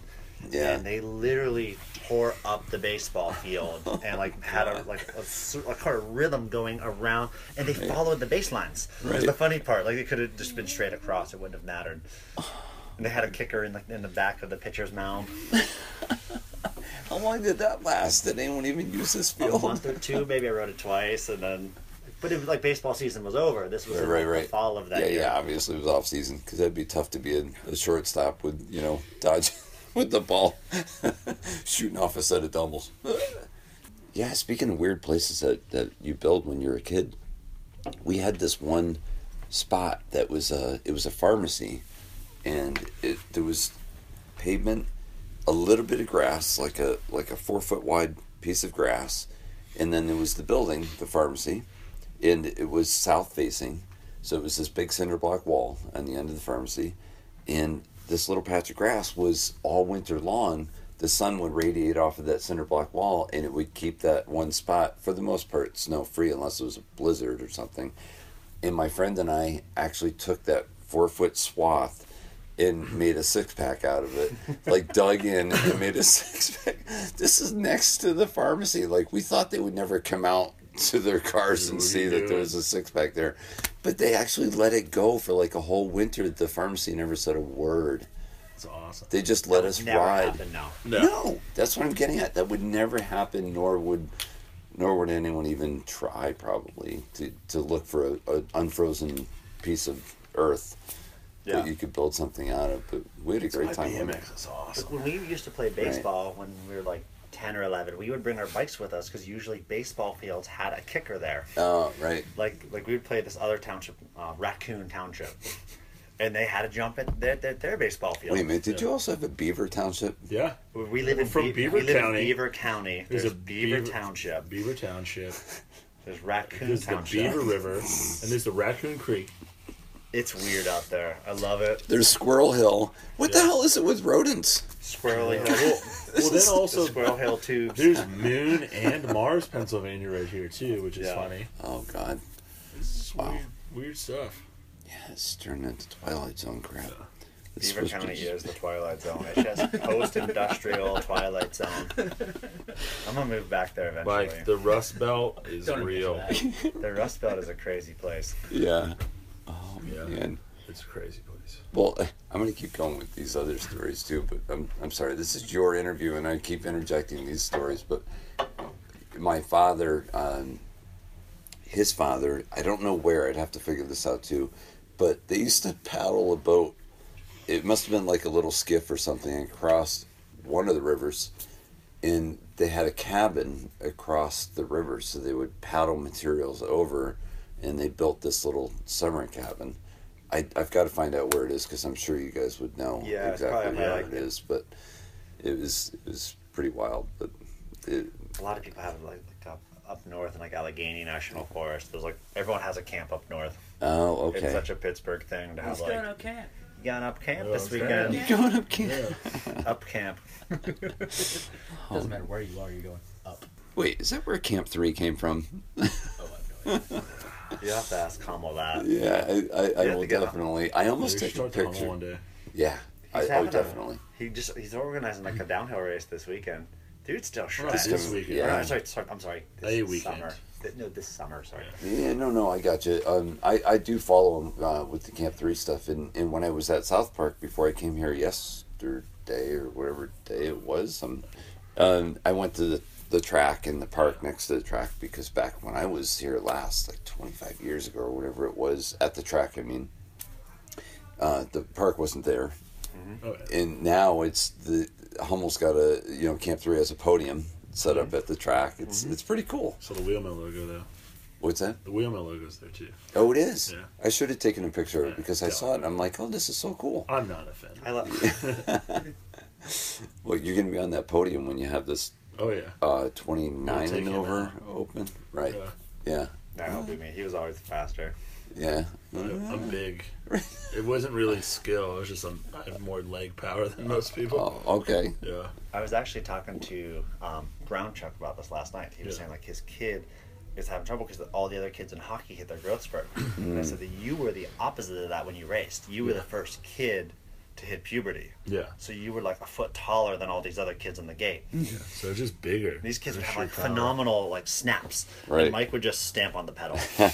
Yeah. And they literally tore up the baseball [laughs] field and like had a like a, cer- like kind of rhythm going around, and they followed the baselines. Right. Right. the funny part. Like it could have just been straight across; it wouldn't have [sighs] mattered. And they had a kicker in like in the back of the pitcher's [laughs] mound. how long did that last? Did anyone even use this a field? month or two. Maybe I wrote it twice, and then. But it was like baseball season was over. This was Right, in right, the right. fall of that yeah, year. yeah. Obviously, it was off season because that'd be tough to be a, a shortstop with you know dodge [laughs] with the ball, [laughs] shooting off a set of doubles. [laughs] yeah, speaking of weird places that that you build when you're a kid, we had this one spot that was a it was a pharmacy, and it there was pavement, a little bit of grass, like a like a four foot wide piece of grass, and then there was the building, the pharmacy, and it was south facing, so it was this big cinder block wall on the end of the pharmacy, and this little patch of grass was all winter long. The sun would radiate off of that cinder block wall, and it would keep that one spot for the most part snow free, unless it was a blizzard or something. And my friend and I actually took that four foot swath and made a six pack out of it. Like dug in and made a [laughs] six pack. This is next to the pharmacy. Like we thought they would never come out to their cars and What are see you that there doing? was a six pack there. But they actually let it go for like a whole winter. The pharmacy never said a word. It's awesome. They just let us Never ride. happened. No. No. that's what I'm getting at. That would never happen, nor would, nor would anyone even try probably to, to look for a, a unfrozen piece of earth Yeah. that you could build something out of. But we had a My great time. on it. BMX is awesome. When we used to play baseball when we were like ten or eleven, we would bring our bikes with us because usually baseball fields had a kicker there. Oh right, Like like we would play this other township, uh, Raccoon Township, and they had a jump at their, their, their baseball field. wait a minute. Did you also have a Beaver Township? Yeah. We live We're in from Beav- Beaver we live County. In Beaver County. There's, There's a Beaver, Beaver- Township. Beaver [laughs] Township. There's Raccoon There's the Township. Beaver River, and there's the Raccoon Creek. It's weird out there. I love it. There's Squirrel Hill. What the Yeah. hell is it with rodents? Squirrely Well, Hill. well, then Also, [laughs] also Squirrel Hill tubes. there's Moon and Mars, Pennsylvania, right here too, which is Yeah. funny. Oh God, It's Wow. weird, weird stuff. yeah, it's turning into Twilight Zone crap. It's Beaver supposed to County be- is the Twilight Zone. It's [laughs] just post-industrial Twilight Zone. I'm gonna move back there eventually. Like the Rust [laughs] Belt is Don't admit to real. that. the Rust Belt is a crazy place. Yeah. Oh Yeah. man. It's a crazy place. Well, I- I'm going to keep going with these other stories too, but I'm, I'm sorry, this is your interview and I keep interjecting these stories. But my father, um, his father, I don't know where, I'd have to figure this out too, but they used to paddle a boat. It must have been like a little skiff or something and crossed one of the rivers. And they had a cabin across the river, so they would paddle materials over and they built this little summer cabin. I, I've got to find out where it is because I'm sure you guys would know Yeah, it's exactly probably where like it is. But it was it was pretty wild. But it, A lot of people have like, like up, up north in like Allegheny National Forest. There's like everyone has a camp up north. oh, okay. It's such a Pittsburgh thing to have He's like going okay. you going up camp Oh, this okay. weekend. Yeah. [laughs] going up camp. Yeah. Up camp. Doesn't matter where you are, you're going up. Wait, is that where Camp Three came from? Oh, I've no idea. You have to ask Kamal that. Yeah, I, I, I Yeah, will the guy. definitely. I almost Maybe take a start that on picture. one day. Yeah, I, He's oh, having a- definitely. He just he's organizing like a downhill race this weekend. Dude's still shredded. This Just- weekend. Or, Yeah. I'm sorry, sorry, I'm sorry. This A weekend. Summer. Th- No, this summer. Sorry. Yeah, no, no, I got you. Um, I, I do follow him uh, with the Camp Three stuff, and, and when I was at South Park before I came here yesterday or whatever day it was, um, um, I went to the, the track and the park next to the track because back when I was here last, like twenty five years ago or whatever it was, at the track, I mean, uh, the park wasn't there, Oh, yeah. and now it's the Hummel's got a you know Camp Three has a podium set up at the track. It's it's pretty cool. So the wheelmill logo though. What's that? The wheelmill logo's there too. Oh, it is. Yeah. I should have taken a picture of it because I Yeah. Uh, saw it. and I'm like, oh, this is so cool. I'm not offended. I love. Well, you're gonna be on that podium when you have this Oh yeah. uh, 29 We'll take and him over out. open, right? Yeah. Yeah, That'll be me. He was always faster. yeah. I- I'm big. It wasn't really skill. It was just I'm, I have more leg power than most people. [laughs] Oh, okay. Yeah. I was actually talking to um, Brown Chuck about this last night. He was Yeah. saying like his kid is having trouble because all the other kids in hockey hit their growth spurt. And I said that you were the opposite of that when you raced. You were the first kid to hit puberty. Yeah. So you were like a foot taller than all these other kids in the gate. Yeah. So it's just bigger. These kids would Just have sheer like power. phenomenal like snaps. Right. And Mike would just stamp on the pedal. [laughs]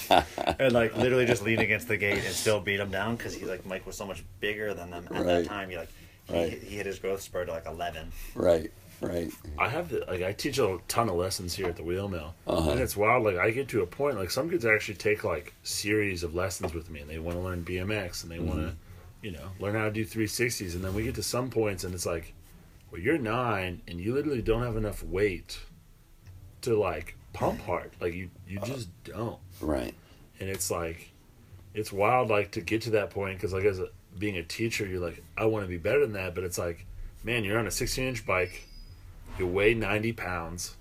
and like literally just lean against the gate and still beat him down because he like Mike was so much bigger than them at Right. that time. He like he, Right. he hit his growth spurt to like eleven. Right, right. I have the, like I teach a ton of lessons here at the wheel mill, Uh-huh. and it's wild. Like I get to a point like some kids actually take like series of lessons with me, and they want to learn BMX and they want to, you know, learn how to do 360s, and then we get to some points and it's like, well, you're nine and you literally don't have enough weight to like pump hard. Like you you just don't, Right. and it's like, it's wild like to get to that point because like as a, being a teacher, you're like I want to be better than that, but it's like, man, you're on a 16 inch bike you weigh 90 pounds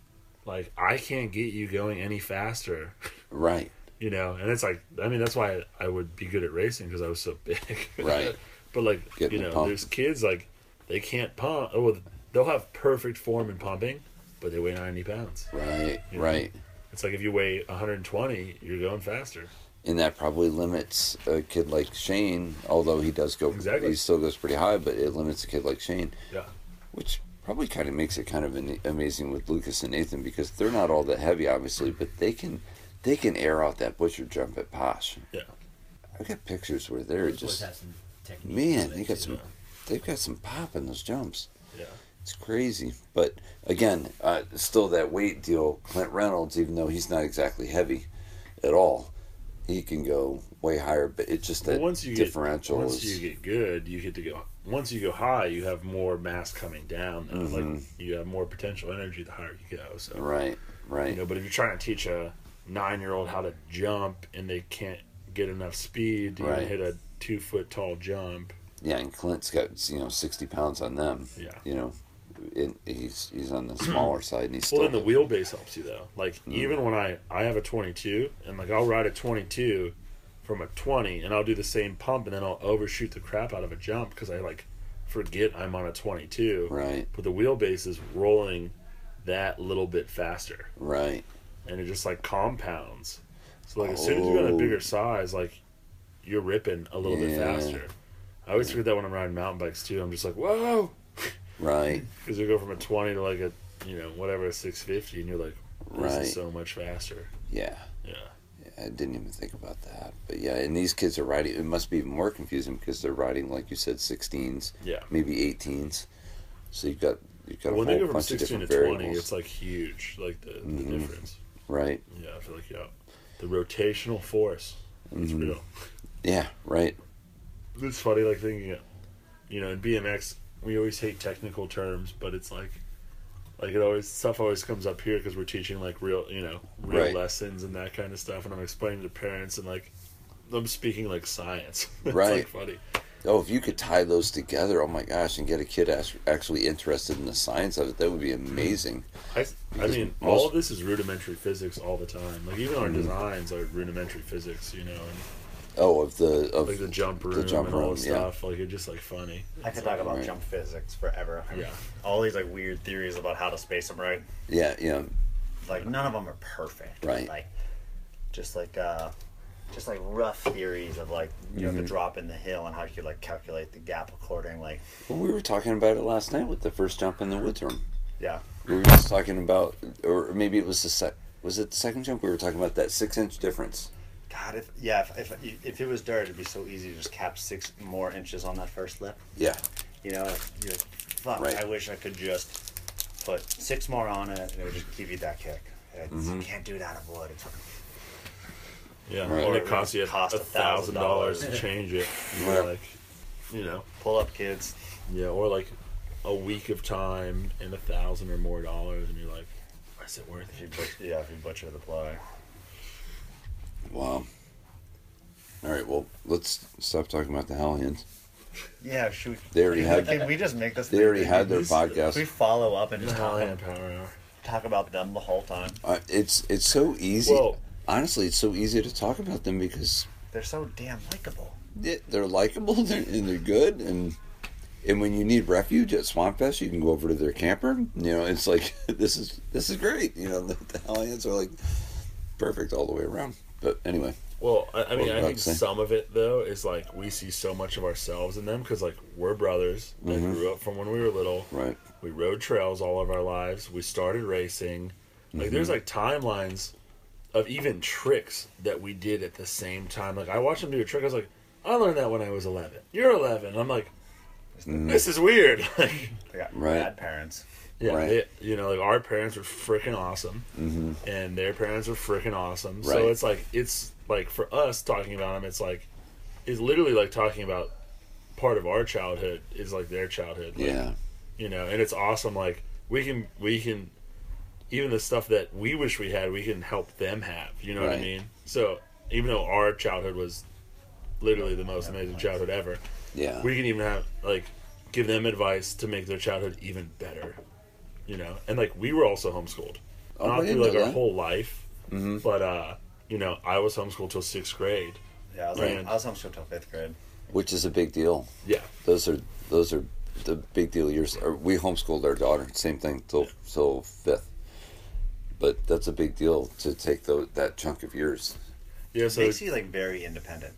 like i can't get you going any faster [laughs] Right. you know and it's like i mean that's why i would be good at racing because i was so [laughs] big Right. but like Getting you the know pump. there's kids like they can't pump oh well, they'll have perfect form in pumping but they weigh 90 pounds Right. Right. it's like if you weigh 120 you're going faster And that probably limits a kid like Shane, although he does go, Exactly. he still goes pretty high, but it limits a kid like Shane. yeah which probably kind of makes it kind of an, amazing with Lucas and Nathan because they're not all that heavy, obviously, but they can they can air out that butcher jump at Posh. yeah I got pictures where they're Those boys just have some technique man, to it, they got too. some they've got some pop in those jumps. yeah It's crazy, but again, uh, still that weight deal. Clint Reynolds, even though he's not exactly heavy at all, he can go way higher. But it's just that Well, once you differential get once is you get good you get to go once you go high you have more mass coming down and like you have more potential energy the higher you go so Mm-hmm. right, right. You know, but if you're trying to teach a nine year old how to jump and they can't get enough speed to even Right. hit a two foot tall jump, yeah, and Clint's got you know sixty pounds on them. Yeah. you know, and he's he's [clears throat] on the smaller side, and he's well, still Mm. then the wheelbase helps you though. Like even when I I have a 22 and like I'll ride a 22 from a 20 and I'll do the same pump and then I'll overshoot the crap out of a jump because I like forget I'm on a 22. right, But the wheelbase is rolling that little bit faster. right, and it just like compounds. So like as soon as you got a Oh. bigger size, like you're ripping a little bit Yeah. faster. I always forget that when I'm riding mountain bikes too. I'm just like whoa, right, because you go from a twenty to like a you know whatever a six fifty, and you're like this Right. is so much faster. yeah, Yeah, yeah. I didn't even think about that. But yeah, and these kids are riding. It must be even more confusing because they're riding, like you said, 16s, Yeah. maybe 18s. So you've got you've got a when they whole go from bunch of 16 to different 20, variables, it's like huge, like the, Mhm. the difference. right? Yeah, I feel like, yeah. The rotational force. It's Mhm. real. Yeah, right. It's funny, like thinking, it- you know, in BMX, we always hate technical terms, but it's like, like it always stuff always comes up here because we're teaching like real, you know, real Right. lessons and that kind of stuff, and I'm explaining to parents and like, I'm speaking like science. [laughs] it's Right. Like funny. Oh, if you could tie those together, oh my gosh, and get a kid as- actually interested in the science of it, that would be amazing. I, I Because mean, most- Mm-hmm. all of this is rudimentary physics all the time. Like even our designs are rudimentary physics, you know, and Oh, of the of like the jump room, jump and all room, the yeah. stuff. Like it's just like funny. I could talk about Right. jump physics forever. I mean, Yeah. All these like weird theories about how to space them right. yeah, yeah, Like none of them are perfect. Right. Like just like uh just like rough theories of like you know Mm-hmm. the drop in the hill and how you could like calculate the gap accordingly. Well, we were talking about it last night with the first jump in the woods room. Yeah. We were just talking about, or maybe it was the sec- was it the second jump? We were talking about that six inch difference. God, if yeah, if, if if it was dirt, it'd be so easy to just cap six more inches on that first lip. Yeah, You know, if you're like, fuck, Right. I wish I could just put six more on it and it would just give you that kick. It's, Mm-hmm. You can't do it out of wood. It's Yeah, and Right. Or it costs you a cost a thousand thousand dollars to dollars. change it. Right. You're Like, you know, pull up, kids. yeah, or like a week of time and a thousand or more dollars, and you're like, is it worth If it? you butch- yeah, if you butcher the play. wow. All right, well, let's stop talking about the Hellhounds. Yeah, shoot. They already Can we- [laughs] had- Can we just make this? They thing- already had their Can we podcast. follow up [laughs] and just talk, Italian power hour. talk about them the whole time? Uh, it's it's so easy. Well- Honestly, it's so easy to talk about them because They're so damn likable. they- they're likable [laughs] they're, and they're good and. And when you need refuge at Swamp Fest, you can go over to their camper. You know, it's like [laughs] this is this is great. You know, [laughs] the, the Hellions are like perfect all the way around. But anyway, Well, I, I mean, was I about think to say. some of it though is like we see so much of ourselves in them because like we're brothers that grew up from when we were little. right? We rode trails all of our lives. We started racing. Like there's like timelines of even tricks that we did at the same time. Like I watched him do a trick. I was like, I learned that when I was 11. You're 11. And I'm like, this is weird. [laughs] Like, They got Right. bad parents. yeah, Right. Mm-hmm. they- you know, like our parents were freaking awesome, and their parents were freaking awesome. Right. So it's like it's like for us talking about them, it's like it's literally like talking about part of our childhood is like their childhood. Like, Yeah, you know and it's awesome like we can we can even the stuff that we wish we had we can help them have you know what i Right. mean so even though our childhood was literally the most amazing childhood ever yeah. we can even have like give them advice to make their childhood even better you know and like we were also homeschooled Oh, I not didn't through like know our that. Mm-hmm. whole life but uh you know i was homeschooled till sixth grade Yeah, I was, Right. I was homeschooled till fifth grade. Which is a big deal. yeah Those are those are the big deal years. Or We homeschooled our daughter, same thing till till fifth. But that's a big deal to take tho- that chunk of years. yeah so Hmm. makes you like very independent.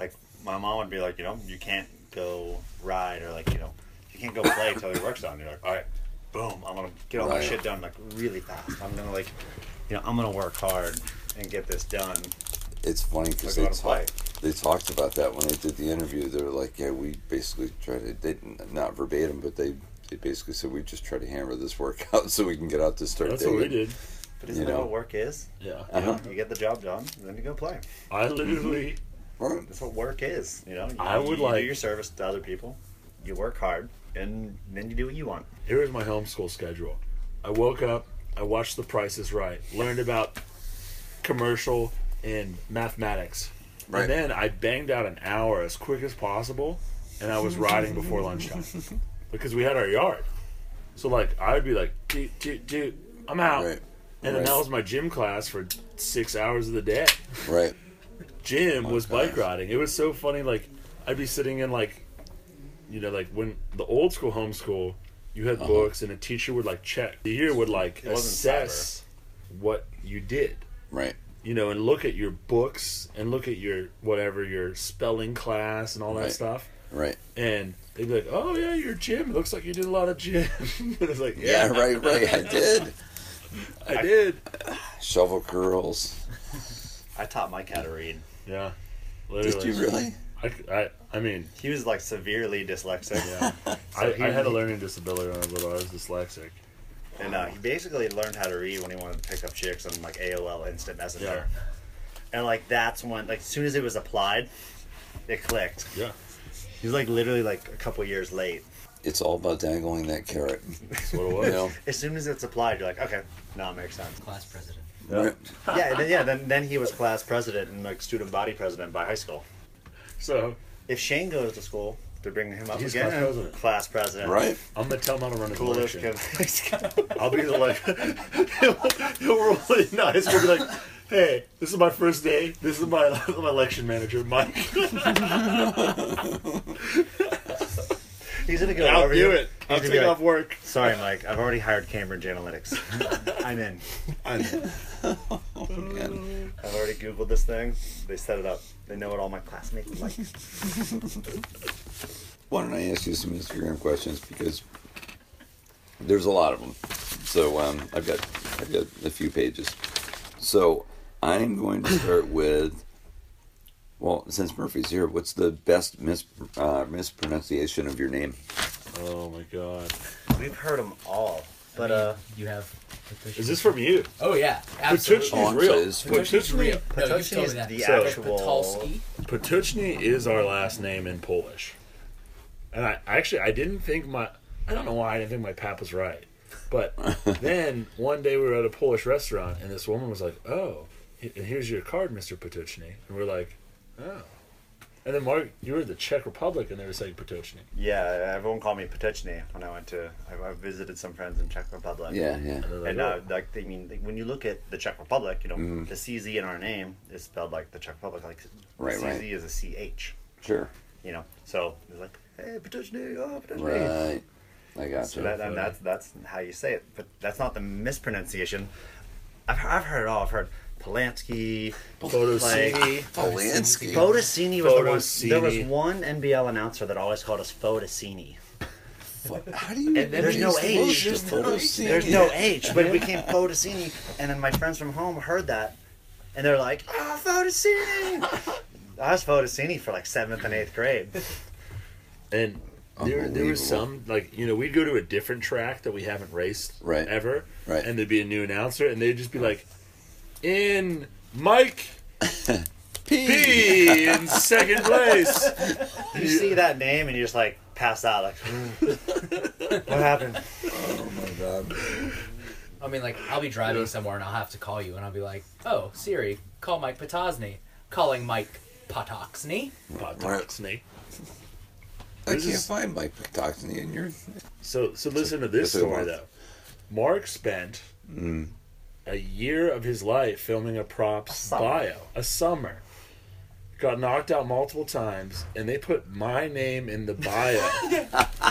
Like my mom would be like, you know, you can't go ride or like you know, you can't go play until your work's done. You're like, all right, boom, I'm gonna get all my Right. shit done like really fast. I'm gonna like, you know, I'm gonna work hard and get this done. It's funny because Like they a lot of talked they talked about that when they did the interview. They were like, "Yeah, we basically tried to they didn't- not verbatim, but they." They basically said we just try to hammer this workout so we can get [laughs] out to start. that's what we dating." did But isn't You that know. what work is? yeah Uh-huh. You get the job done, and then you go play. i literally Right. That's what work is. You know, you, I would you like- do your service to other people. You work hard, and then you do what you want. here was my homeschool schedule. I woke up, I watched The Price is Right, learned about commercial and mathematics. Right. And then I banged out an hour as quick as possible, and I was riding before [laughs] lunchtime because we had our yard. So, like, I would be like, dude, dude, dude, I'm out. Right. And then Right. that was my gym class for six hours of the day Right. gym was bike Oh gosh. riding. It was so funny. Like I'd be sitting in like, you know, like when the old school homeschool, you Uh-huh. had books and a teacher would like check. The year would like It wasn't assess what you did, Right. you know, and look at your books and look at your whatever your spelling class and all that Right. stuff. Right. And they'd be like, "Oh yeah, your gym. It looks like you did a lot of gym." [laughs] and it's like, [laughs] Yeah. "Yeah, Right. Right. I did. I did." Shovel curls. I taught Mike how to read. Yeah. Did you really? I, I, I mean, He was like severely dyslexic. [laughs] yeah. I, I had a learning disability when I was little. I was dyslexic. And uh, he basically learned how to read when he wanted to pick up chicks on like AOL Instant Messenger. And like that's when, like, as soon as it was applied, it clicked. Yeah. He was like literally like a couple years late. It's all about dangling that carrot. That's what it You was. know? As soon as it's applied, you're like, okay, no, it [laughs] makes sense. Class president. Yeah. yeah, and then, yeah. Then then he was class president and like student body president by high school. So If Shane goes to school, they're bringing him up He's again. class president. Class president. Right? I'm gonna tell him how to run a Coolest election. kid. I'll be the like, he'll, [laughs] he'll roll really [laughs] nice. We'll be like, hey, this is my first day. This is my, [laughs] my election manager, Mike. [laughs] He's gonna [laughs] go I'll over do you. it. He's I'll gonna be take like, off work. Sorry, Mike. I've already hired [laughs] Cambridge Analytics. I'm in. I'm, oh, man. I've already Googled this thing. They set it up. They know what all my classmates [laughs] like. Why don't I ask you some Instagram questions because there's a lot of them. So um, I've got I've got a few pages. So I'm going to [coughs] start with. Well, since Murphy's here, what's the best mis- uh, mispronunciation of your name? Oh my god. We've heard them all. But I mean, uh, you have. Petucci. Is this from you? Oh yeah, Petucci absolutely. Oh, is I'm real. sorry, this is- Petucci, real. No, you've Petucci told is me that. the So- actual- Petalski. Potochny is our last name in Polish. And I actually I didn't think my I don't know why I didn't think my pap was right. [laughs] But then one day we were at a Polish restaurant and this woman was like, "Oh, he- and here's your card, Mr. Potochny." And we're like, "Oh." And then Mark, you were in the Czech Republic and they were saying Potochny. yeah, everyone called me Potochny when I went to. I, I visited some friends in Czech Republic. Yeah, yeah. And they're like, And uh, "Oh." like I mean, like, when you look at the Czech Republic, you know Mm. the CZ in our name is spelled like the Czech Republic. Like Right, CZ right. is a CH. Sure. You know, so it's like hey, Potochny, oh, Potochny. Right. I got So you. that, and that's that's how you say it, but that's not the mispronunciation. I've, I've heard it all. I've heard Polanski, "Oh, Podosini. Oh, Polanski. Fodacini was Fodacini. the one. There was one NBL announcer that always called us Fodacini. How do you? And there's no H. There's no H. There's no H, but it became Fodacini. And then my friends from home heard that, and they're like, "Ah, Fodacini." I was Fodacini for like seventh and eighth grade. And there, there was Unbelievable. some like you know we'd go to a different track that we haven't raced Right. ever, Right. And there'd be a new announcer, and they'd just be like, "In Mike P in second place." You see that name, and you're just like pass out. Like, hmm. [laughs] what happened? Oh I mean, like I'll be driving somewhere and I'll have to call you and I'll be like, "Oh Siri, call Mike Potosny." Calling Mike Potoxny. Potosny. I This can't is- find my Pectoxany in your. So so listen to this That's a good story one. Mm. though. Mark spent a year of his life filming a props summer. bio, a summer. Got knocked out multiple times, and they put my name in the [laughs] bio.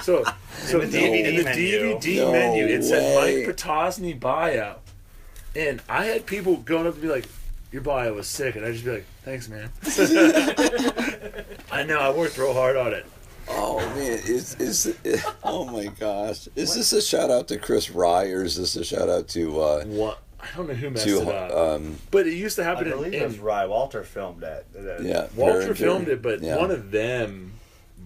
so, so in the the DVD DVD, menu. DVD No menu, it said Mike way. Potosny bio, and I had people going up to be like, "Your bio was sick," and I'd just be like, "Thanks, [laughs] man." [laughs] I know I worked real hard on it. Oh man, is is [laughs] oh my gosh, is this a shout out to Chris Rye or is this a shout out to uh, What I don't know who messed it up. to um But it used to happen I in, believe in- it was Rye Walter filmed that. that- yeah Walter Herringer. filmed it, but yeah. one of them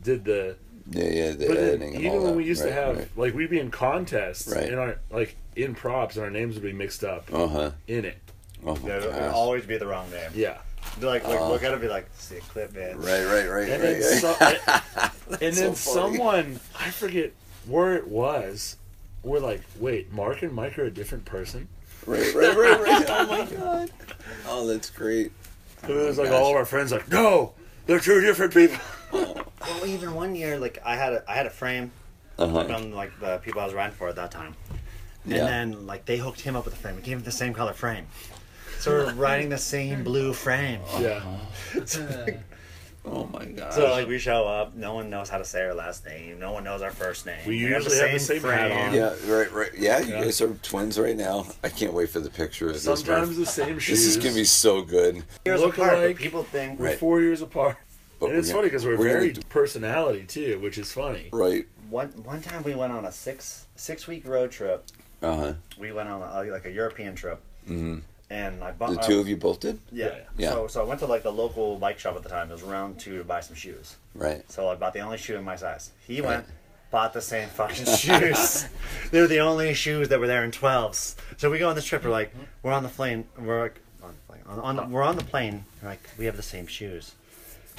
did the. yeah yeah the But then, editing and all even when that. we used to Right, have right. like we'd be in contests Right. and our like in props and our names would be mixed up uh huh in it. oh my Yeah, it'll, it'll gosh. always be the wrong name. Yeah. They're like, like look at it, and be like, sick clip, man. right right right And right, then, right. so, [laughs] and then so funny. someone I forget where it was. We're like, wait, Mark and Mike are a different person. [laughs] right right right right oh [laughs] my god oh that's great And it was Oh my like gosh. all of our friends like, no, they're two different [laughs] people. Well, even one year, like I had a I had a frame uh huh from like the people I was riding for at that time, and Yeah. then like they hooked him up with a frame. We gave him the same color frame, so we're riding the same blue frame. yeah. oh my gosh So like we show up, no one knows how to say our last name. No one knows our first name. We have usually have the same hat on. yeah right right yeah you Yeah. guys are twins right now I can't wait for the picture of this Sometimes Murph. the same shoes. this is gonna be so good Years Look apart, but alike. people think We're Right. four years apart. But and it's funny we're gonna- funny because we're, we're gonna very do- personality too, which is funny. right one one time we went on a six six week road trip. uh huh We went on a, like a European trip, and I bought Mm-hmm. The two of you both did, Yeah. Yeah. So so I went to like the local bike shop at the time. It was round two to buy some shoes. right? So I bought the only shoe in my size. He went, bought the same fucking [laughs] shoes. they were the only shoes that were there in twelves. So we go on this trip. We're like, we're on the plane. We're like, on the plane. On, on the, we're on the plane. We're like, we have the same shoes.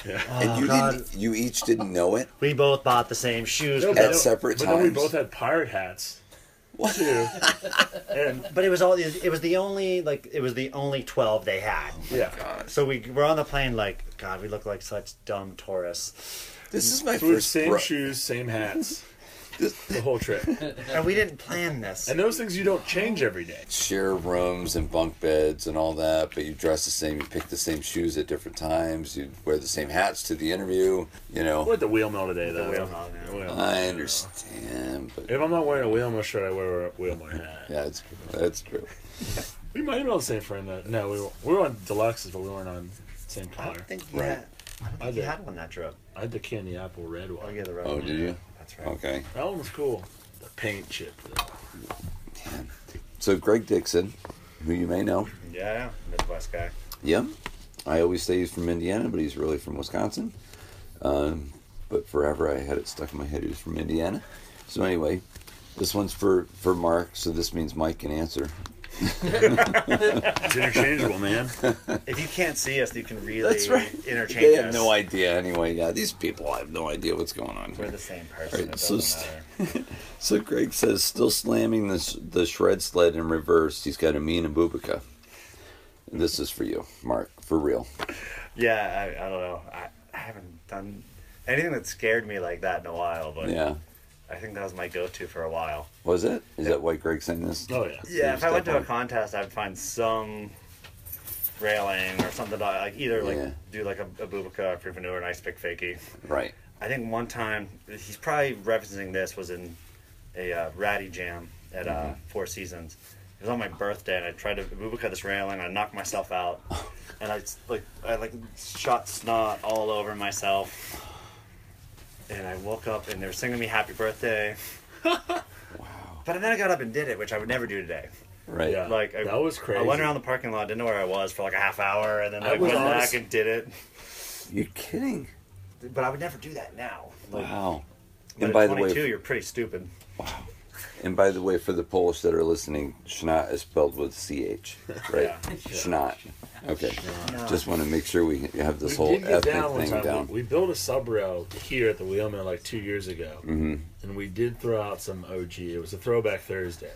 Oh, and you God. didn't. You each didn't know [laughs] it. We both bought the same shoes. No, but, At then- separate but then we times. both had pirate hats. What? Too. and but it was all. It was the only like. It was the only twelve they had. yeah, Oh So we were on the plane. Like, God, we look like such dumb tourists. This is my we were first. same bro- shoes, same hats, the whole trip. And we didn't plan this. And those things you don't change every day. Share rooms and bunk beds and all that, but you dress the same. You pick the same shoes at different times. You wear the same hats to the interview. You We're know. at the wheel mill today, though. wheel mill, yeah. The wheel mill. I understand, but If I'm not wearing a wheel mill shirt, I wear a wheel mill hat. yeah, it's that's true. We might have been on the same friend. That, no, we were, we were on deluxes, but we weren't on same I color. don't think you Right. had. I don't I think you did. had one that trip. I had the candy apple red Oh, one. yeah, the red Oh, one. did you? That's right. Okay. That one was cool. The paint chip. Though. So Greg Dixon, who you may know, Yeah, yeah, Midwest guy. Yep. I always say he's from Indiana, but he's really from Wisconsin. Um, but forever I had it stuck in my head he was from Indiana. So anyway, this one's for, for Mark, so this means Mike can answer. It's interchangeable, man. If you can't see us, you can really That's right. interchange They have us. no idea anyway. Yeah, these people have no idea what's going on. We're here. the same person. Right, it so doesn't st- matter. So Greg says, still slamming this the shred sled in reverse. He's got a mean abubica. And This is for you, Mark, for real. Yeah, I, I don't know. I, I haven't done anything that scared me like that in a while, but Yeah. I think that was my go-to for a while. Was it? Is that why Greg sang this? Oh yeah. Yeah, if I went to a definitely- contest, I'd find some railing or something to, like either like Yeah. do like a, a Bubica, a Fruvanua, or an ice pick fakie. Right. I think one time he's probably referencing this was in a uh, ratty jam at Mm-hmm. uh, Four Seasons. It was on my birthday, and I tried to Bubica this railing. I knocked [laughs] myself out, and I s- like I like shot snot all over myself. And I woke up, and they were singing me [laughs] "Happy Birthday." wow! But then I got up and did it, which I would never do today. Right. Yeah. Like I, That was I went crazy. around the parking lot, didn't know where I was for like a half hour, and then I I, was went honest- back and did it. You're kidding. But I would never do that now. Like, Wow. but And at by the 22, way, you're pretty stupid. and by the way, for the Polish that are listening, Schnott is spelled with ch, [laughs] right? Yeah. Schnott. Okay. Schnott. Just want to make sure we have this We whole did get ethnic down one thing time. down. We, we built a sub rail here at the Wheelmill like two years ago, mm-hmm. and we did throw out some OG. It was a throwback Thursday,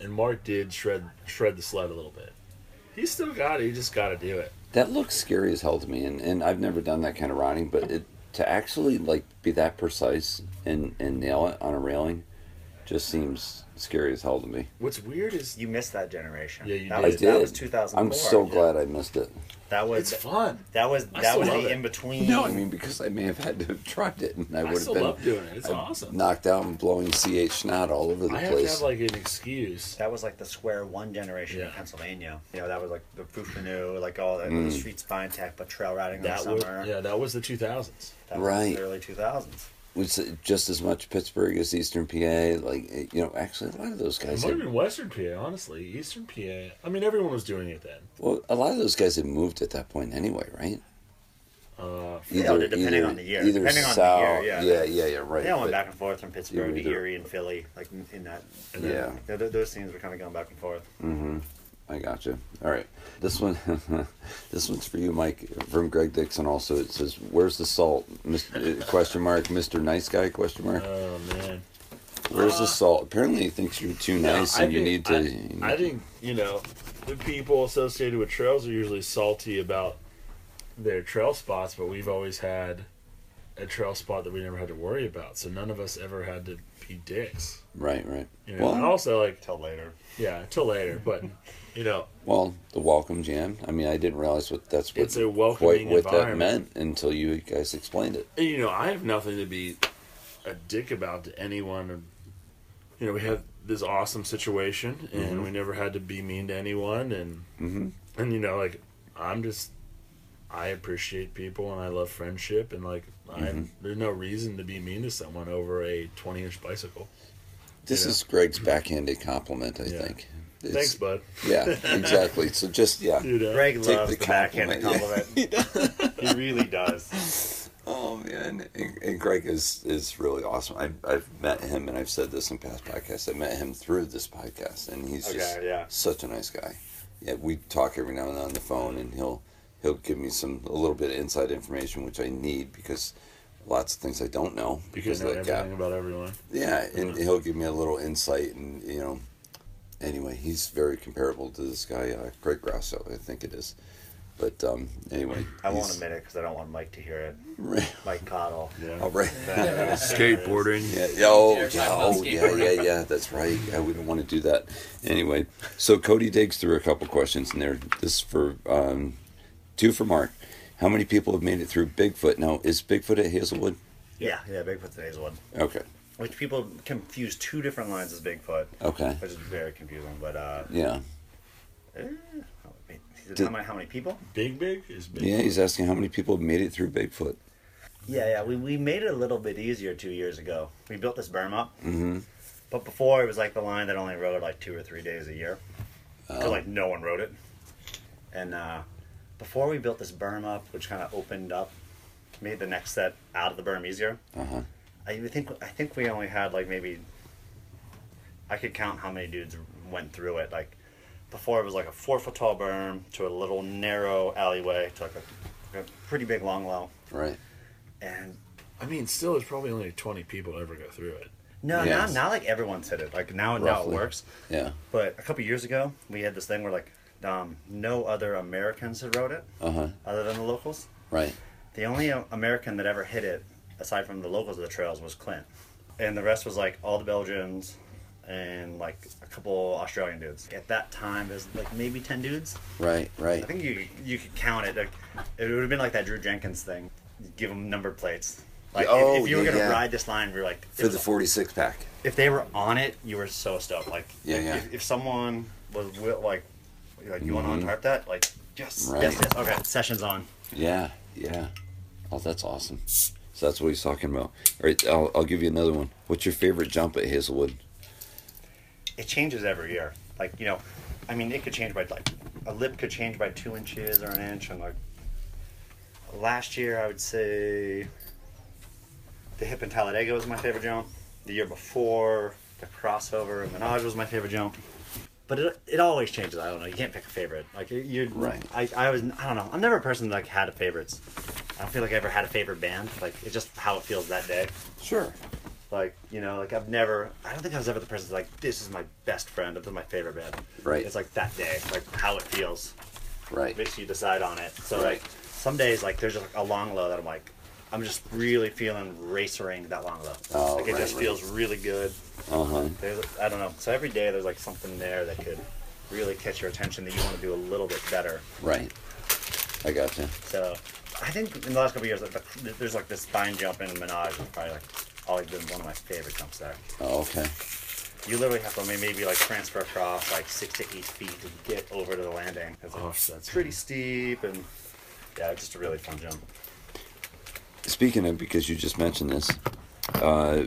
and Mark did shred shred the sled a little bit. He still got it. He just got to do it. That looks scary as hell to me, and, and I've never done that kind of riding, but it to actually like be that precise and and nail it on a railing, just seems scary as hell to me. What's weird is You missed that generation. Yeah, you that did. Was, I did. That was 2004. I'm so glad I missed it. That was it's fun. that was I that still was love the it. in between. No, I mean because I may have had to have tried it, and I I would still have love been doing it. It's awesome. knocked out and blowing ch Schnott all over the I have to place. have like an excuse. that was like the square one generation in Yeah. Pennsylvania. You know, that was like the Fufanu, like all that Mm. the street spine tech, but trail riding in the That was summer. yeah. That was the 2000s. That was Right. the early 2000s. was just as much Pittsburgh as Eastern PA. Like it- you know, actually, a lot of those It guys. might have Had, been Western PA, honestly. Eastern PA. I mean, everyone was doing it then. well, a lot of those guys had moved at that point anyway, right? Uh, Yeah, depending on the year. Either Depending on the south, year, yeah. yeah, yeah, yeah, right. They all went but- back and forth from Pittsburgh to either- Erie and Philly, like in, in that. yeah, Yeah, th- those scenes were kind of going back and forth. I got you. All right, this one, [laughs] this one's for you, Mike, from Greg Dixon. Also, it says, "Where's the salt?" Mr. uh, question mark, Mister Nice Guy? Question mark. Uh, oh man. Where's the salt? Apparently, he thinks you're too nice, I and you need think- to. I- you need I, to- think you know the people associated with trails are usually salty about their trail spots, but we've always had a trail spot that we never had to worry about, so none of us ever had to be dicks. Right, right. You know, and Oh, Well, also like Till later. yeah, until later, but you know, well, the welcome jam. I mean, I didn't realize what that's what It's a quite welcoming what that meant environment. until you guys explained it. and, you know, I have nothing to be a dick about to anyone. and, You know, we had this awesome situation, and Mm-hmm. we never had to be mean to anyone, and and you know, like I'm just I appreciate people and I love friendship, and like Mm-hmm. I'm there's no reason to be mean to someone over a 20 inch bicycle. This Yeah. is Greg's backhanded compliment, I Yeah. think. It's- Thanks, bud. Yeah, exactly. So [laughs] just yeah. You know, Greg Take loves the the, backhanded compliment, [laughs] [laughs] compliment. he really does. Oh man, and, and Greg is is really awesome. I, I've met him, and I've said this in past podcasts. I met him through this podcast, and he's Okay, just yeah. such a nice guy. Yeah, we talk every now and then on the phone, and he'll he'll give me some a little bit of inside information which I need because lots of things I don't know you can know of that everything gap. about everyone. Yeah, and he'll give me a little insight, and you know. Anyway, he's very comparable to this guy, uh, Greg Grasso, I think it is. But um, anyway, I won't he's- [laughs] admit it because I don't want Mike to hear it. Mike Cottle. Yeah. All right. Skateboarding. Yeah. yeah, Oh, Derek yeah, Chappelle oh yeah, skateboarding. yeah, yeah. That's right. I wouldn't want to do that. Anyway, so Cody digs through a couple questions, and there. This is for um, two for Mark. How many people have made it through Bigfoot? Now, is Bigfoot at Hazelwood? Yeah, yeah, Bigfoot today's one. Okay. Which people confuse two different lines as Bigfoot, Okay. which is very confusing. But uh, eh, Yeah. wait, he said Did- how many, how many people? Big big is big. Yeah, he's asking how many people have made it through Bigfoot. Yeah, yeah. We, we made it a little bit easier two years ago. We built this berm up. Mm-hmm. But before, it was like the line that only rode like two or three days a year. 'Cause, like no one rode it. And uh, before we built this berm up, which kind of opened up, made the next set out of the berm easier. Uh huh. I think I think we only had like maybe I could count how many dudes went through it. Like before, it was like a four foot tall berm to a little narrow alleyway to like a, a pretty big long low. Right. And I mean, still, there's probably only 20 people ever go through it. no, Yes. now now like everyone's hit it. Like now now it Roughly. works. Yeah. But a couple years ago, we had this thing where like um, no other Americans had rode it Uh huh. other than the locals. Right. The only uh, American that ever hit it, aside from the locals of the trails, was Clint. And the rest was like all the Belgians and like a couple Australian dudes. At that time, it was like maybe 10 dudes. Right. I Right. think you you could count it. Like, it would have been like that Drew Jenkins thing. Give them number plates. Like, if- Oh, if, you were yeah, going to yeah. ride this line, we were like, it For the was- forty-six pack. if they were on it, you were so stoked. Like, Yeah, yeah. If, if someone was wi- like, like you want to Mhm. untarp that? Like, yes, Right. yes, yes. Okay, session's on. Yeah, yeah. Oh, that's awesome. So that's what he's talking about. All right, I'll, I'll give you another one. What's your favorite jump at Hazelwood? it changes every year. Like you know, I mean, it could change by like a lip could change by two inches or an inch, and like last year I would say the hip and Talladega was my favorite jump. The year before the crossover and Menage was my favorite jump. But it, it always changes. I don't know. You can't pick a favorite. Like you- you're Right. I, I was I don't know. I'm never a person that like, had a favorites. I don't feel like I ever had a favorite band. Like it's just how it feels that day. Sure. Like, you know, like I've never, I don't think I was ever the person that's like, this is my best friend, this is my favorite band. Right. It's like that day, like how it feels. Right. Makes you decide on it. So, Right. like, some days, like, there's just like, a long low that I'm like, I'm just really feeling racering that long low. Oh, like, it right, just right. feels really good. Uh huh. There's, I don't know. So, every day there's like something there that could really catch your attention that you want to do a little bit better. Right. I gotcha. So, I think in the last couple of years, like, the, there's like this spine jump in Menage, is probably like always been one of my favorite jumps there. Oh, okay. You literally have to maybe like transfer across like six to eight feet to get over to the landing. It's like, Oh, that's pretty steep and yeah, it's just a really fun jump. Speaking of, because you just mentioned this, uh,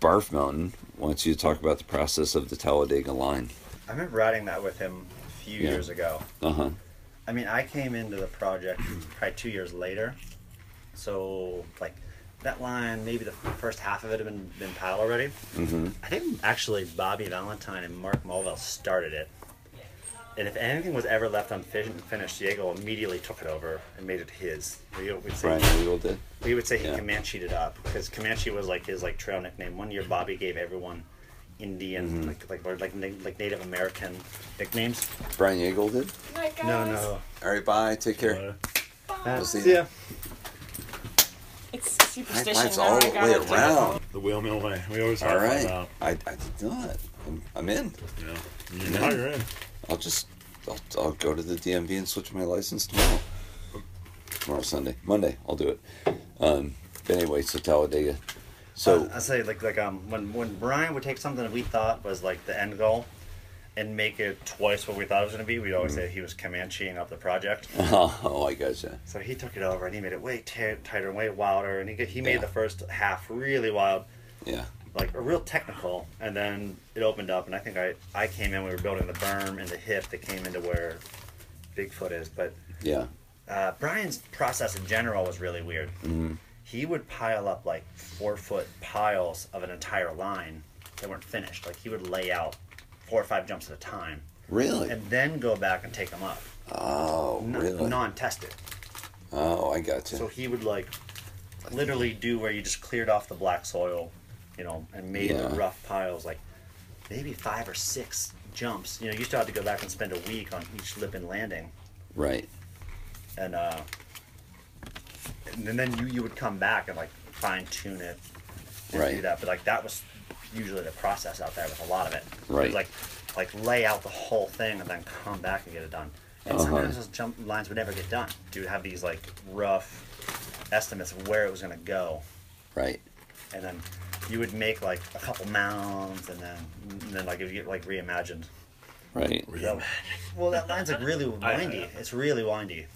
Barf Mountain wants you to talk about the process of the Talladega line. I remember riding that with him a few Yeah. years ago. Uh huh. I mean, I came into the project probably two years later, so like that line, maybe the first half of it had been been piled already. Mm-hmm. I think actually Bobby Valentine and Mark Mulville started it. And if anything was ever left unfinished, Diego immediately took it over and made it his. We would say Brian Eagle did. We would say he Yeah. Comanche'd it up because Comanche was like his like trail nickname. One year, Bobby gave everyone Indian Mm-hmm. like like or, like na- like Native American nicknames. Brian Eagle did. Night, guys. No, no, All right. Bye. Take care. Uh, Uh, see see ya. It's High superstition. fives now all I the gotta way do it. around. the wheelmill way. We always All have fun right. out. I, I did not. I'm, I'm in. You know, You know, you're in. I'll just I'll, I'll go to the DMV and switch my license tomorrow. Tomorrow Sunday, Monday I'll do it. Um, but anyway, so Talladega. So I say like like um when when Brian would take something that we thought was like the end goal, and make it twice what we thought it was gonna be, we'd always Mm-hmm. say he was Comancheing up the project. [laughs] oh, I gotcha. So he took it over and he made it way t- tighter and way wilder, and he g- he made Yeah. the first half really wild. Yeah, like a real technical, and then it opened up, and I think I I came in. We were building the berm and the hip that came into where Bigfoot is, but Yeah. uh, Brian's process in general was really weird. He would pile up like four foot piles of an entire line that weren't finished. Like he would lay out four or five jumps at a time, Really? and then go back and take them up, oh, really? non tested. oh, I got you. So he would like literally do where you just cleared off the black soil, you know, and made Yeah. rough piles, like maybe five or six jumps. You know, you still had to go back and spend a week on each lip and landing. right. and uh, and then you you would come back and like fine tune it, and Right. Do that, but like that was usually the process out there with a lot of it. It was Right. like like lay out the whole thing and then come back and get it done. And Uh-huh. sometimes those jump lines would never get done. You would have these like rough estimates of where it was gonna go, Right. and then you would make like a couple mounds, and then and then like if you get like reimagined. Right. That- well, that line's like really windy. It's really windy.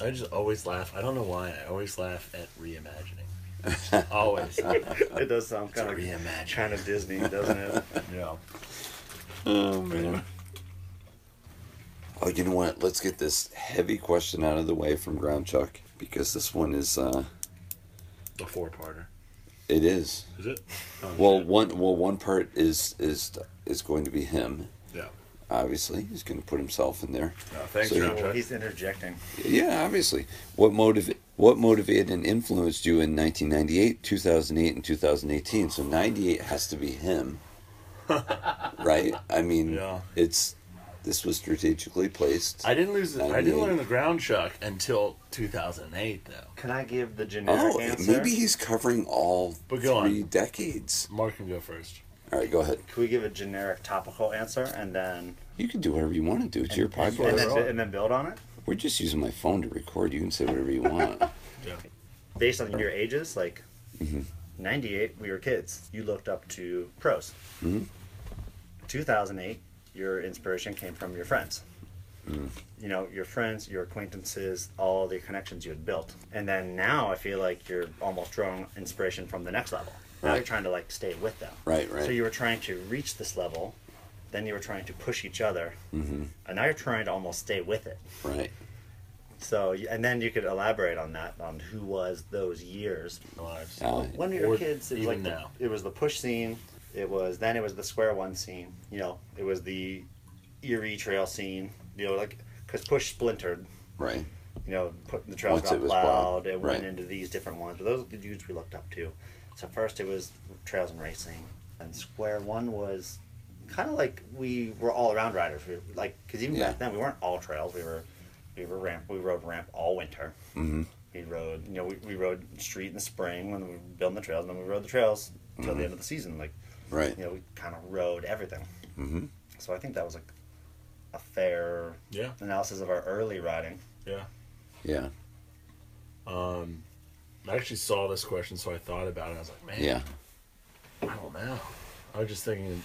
I just always laugh. I don't know why. I always laugh at reimagining. [laughs] always. It does sound kind of reimagining. China Disney, doesn't it? Yeah. Oh, man. Oh, you know what? Let's get this heavy question out of the way from Ground Chuck because this one is, uh, The four parter. it is. Is it? Oh, Well, shit. one well one part is is is going to be him. yeah. Obviously, he's going to put himself in there. No, thanks, So- Ground Well, Chuck. he's interjecting. Yeah, obviously. What motiv- what motivated and influenced you in 1998, 2008, and 2018? So 98 has to [laughs] be him, right? I mean, Yeah. it's this was strategically placed. I didn't lose. The, I didn't 98. learn the Ground Chuck until 2008, though. Can I give the generic oh, answer? maybe he's covering all But go on. three decades. Mark can go first. All right, go ahead. Can we give a generic topical answer and then You can do whatever you want to do. It's your and then, podcast. and then build on it We're just using my phone to record. You can say whatever you [laughs] want. Yeah. based on your ages? Like Mm-hmm. '98, we were kids. You looked up to pros. Mm-hmm. 2008, your inspiration came from your friends. Mm-hmm. You know, your friends, your acquaintances, all the connections you had built, and then now I feel like you're almost drawing inspiration from the next level. Now you're Right. trying to like stay with them. Right, right. So you were trying to reach this level, then you were trying to push each other, Mm-hmm. and now you're trying to almost stay with it. right. So, y- and then you could elaborate on that, on who was those years. Lives. Uh, When we were Or kids, it was even like the- now. it was the push scene. It was then it was the square one scene. You know, it was the Erie Trail scene. You know, like because push splintered. right. You know, put, the trails Once it got was plowed. plowed, It right. went into these different ones, but those were the dudes we looked up to. So first it was trails and racing, and square one was kind of like we were all around riders. We were, like because even Yeah. back then we weren't all trails. We were we were ramp. We rode ramp all winter. hmm We rode, you know, we, we rode street in the spring when we were building the trails, and then we rode the trails until the end of the season. Like, Mm-hmm. Right. you know, we kind of rode everything. Mm-hmm. So I think that was like a fair Yeah. analysis of our early riding. Yeah. Yeah. Um, I actually saw this question, so I thought about it. I was like, man, Yeah. I don't know. Oh, I was just thinking.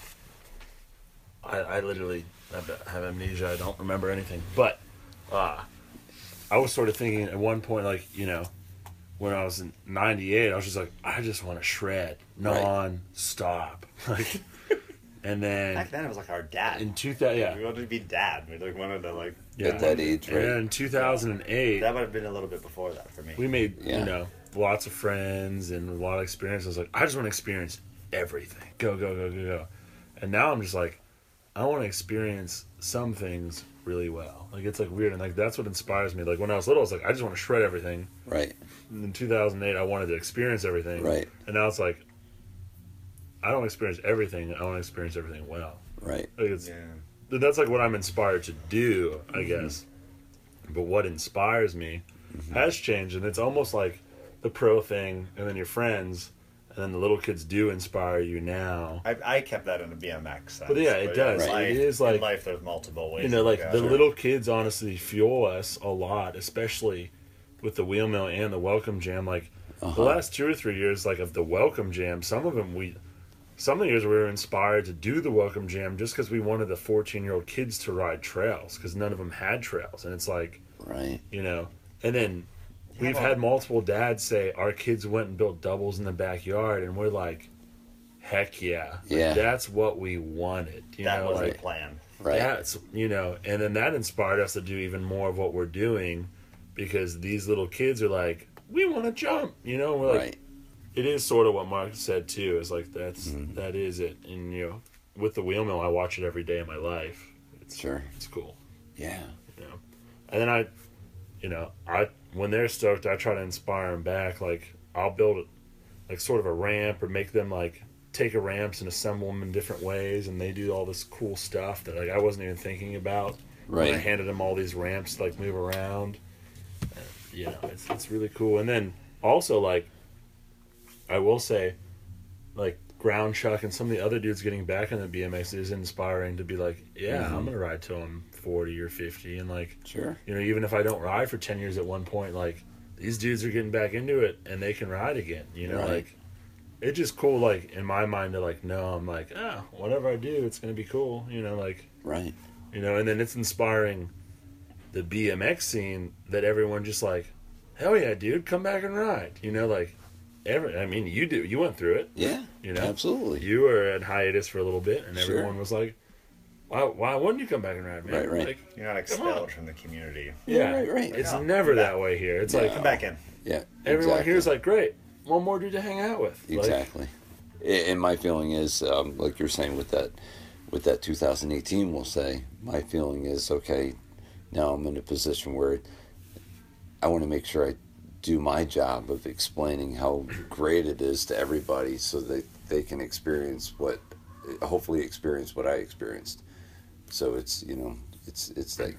I, I literally have, have amnesia. I don't remember anything. But uh, I was sort of thinking at one point, like you know, when I was in '98, I was just like, I just want to shred Right. non-stop. [laughs] Like, and then Back then, it was like our dad. in 2000, We yeah, wanted to be dad. We like wanted to like. yeah. At that age, and right? then in 2008, That might have been a little bit before that for me. we made Yeah. you know lots of friends and a lot of experiences. I was like, I just want to experience everything. Go go go go go. And now I'm just like, I want to experience some things really well. Like it's like weird and like that's what inspires me. Like when I was little, I was like, I just want to shred everything. Right. And in 2008, I wanted to experience everything. Right. And now it's like, I don't experience everything. I want to experience everything well. Right. Like it's yeah. th- that's like what I'm inspired to do, I guess. But what inspires me has changed, and it's almost like the pro thing, and then your friends, and then the little kids do inspire you now. I, I kept that in a BMX. Sense, But yeah, it does. in It life- is like- in life. There's multiple ways. You know, to like go. the little kids honestly fuel us a lot, especially with the wheel mill and the welcome jam. Like the last two or three years, like of the welcome jam, some of them we. Some of the years we were inspired to do the welcome jam just because we wanted the 14 year old kids to ride trails because none of them had trails. And it's like, Right. you know. And then Yeah, we've well- had multiple dads say our kids went and built doubles in the backyard, and we're like, heck yeah, Like, Yeah. that's what we wanted. You that know, was like the plan. Right. that's you know, and then that inspired us to do even more of what we're doing because these little kids are like, we want to jump, you know, and we're like, right. it is sort of what Mark said too. Is like that's Mm-hmm. that is it, and you know, with the wheelmill, I watch it every day of my life. It's Sure. it's cool, Yeah. you know. And then I, you know, I when they're stoked, I try to inspire them back. Like I'll build like sort of a ramp or make them like take a ramps and assemble them in different ways, and they do all this cool stuff that like I wasn't even thinking about. When I Right. handed them all these ramps to, like move around. And, you know, it's it's really cool. And then also like I will say, like Ground Chuck and some of the other dudes getting back in the BMX is inspiring to be like, yeah, I'm gonna ride till I'm 40 or 50, and like, Sure. you know, even if I don't ride for 10 years at one point, like these dudes are getting back into it and they can ride again. You know, Right. like it's just cool. Like in my mind, to like, no, I'm like, oh, whatever I do, it's gonna be cool. You know, like Right. you know, and then it's inspiring the BMX scene that everyone just like, hell yeah, dude, come back and ride. You know, like every. I mean, you do. You went through it. Yeah. You know, Absolutely. You were at hiatus for a little bit, and Sure. everyone was like, why? Why wouldn't you come back and ride, man? Right, right. Like, You're not Come on. expelled from the community. yeah, Right. Right. It's Yeah. never Come that back. way here. It's like Come back in. yeah. everyone exactly. here's like, great, one more dude to hang out with. Like, Exactly. A- and my feeling is, um, like you're saying with that, with that 2018, we'll say, my feeling is, okay, now I'm in a position where I want to make sure I do my job of explaining how great it is to everybody so that they can experience what, hopefully experience what I experienced. So it's, you know, it's, it's like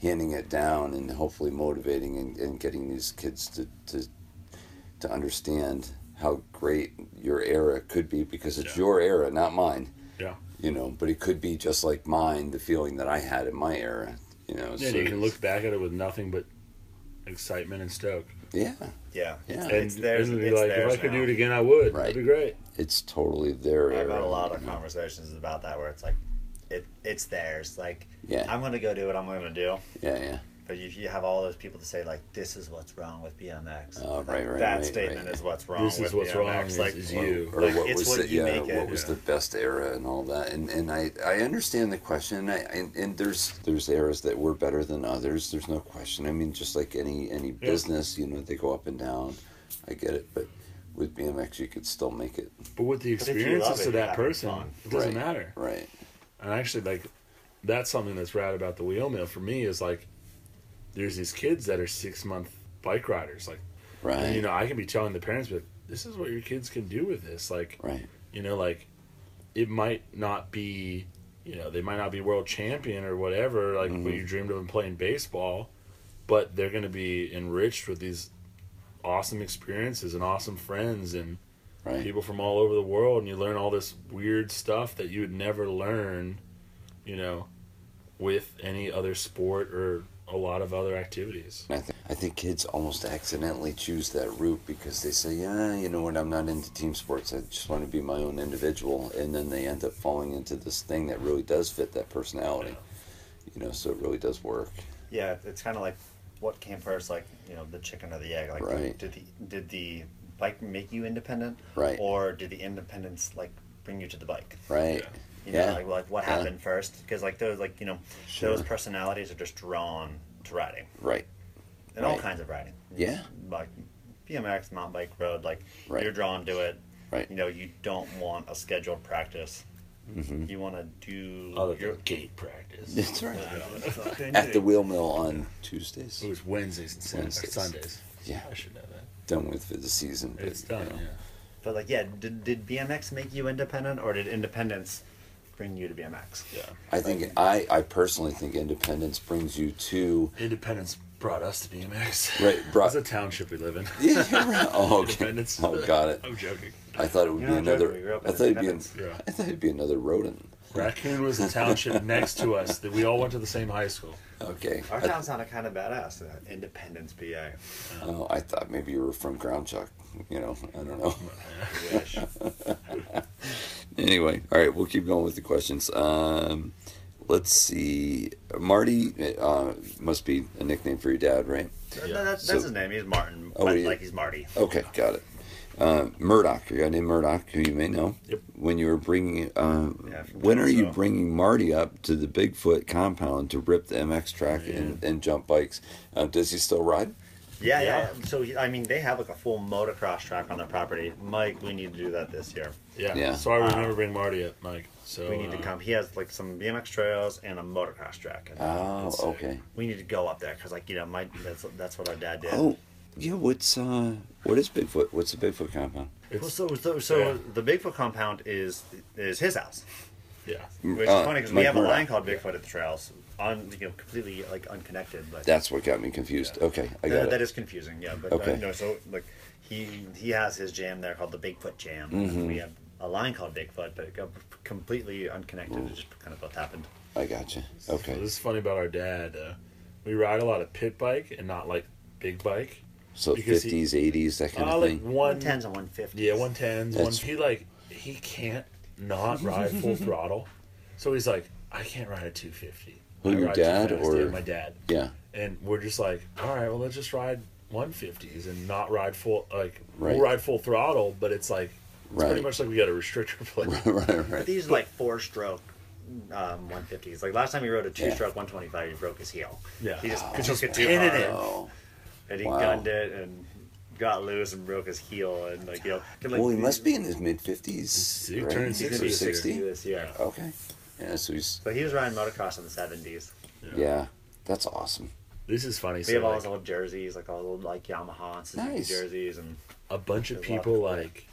handing it down and hopefully motivating and, and getting these kids to, to to understand how great your era could be because it's Yeah. your era, not mine. yeah. You know, but it could be just like mine, the feeling that I had in my era. You know, And you can look back at it with nothing but excitement and stoke. Yeah, Yeah. yeah. And It's theirs- and be it's like, if theirs I could now. do it again, I would. Right. That'd be great. it's totally their I've era. had a lot of you know. conversations about that where it's like, it it's theirs. Like, Yeah. I'm gonna go do what I'm gonna do. Yeah, yeah. But you, you have all those people to say like, this is what's wrong with BMX. Oh, right, right. that right, statement right. is what's wrong. this with is what's BMX. wrong is, Like, is Or- you. or Like, what it's was what the, you yeah, make it, what was yeah. the best era and all that and and i i understand the question and i and, and there's there's eras that were better than others there's no question i mean just like any any business you know they go up and down i get it but with bmx you could still make it But with the But if you love experiences it, of you're that having person, fun. it doesn't Right, matter. right And actually, like, that's something that's rad about the wheel mill for me is like, there's these kids that are six month bike riders. Like, right and, you know, I can be telling the parents, but this is what your kids can do with this. Like, right you know, like, it might not be, you know, they might not be world champion or whatever, like what you dreamed of them playing baseball, but they're going to be enriched with these awesome experiences and awesome friends and, right people from all over the world and you learn all this weird stuff that you would never learn you know with any other sport or a lot of other activities I, th- I think kids almost accidentally choose that route because they say, yeah, you know what, I'm not into team sports. I just want to be my own individual. And then they end up falling into this thing that really does fit that personality. You know, so it really does work. Yeah, it's kind of like what came first, like you know, the chicken or the egg. Like, Right. did the did the bike make you independent, Right. Or did the independence like bring you to the bike? Right. You Yeah. know, like, like what Yeah. happened first? Because like those, like you know, Sure. those personalities are just drawn to riding Right. and all Right. kinds of riding. Yeah. like BMX, mountain bike, road. Like Right. you're drawn to it. Right. [laughs] You know, you don't want a scheduled practice. Mm-hmm. You want to do other your than gate practice That's right. uh, [laughs] At the the wheel mill on Tuesdays. it was wednesdays and sundays, Wednesdays. sundays. Yeah. i should know that Done with for the season. but, it's done you know. yeah. But like, yeah, did, did BMX make you independent, or did independence bring you to BMX? yeah I think I, I personally think independence brings you to independence brought us to bmx [laughs] [laughs] Right, brought- it's a township we [laughs] live in yeah, you're right. Oh, okay. independence oh, got it. i'm joking I thought it would You're be not joking, another. we grew up I in thought it'd be. An, Independence. Yeah. I thought it'd be another rodent. raccoon was the township [laughs] next to us that we all went to the same high school Okay. Our I, town sounded kind of badass. Uh, independence, BA. oh, I thought maybe you were from Ground Chuck. You know, I don't know. [laughs] Wish. anyway, all right, we'll keep going with the questions. Um, let's see. Marty uh, must be a nickname for your dad, right? No, no, that's, So- that's his name. He's Martin. Oh, but, he- like he's Marty. Okay, got it. uh, Murdoch, a guy named Murdoch, who you may know. Yep. When you were bringing, uh, Yeah, I when are you so. bringing Marty up to the Bigfoot compound to rip the MX track and, and jump bikes? Uh, does he still ride? Yeah, yeah. Yeah. So he- I mean, they have like a full motocross track on their property. Mike, we need to do that this year. Yeah. Yeah. Sorry, we never bring Marty up, Mike. So We need to Uh-huh. uh, come. He has like some BMX trails and a motocross track. And Oh, and so okay. We need to go up there because, like, you know, my that's that's what our dad did. Oh, yeah. What's uh, what is Bigfoot? What's the Bigfoot compound? Well, It's, so so, so Yeah. the Bigfoot compound is is his house, yeah. which Uh, is funny because we Mike have a Murdoch. line called Bigfoot at the trails, on you know, completely like unconnected. But That's what got me confused. Okay, I got That- it. that is confusing. Yeah, but Okay. uh, no, so like he he has his jam there called the Bigfoot Jam. Mm-hmm. We have a line called Bigfoot, but it got completely unconnected. Mm. It just kind of both happened. I got you. So Okay, this is funny about our dad. Uh, we ride a lot of pit bike and not like big bike. so because he- fifties, eighties, that kind Uh, of like thing. one One tens and one fifty. Yeah, one tens. One That's- he like he can't not ride [laughs] full throttle, so he's like, I can't ride a two fifty. Who, your dad or- my dad? Yeah, [laughs] And we're just like, all right, well, let's just ride one fifties and not ride full like Right. we'll ride full throttle, but it's like it's Right. pretty much like we got a restrictor [laughs] plate. right, right. These are like four stroke. Um, 150s. Like last time he rode a Yeah. two-stroke 125, he broke his heel. Yeah. he Ah, just Wow. just hit too Pinned hard, it. Oh. and he Wow. gunned it and got loose and broke his heel and like you know. and, like, Well, he must be in his mid fifties. He turned 60 this year. this year. Okay. Yeah, so he's So he was riding motocross in the 70s. yeah. that's awesome. This is funny. We So have all like, his old jerseys, like all the old like Yamaha and Suzuki Nice. jerseys, and a bunch of There's a lot of people people. like,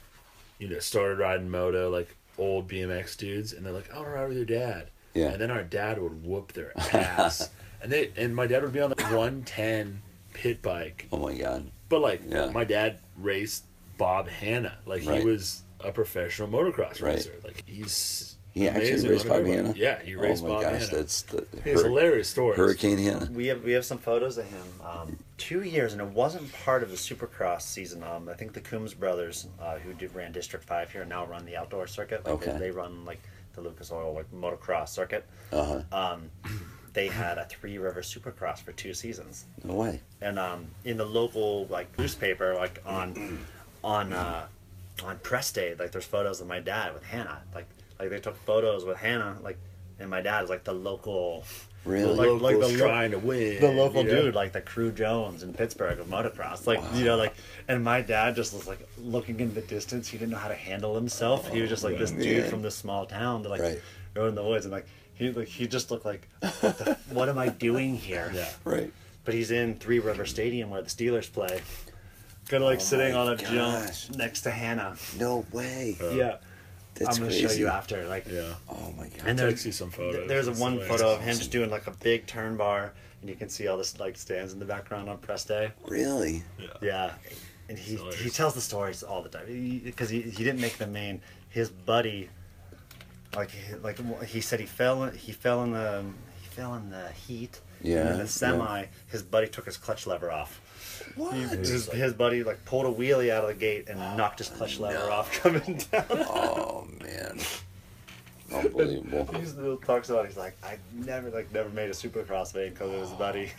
you know, started riding moto like old BMX dudes, and they're like, "I want to ride with your dad." Yeah. And then our dad would whoop [laughs] their ass, and they and my dad would be on the one ten pit bike, Oh my god. but like Yeah. my dad raced Bob Hanna, like Right. he was a professional motocross Right. racer, like he's He amazing actually on raced a Bob dirt bike. Hanna. Yeah, he raced Oh my Bob gosh, Hanna. that's the He has hur- hilarious stories. Hurricane Hanna. we have we have some photos of him. Um, two years, and it wasn't part of the Supercross season. Um, I think the Coombs brothers, uh, who did ran District Five here, now run the outdoor circuit. Like, Okay. They, they run like the Lucas Oil like motocross circuit. Um, Uh huh. They had a Three River Supercross for two seasons. No way. and um, in the local like newspaper, like on on uh, on press day, like there's photos of my dad with Hannah. Like like they took photos with Hannah, like and my dad is like the local Really? like, like the Locals lo- trying to win. the local you know? dude, like the Crew Jones in Pittsburgh of motocross. Like you know, like and my dad just was like looking in the distance. He didn't know how to handle himself. He was just like this dude man. from this small town that like Right. rode in the woods and like he like he just looked like what, the, what am I doing here? Yeah. Right. but he's in Three River Stadium where the Steelers play. Kind of like sitting Oh my on a gosh. jump next to Hannah. No way. yeah, That's uh, I'm gonna crazy. show you after. Like, Yeah. Oh my god. and I'll there's text you some photos. There's a It's one hilarious. photo of him just doing like a big turn bar, and you can see all this like stands in the background on press day. really? Yeah, and It's he he hilarious. tells the stories all the time because he, he didn't make the main. His buddy, like he- like he said, he fell in- he fell in the he fell in the heat. and Yeah, in yeah. the semi, his buddy took his clutch lever off. What? He- his, his buddy like pulled a wheelie out of the gate and knocked his clutch lever off [laughs] coming down. Oh man. Unbelievable. He's- he talks about it, he's like I never like never made a supercross main because it was a buddy.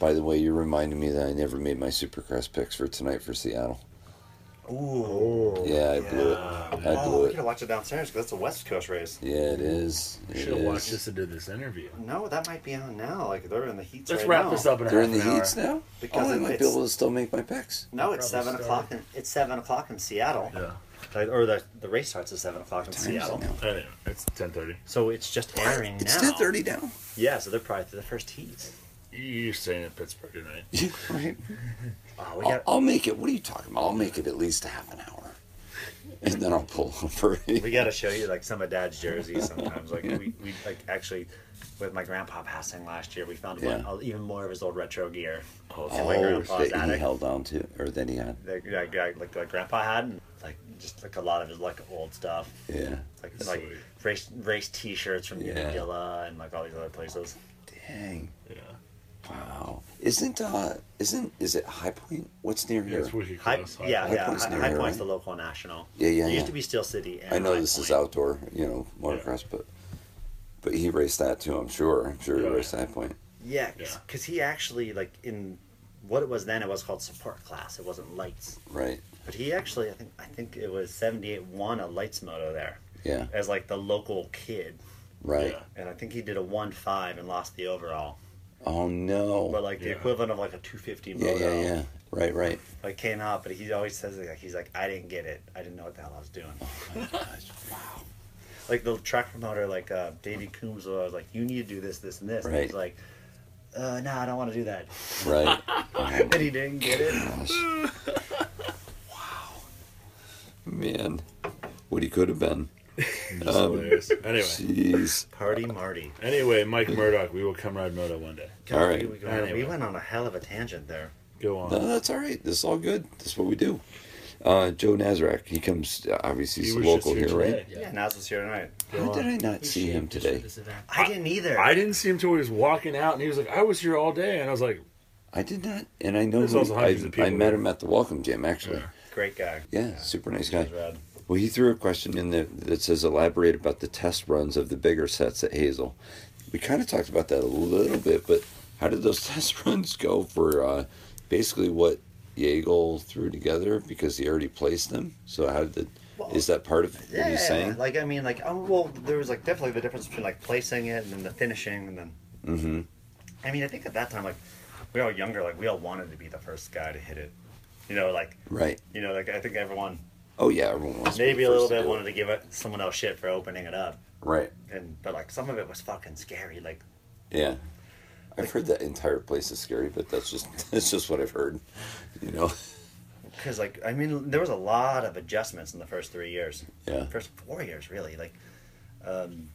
By the way, you reminded me that I never made my Supercross picks for tonight for Seattle. Ooh. Oh. Yeah, I blew it. I Oh, blew we it. could watch it downstairs because it's a West Coast race. Yeah, it is. It Should have watched is. this and did this interview. No, that might be on now. Like they're in the heat. Let's right wrap now. this up in a They're half in the an hour. heats now. Because oh, I it- might be it's- able to still make my picks. No, it's Probably started. seven o'clock. In, it's seven o'clock in Seattle. Yeah. Like, Or the the race starts at seven o'clock in Time is Seattle. now. Anyway, it's ten thirty. So it's just airing It's now. ten thirty now. [laughs] Yeah, so they're probably through the first heat. You're staying in Pittsburgh tonight. right. Oh, we I'll, got. I'll make it. What are you talking about? I'll make it at least half an hour, and then I'll pull over. [laughs] We gotta show you like some of Dad's jerseys sometimes. Like we, we like actually with my grandpa passing last year, we found Yeah. one, uh, even more of his old retro gear. Oh, in oh, my grandpa's that he attic. held on to, or that he had. That, that, guy- like like grandpa had, and like just like a lot of his like old stuff, Yeah. like That's like sweet. race race T-shirts from Yeah. Unadilla and like all these other places. Dang. Yeah. Wow. Isn't uh? Isn't is it High Point? What's near Yeah, here? it's wicked High, close. yeah, High yeah. Point's High, near High here, Point's right? the local national. Yeah, yeah, It yeah. used to be Steel City. And I know High this is Point. outdoor, you know, motocross, but but he raced that too. I'm sure. I'm sure Yeah. he raced High Point. Yeah, Yeah. because he actually like in what it was then. It was called support class. It wasn't lights. Right. But he actually, I think, I think it was '78 won a lights moto there Yeah. as like the local kid, Right. Yeah. and I think he did a one five and lost the overall, Oh no. but like the Yeah. equivalent of like a 250 yeah, moto. yeah, yeah. Right, right. Like came out, but he always says like he's like I didn't get it. I didn't know what the hell I was doing. Oh, like the track promoter, like uh, Davey Coombs, was always like, "You need to do this, this, and this." And he's Right. like, uh, "No, I don't want to do that." Right. Oh, and he didn't get it. Gosh. Man, what he could have been. Um, Just hilarious. Anyway, Jeez. Party Marty. anyway, Mike Murdoch, we will come ride moto one day. All right. We, we went- Anyway. we went on a hell of a tangent there. Go on. No, Oh, that's all right. That's all good. That's what we do. Uh, Joe Nazarek, he comes. Obviously, He he's was local just here, here right? today. Yeah, Nas was here tonight. How did I not see him today? I didn't either. I didn't see him till he was walking out, and he was like, "I was here all day," and I was like, I did not, and I know There's who, also I, hundreds of people I met here. him at the Welcome Jam actually. Great guy. Yeah, super nice guy. He's rad. Well, he threw a question in there that says elaborate about the test runs of the bigger sets at Hazel. We kind of talked about that a little bit, but how did those [laughs] test runs go for uh, basically what Yeagle threw together because he already placed them? So how did the, Well, is that part of what Yeah, he's saying? like I mean, like oh, well, there was like definitely the difference between like placing it and then the finishing, and then. mm-hmm. I mean, I think at that time, like we were all younger, like we all wanted to be the first guy to hit it. You know, like Right. you know, like I think everyone Oh yeah, everyone wants to be maybe a the little first to bit do it. wanted to give it, someone else shit for opening it up, Right. and but like some of it was fucking scary. Like Yeah. I've heard that entire place is scary, but that's just [laughs] that's just what I've heard. You know. [laughs] Because, like, I mean, there was a lot of adjustments in the first three years. Yeah. First four years, really. Like, um,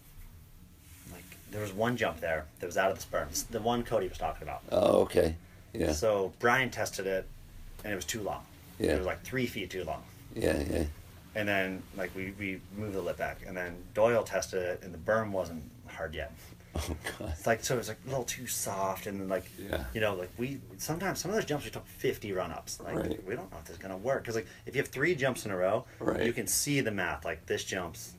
like there was one jump there that was out of the sperms. The one Cody was talking about. Oh, okay. Yeah. So Brian tested it, and it was too long. Yeah. It was like three feet too long. yeah, yeah. And then, like, we, we moved the lip back. And then Doyle tested it, and the berm wasn't hard yet. Oh god. [laughs] It's like, so it was like a little too soft. And then, like, Yeah. you know, like, we sometimes, some of those jumps, we took 50 run ups. Like, Right. we don't know if this is going to work. Because, like, if you have three jumps in a row, Right. you can see the math. Like, this jump's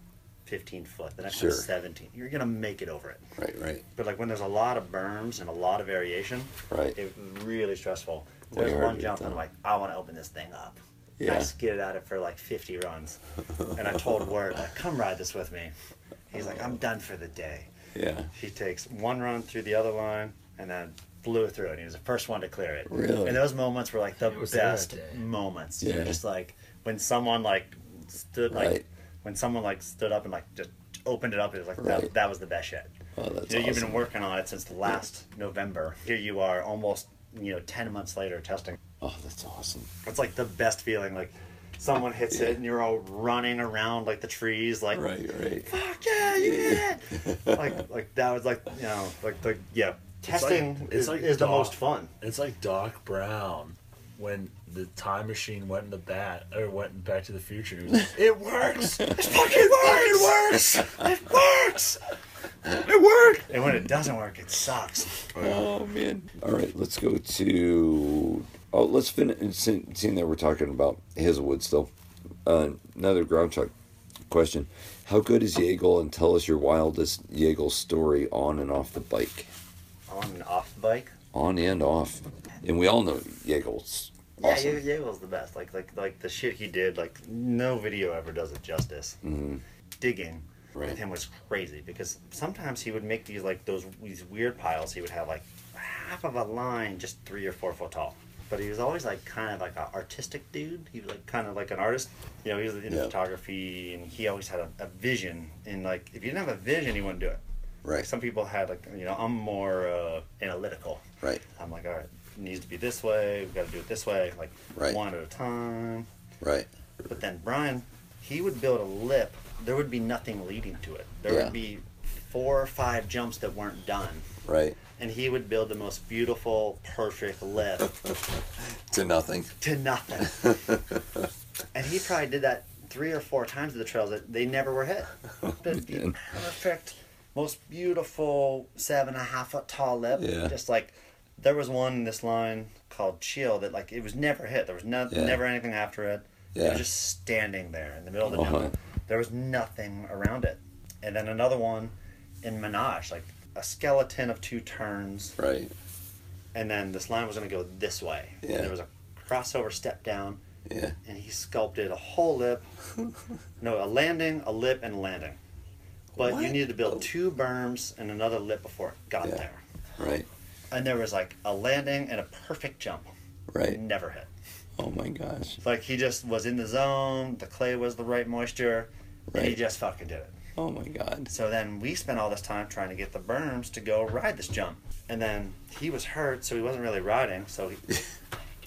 15 foot, the next Sure. one's 17. You're going to make it over it. Right, right. But, like, when there's a lot of berms and a lot of variation, Right. it was really stressful. Way There's harder one to jump, get and I'm like, done. I want to open this thing up. Yeah. I skidded at it for like 50 [laughs] runs. And I told Word, like, come ride this with me. He's like, I'm done for the day. Yeah. He takes one run through the other line and then blew through it. He was the first one to clear it. Really? And those moments were like the It was best that day. moments. Yeah. Yeah. Just like when someone like stood like Right. when someone like stood up and like just opened it up, it was like Right. that, that was the best shit. Oh, that's you know, You've awesome. been working on it since last November. Here you are, almost you know ten months later testing. Oh, that's awesome. It's like the best feeling. Like someone hits Yeah. it and you're all running around like the trees, like Right, [laughs] right. fuck yeah, you did [laughs] it. like like that was like you know like the yeah testing like- it's is, like is the dog. most fun. It's like Doc Brown when the time machine went in the bat or went back to the future. And he was like, it works. It fucking works. It works. It worked. And when it doesn't work, it sucks. Oh man. All right, let's go to. Oh, let's finish. Seeing seeing that we're talking about Hazelwood still, uh, another Grouchuk question: How good is Yeagle? And tell us your wildest Yeagle story on and off the bike, On and off the bike. on and off. And we all know Yeagle's awesome. Yeah, yeah, was the best. Like like like the shit he did. Like no video ever does it justice. Mhm. Digging Right. with him was crazy because sometimes he would make these like those these weird piles. He would have like half of a line, just three or four foot tall. But he was always like kind of like an artistic dude. He was like kind of like an artist. You know, he was in Yeah. photography and he always had a, a vision. And like if you didn't have a vision, you wouldn't do it. Like Right, some people had like you know I'm more uh, analytical. right, I'm like, all right, it needs to be this way. We've got to do it this way, like Right. one at a time. right. But then Brian, he would build a lip. There would be nothing leading to it. There Yeah. would be four or five jumps that weren't done, Right. and he would build the most beautiful, perfect lip To nothing. to [laughs] nothing. and he probably did that three or four times to the trails that they never were [laughs] hit. The Oh, man. perfect, most beautiful seven and a half foot tall lip. Yeah. Just like there was one in this line called Chill that like it was never hit. There was no, Yeah. never anything after it. It Yeah. was just standing there in the middle of the Uh-huh. jungle. There was nothing around it. And then another one in Menage, like a skeleton of two turns Right. and then this line was going to go this way. Yeah. And there was a crossover step down, Yeah. and he sculpted a whole [laughs] lip, no, a landing, a lip, and a landing. But you What? Oh. needed to build two berms and another lip before it got Yeah. there. Right. And there was like a landing and a perfect jump. Right. Never hit. Oh my gosh. Like he just was in the zone, the clay was the right moisture, and he Right. just fucking did it. Oh my god. So then we spent all this time trying to get the berms to go ride this jump. And then he was hurt, so he wasn't really riding. So he,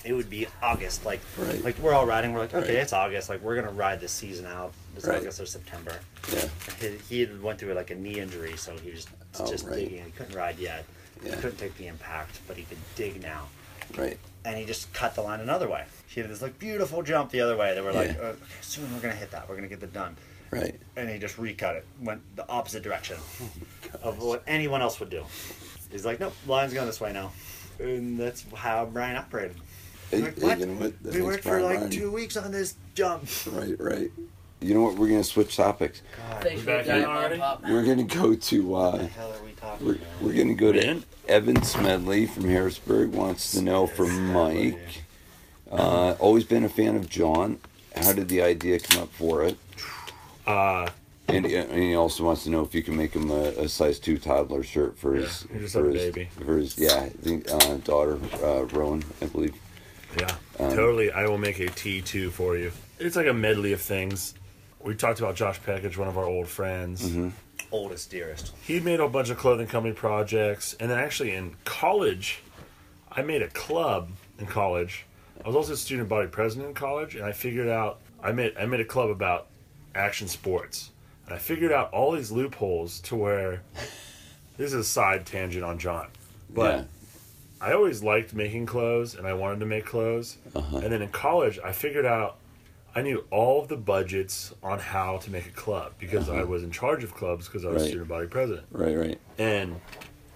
it would be August. Like, Right. like we're all riding. We're like, okay, Right. it's August. Like, we're going to ride this season out. It's Right. August or September. Yeah. He, he had went through like a knee injury, so he was Oh, just right. digging. He couldn't ride yet. Yeah. He couldn't take the impact, but he could dig now. Right. And he just cut the line another way. He had this like beautiful jump the other way. They were like, Yeah. uh, okay, soon we're going to hit that. We're going to get that done Right. and he just recut it, went the opposite [laughs] direction Oh of what anyone else would do. He's like, nope, line's going this way now. And that's how Brian operated. Hey, Like, hey, what? you know what? That we makes worked for Brian like Ryan. two weeks on this jump. Right. Right. You know what? We're gonna switch topics. Thanks for Back that, in Mom already? Pop. We're gonna go to. What the Uh, hell are we talking we're, about? we're gonna go to Man. Evan Smedley from Harrisburg. Wants to know from Mike. Uh, always been a fan of John. How did the idea come up for it? Uh, And, and he also wants to know if you can make him a, a size two toddler shirt for his Yeah, he just for had a his, baby. for his yeah I think uh, daughter uh, Rowan I believe yeah, totally. I will make a T two for you. It's like a medley of things. We talked about Josh Package, one of our old friends. Oldest, dearest. he made a bunch of clothing company projects and then actually in college i made a club in college i was also a student body president in college and i figured out i made i made a club about action sports and i figured out all these loopholes to where this is a side tangent on john but Yeah. I always liked making clothes and I wanted to make clothes. Uh-huh. And then in college, I figured out I knew all of the budgets on how to make a club because I was in charge of clubs because I was Uh-huh. Right. student body president. right right And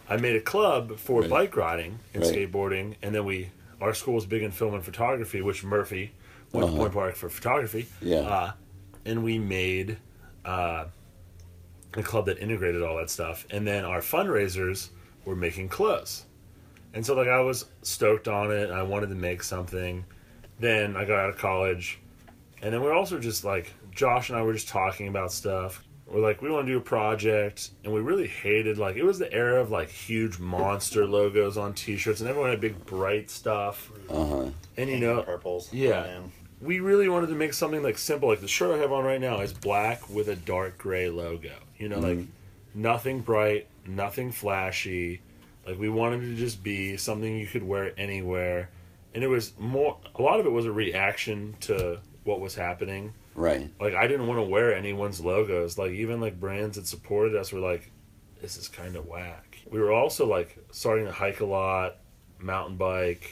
I made a club for Right. bike riding and Right. skateboarding. And then we, our school was big in film and photography, which Murphy went Uh-huh. to Point Park for photography. Yeah. Uh, and we made uh, a club that integrated all that stuff. And then our fundraisers were making clothes. And so like I was stoked on it. I wanted to make something. Then I got out of college, and then we are also just like Josh and I were just talking about stuff. We're like we want to do a project, and we really hated like it was the era of like huge monster logos on T-shirts, and everyone had big bright stuff. uh huh And you know, Purples. Yeah. we really wanted to make something like simple. Like the shirt I have on right now is black with a dark gray logo. You know, like nothing bright, nothing flashy. Like we wanted to just be something you could wear anywhere. And it was more a lot of it was a reaction to what was happening. right Like I didn't want to wear anyone's logos. Like even like brands that supported us were like, This is kinda whack. We were also like starting to hike a lot, mountain bike,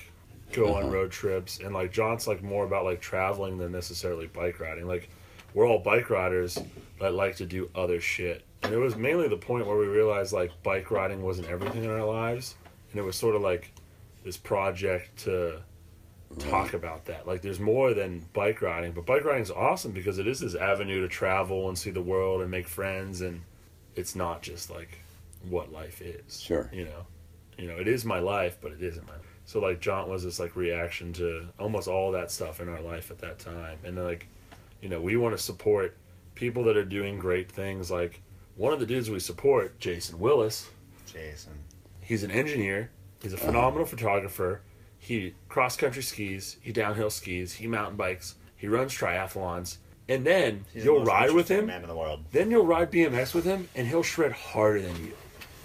go on road trips and like John's like more about like traveling than necessarily bike riding. Like we're all bike riders that like to do other shit. And it was mainly the point where we realized like bike riding wasn't everything in our lives and it was sort of like this project to talk about that. Like there's more than bike riding, but bike riding is awesome because it is this avenue to travel and see the world and make friends and it's not just like what life is. Sure. You know. You know, it is my life, but it isn't my life. So like Jaunt was this like reaction to almost all that stuff in our life at that time. And then, like, you know, we want to support people that are doing great things. Like one of the dudes we support, Jason Willis, Jason. he's an engineer. He's a Uh-huh. phenomenal photographer. He cross country skis. He downhill skis. He mountain bikes. He runs triathlons. And then He's the you'll most ride with interesting him. Man in the world. Then you'll ride BMX with him, and he'll shred harder than you.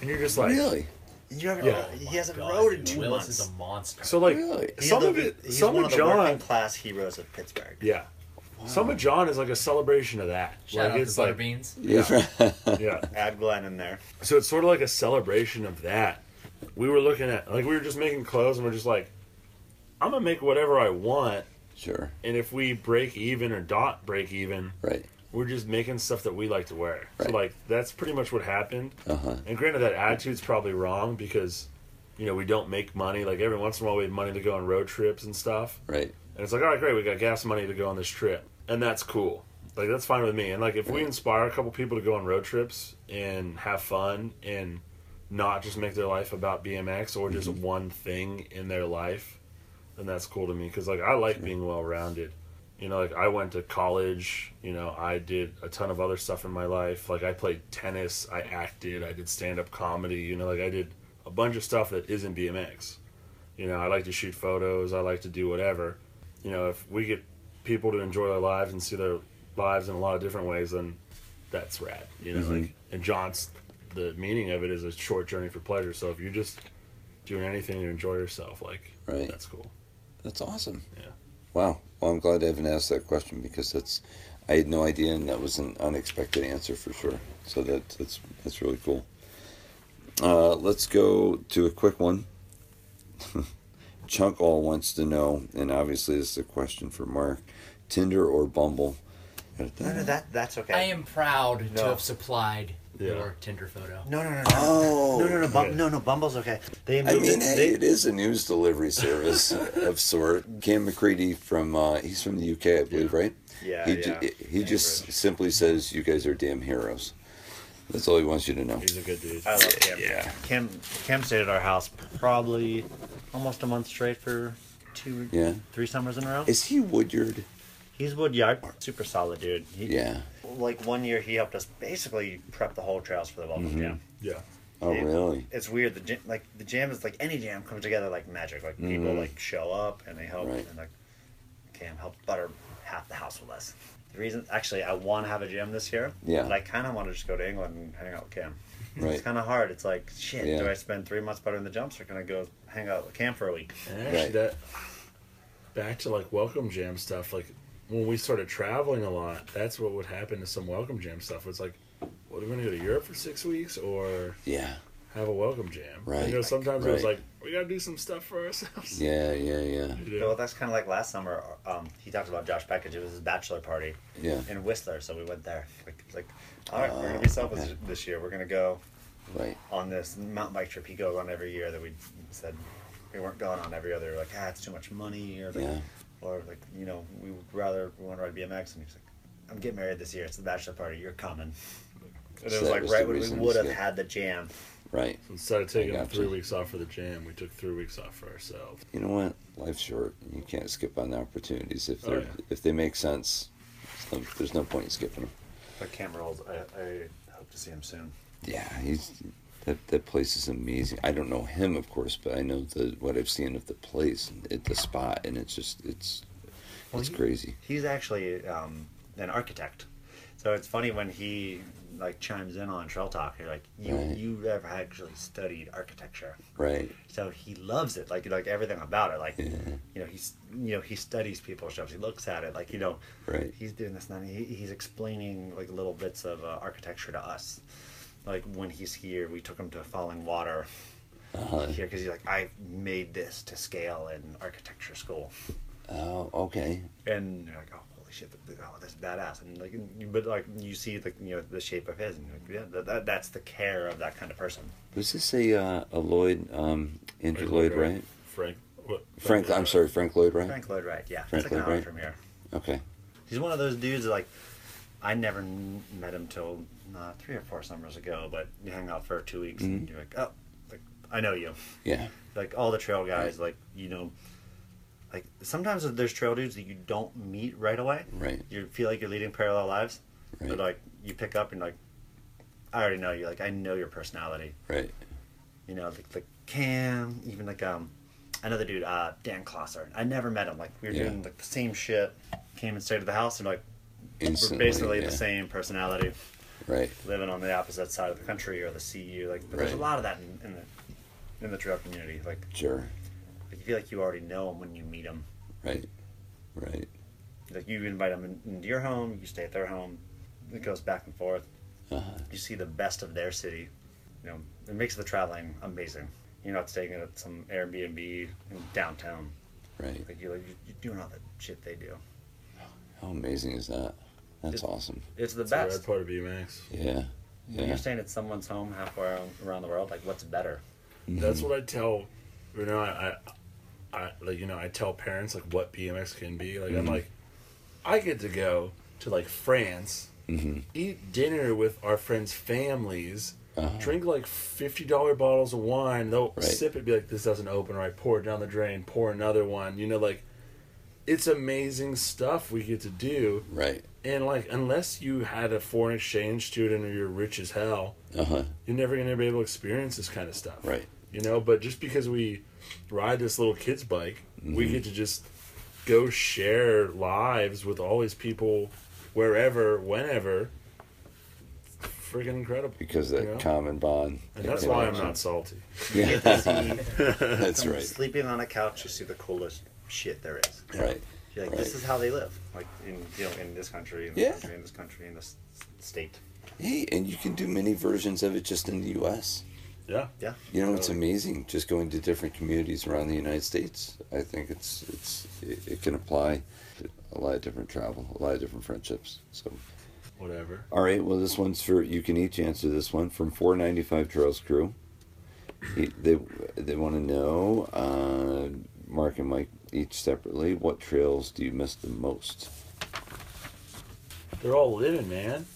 And you're just like, really You haven't, Yeah. he hasn't Oh God, rode in dude, two Willis months. is a monster. So like, Really? He's some the- of it, He's some one of of the John, working class heroes of Pittsburgh. yeah. Some of John is like a celebration of that. Shout like out to it's like, Butterbeans. yeah yeah. Add Glenn in there. So it's sort of like a celebration of that. We were looking at like we were just making clothes, and we're just like, I'm gonna make whatever I want, [laughs] sure and if we break even or dot break even, right we're just making stuff that we like to wear. So Right. like that's pretty much what happened. uh huh And granted, that attitude's probably wrong because, you know, we don't make money. Like every once in a while, we have money to go on road trips and stuff. right And it's like, all right, great, we got gas money to go on this trip, and that's cool. Like that's fine with me. And like if we inspire a couple people to go on road trips and have fun and not just make their life about BMX or just one thing in their life, then that's cool to me because like I like being well rounded. You know, like I went to college. You know, I did a ton of other stuff in my life. Like I played tennis, I acted, I did stand up comedy. You know, like I did a bunch of stuff that isn't BMX. You know, I like to shoot photos. I like to do whatever. You know, if we get people to enjoy their lives and see their lives in a lot of different ways, then that's rad. You know, like and John's the meaning of it is a short journey for pleasure. So if you're just doing anything to enjoy yourself, like Right. that's cool. That's awesome. Yeah. Wow. Well, I'm glad I haven't asked that question because that's I had no idea, and that was an unexpected answer for sure. So that that's that's really cool. Uh, let's go to a quick one. [laughs] Chunk all wants to know, and obviously this is a question for Mark: Tinder or Bumble? Got No, no, that? that that's okay. I am proud to No. have supplied Yeah. your Tinder photo. No, no, no, no. Oh. no, no, no, Bum- Okay. no, no. Bumble's okay. They I moved mean, it. hey, They, it is a news [laughs] delivery service of sort. Cam McCready from uh, he's from the UK, I believe, right? Yeah, He yeah. ju- he just Cambridge. simply says, "You guys are damn heroes." That's all he wants you to know. He's a good dude. I love Cam. Yeah. Cam, Cam stayed at our house probably almost a month straight for two, Yeah. three summers in a row. Is he Woodyard? He's Woodyard, super solid dude. He, Yeah. Like one year, he helped us basically prep the whole trails for the Welcome Mm-hmm. Jam. Yeah. Oh, Yeah. really? It's weird. The jam, like the jam is like any jam comes together like magic. Like people like show up and they help. Mm-hmm. Right. And like Cam helped butter half the house with us. The reason, actually, I want to have a jam this year. Yeah. But I kind of want to just go to England and hang out with Cam. Right. It's kind of hard. It's like shit. Yeah. Do I spend three months buttering the jumps, or can I go hang out with Cam for a week? And actually, Right. that back to like welcome jam stuff. Like when we started traveling a lot, that's what would happen to some welcome jam stuff. It's like, what are we gonna go to Europe for six weeks or Yeah. have a welcome jam? Right. You know, sometimes it was Right. like we gotta do some stuff for ourselves. Yeah. Yeah. Yeah. [laughs] You know? Well, that's kind of like last summer. Um, he talked about Josh Package. It was his bachelor party Yeah. Ah, in Whistler, so we went there. Like, it's like all right, we're gonna be selfish okay. this year. We're gonna go Right. on this mountain bike trip he goes on every year that we said we weren't going on every other. Like, ah, it's too much money, or like, Yeah. or like, you know, we would rather we want to ride BMX, and he's like, I'm getting married this year. It's the bachelor party. You're coming. And So it was that like was the right when we reason, would have yeah. had the jam. Right. Instead of taking gotcha. three weeks off for the jam, we took three weeks off for ourselves. You know what? Life's short. You can't skip on the opportunities if Oh, they're yeah. if they make sense. there's no- There's no point in skipping them. But Cam rolls. I, I hope to see him soon. Yeah, he's that that place is amazing. I don't know him, of course, but I know the what I've seen of the place and at the spot, and it's just it's Well, it's he- crazy. He's actually um, an architect, so it's funny when he like chimes in on Trail Talk. You're like, you Right. you ever actually studied architecture? Right. So he loves it, like like everything about it. Like Yeah. you know, he's you know he studies people's shops. He looks at it, like you know, Right. he's doing this and that. He, he's explaining like little bits of uh, architecture to us. Like when he's here, we took him to Falling Water Uh-huh. here because he's like, I made this to scale in architecture school, Oh, okay. and you're like, oh holy shit, th- oh that's badass. And like, you- but like you see like you know the shape of his, and you're like, yeah, that, that, that's the care of that kind of person. Was this a uh, a Lloyd um Andrew Lloyd Wright? Frank. What, Frank, I'm sorry, Frank Lloyd Wright. Frank Lloyd Wright, yeah, Frank it's like Lloyd an hour Wright. from here. Okay. He's one of those dudes that, like I never kn- met him till uh, three or four summers ago, but you hang out for two weeks Mm-hmm. and you're like, oh, like I know you. Yeah. Like all the trail guys, like you know, like sometimes there's trail dudes that you don't meet right away. Right. You feel like you're leading parallel lives, Right. but like you pick up and like I already know you. Like I know your personality. Right. You know, like like Cam, even like um another dude, uh Dan Klosser. I never met him. Like we were Yeah. doing like the same shit. Came and stayed at the house and like we're Instantly. basically yeah. the same personality, Right. living on the opposite side of the country or the sea. Or like, but there's a Right. lot of that in, in the in the trail community. Like, Sure. like, you feel like you already know them when you meet them. Right. Right. Like you invite them in, into your home, you stay at their home. It goes back and forth. Uh-huh. You see the best of their city. You know, it makes the traveling amazing. You're not staying at some Airbnb in downtown. Right. Like you're, like, you- you're doing all the shit they do. How amazing is that? That's It's- awesome. It's the That's best. the red part of BMX. Yeah. When Yeah. You're staying at someone's home halfway around- around the world. Like, what's better? That's Mm-hmm. what I tell, you know, I, I, I, like, you know, I tell parents like what BMX can be. Like, Mm-hmm. I'm like, I get to go to like France, Mm-hmm. eat dinner with our friends' families, drink like fifty dollar bottles of wine. They'll Uh-huh. Right. sip it, be like, this doesn't open right. Pour it down the drain. Pour another one. You know, like, it's amazing stuff we get to do. Right. And like, unless you had a foreign exchange student or you're rich as hell, Uh huh. you're never gonna be able to experience this kind of stuff. Right. You know, but just because we ride this little kid's bike, Mm-hmm. we get to just go share lives with all these people wherever, whenever. Freaking incredible. Because that Yeah. common bond. And that's why I'm not salty. Yeah, [laughs] that's From right. Sleeping on a couch, you see the coolest shit there is. Right. You're like, Right. this is how they live, like in you know, in this country, in this Yeah. country, in this country, in this s- state. Hey, and you can do many versions of it just in the U.S. Yeah. Yeah, You know, it's Totally. amazing just going to different communities around the United States. I think it's it's it, it can apply to a lot of different travel, a lot of different friendships. So, Whatever. all right, well, this one's for you can each answer this one from 495 Trails Crew. He- They they want to know, uh, Mark and Mike each separately, what trails do you miss the most? They're all living, man.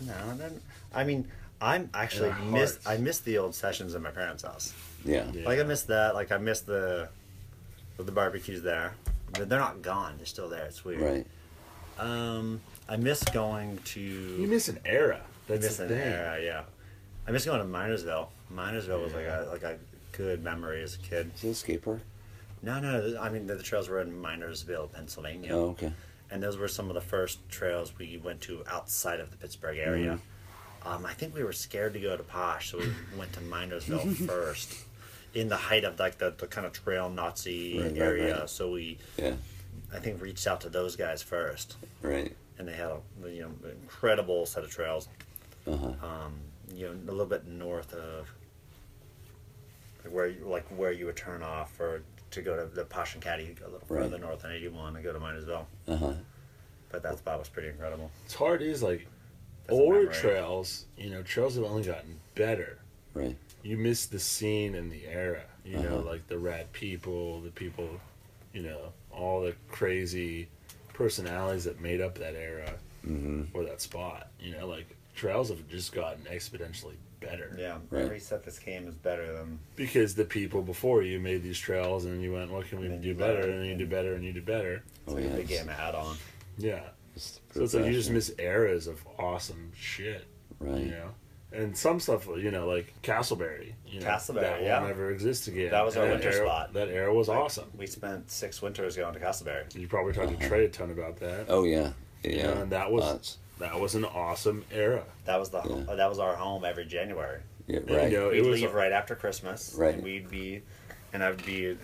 No, then I mean, I'm actually our miss. hearts. I miss the old sessions at my parents' house. Yeah, Yeah. Like I miss that. Like I miss the the barbecues there. They're they're not gone. They're still there. It's weird. right. Um, I miss going to. You miss an era. I That's miss the an thing. era. Yeah, I miss going to Minersville. Minersville was like a like a good memory as a kid. Is it a skate park? No, no. I mean, the, the trails were in Minersville, Pennsylvania. Oh, okay. and those were some of the first trails we went to outside of the Pittsburgh area. Mm-hmm. Um, I think we were scared to go to Posh, so we [laughs] went to [laughs] Minersville first, in the height of like the, the kind of trail Nazi Right, right, area. right. So we, Yeah, I think, reached out to those guys first, right. and they had a you know incredible set of trails. Uh huh. Um, you know, a little bit north of like where you, like where you would turn off or to go to the Posh and Caddy, a little Right. further north on 81 and go to Minersville. Uh huh. But that spot was pretty incredible. It's hard is like That's a older memory. trails, you know, trails have only gotten better. Right. You miss the scene and the era, you know, Uh-huh. like the rad people, the people, you know, all the crazy personalities that made up that era Mm-hmm. or that spot. You know, like trails have just gotten exponentially better. Yeah, Right. every set this game is better than Because the people before you made these trails and you went, what can we And then do you better? learn And then you do and- better and you do better. Oh, the yeah. big it's- game add on. Yeah. it's the So it's like you just progression. miss eras of awesome shit. Right. you know. And some stuff, you know, like Castleberry, you know, Castleberry, that will yeah. never exist again. That was our And winter era- spot. That era was awesome. We spent six winters going to Castleberry. You probably talked to Trey a ton about that. Oh yeah. Yeah. You know, and that was lots. that was an awesome era. That was the Yeah. that was our home every January. yeah, you right. know, We'd it was leave right after Christmas, Right. And we'd be, and I'd be in,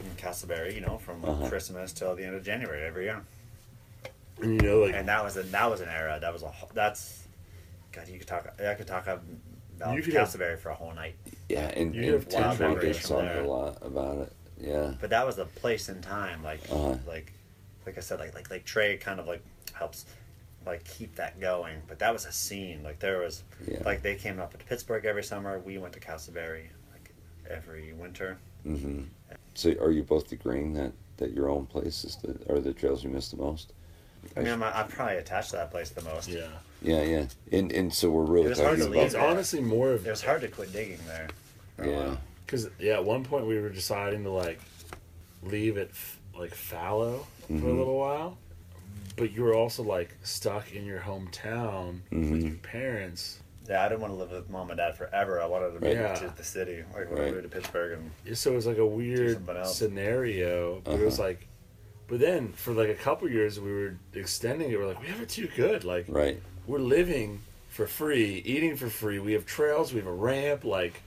in Castleberry, you know, from Uh-huh. Christmas till the end of January every year. and you know, like And that was a, that was an era. That was a wh- that's, God, you could talk. I could talk about You could have- Castleberry for a whole night. Yeah, and, You and have Tim wild Jenkins memories from talked there. a lot about it. Yeah. but that was the place and time like Uh-huh. like like i said like like like trey kind of like helps like keep that going but that was a scene like there was Yeah. like they came up to pittsburgh every summer we went to castleberry like every winter Mm-hmm. So are you both agreeing that that your own places that are the trails you miss the most? i mean i'm, I'm probably attached to that place the most yeah, Yeah, yeah. And and so we're really It was hard talking to about leave it's honestly more of it was hard to quit digging there for a yeah. while. because yeah, at one point we were deciding to like leave it f- like fallow for a Mhm. little while, but you were also like stuck in your hometown with Mhm. your parents. yeah i didn't want to live with mom and dad forever i wanted to move Yeah. to the city like when Right. i moved to pittsburgh and Yeah, so it was like a weird something else. scenario but it was like but then for like a couple years we were extending it we're like we have it too good like Right. we're living for free eating for free we have trails we have a ramp like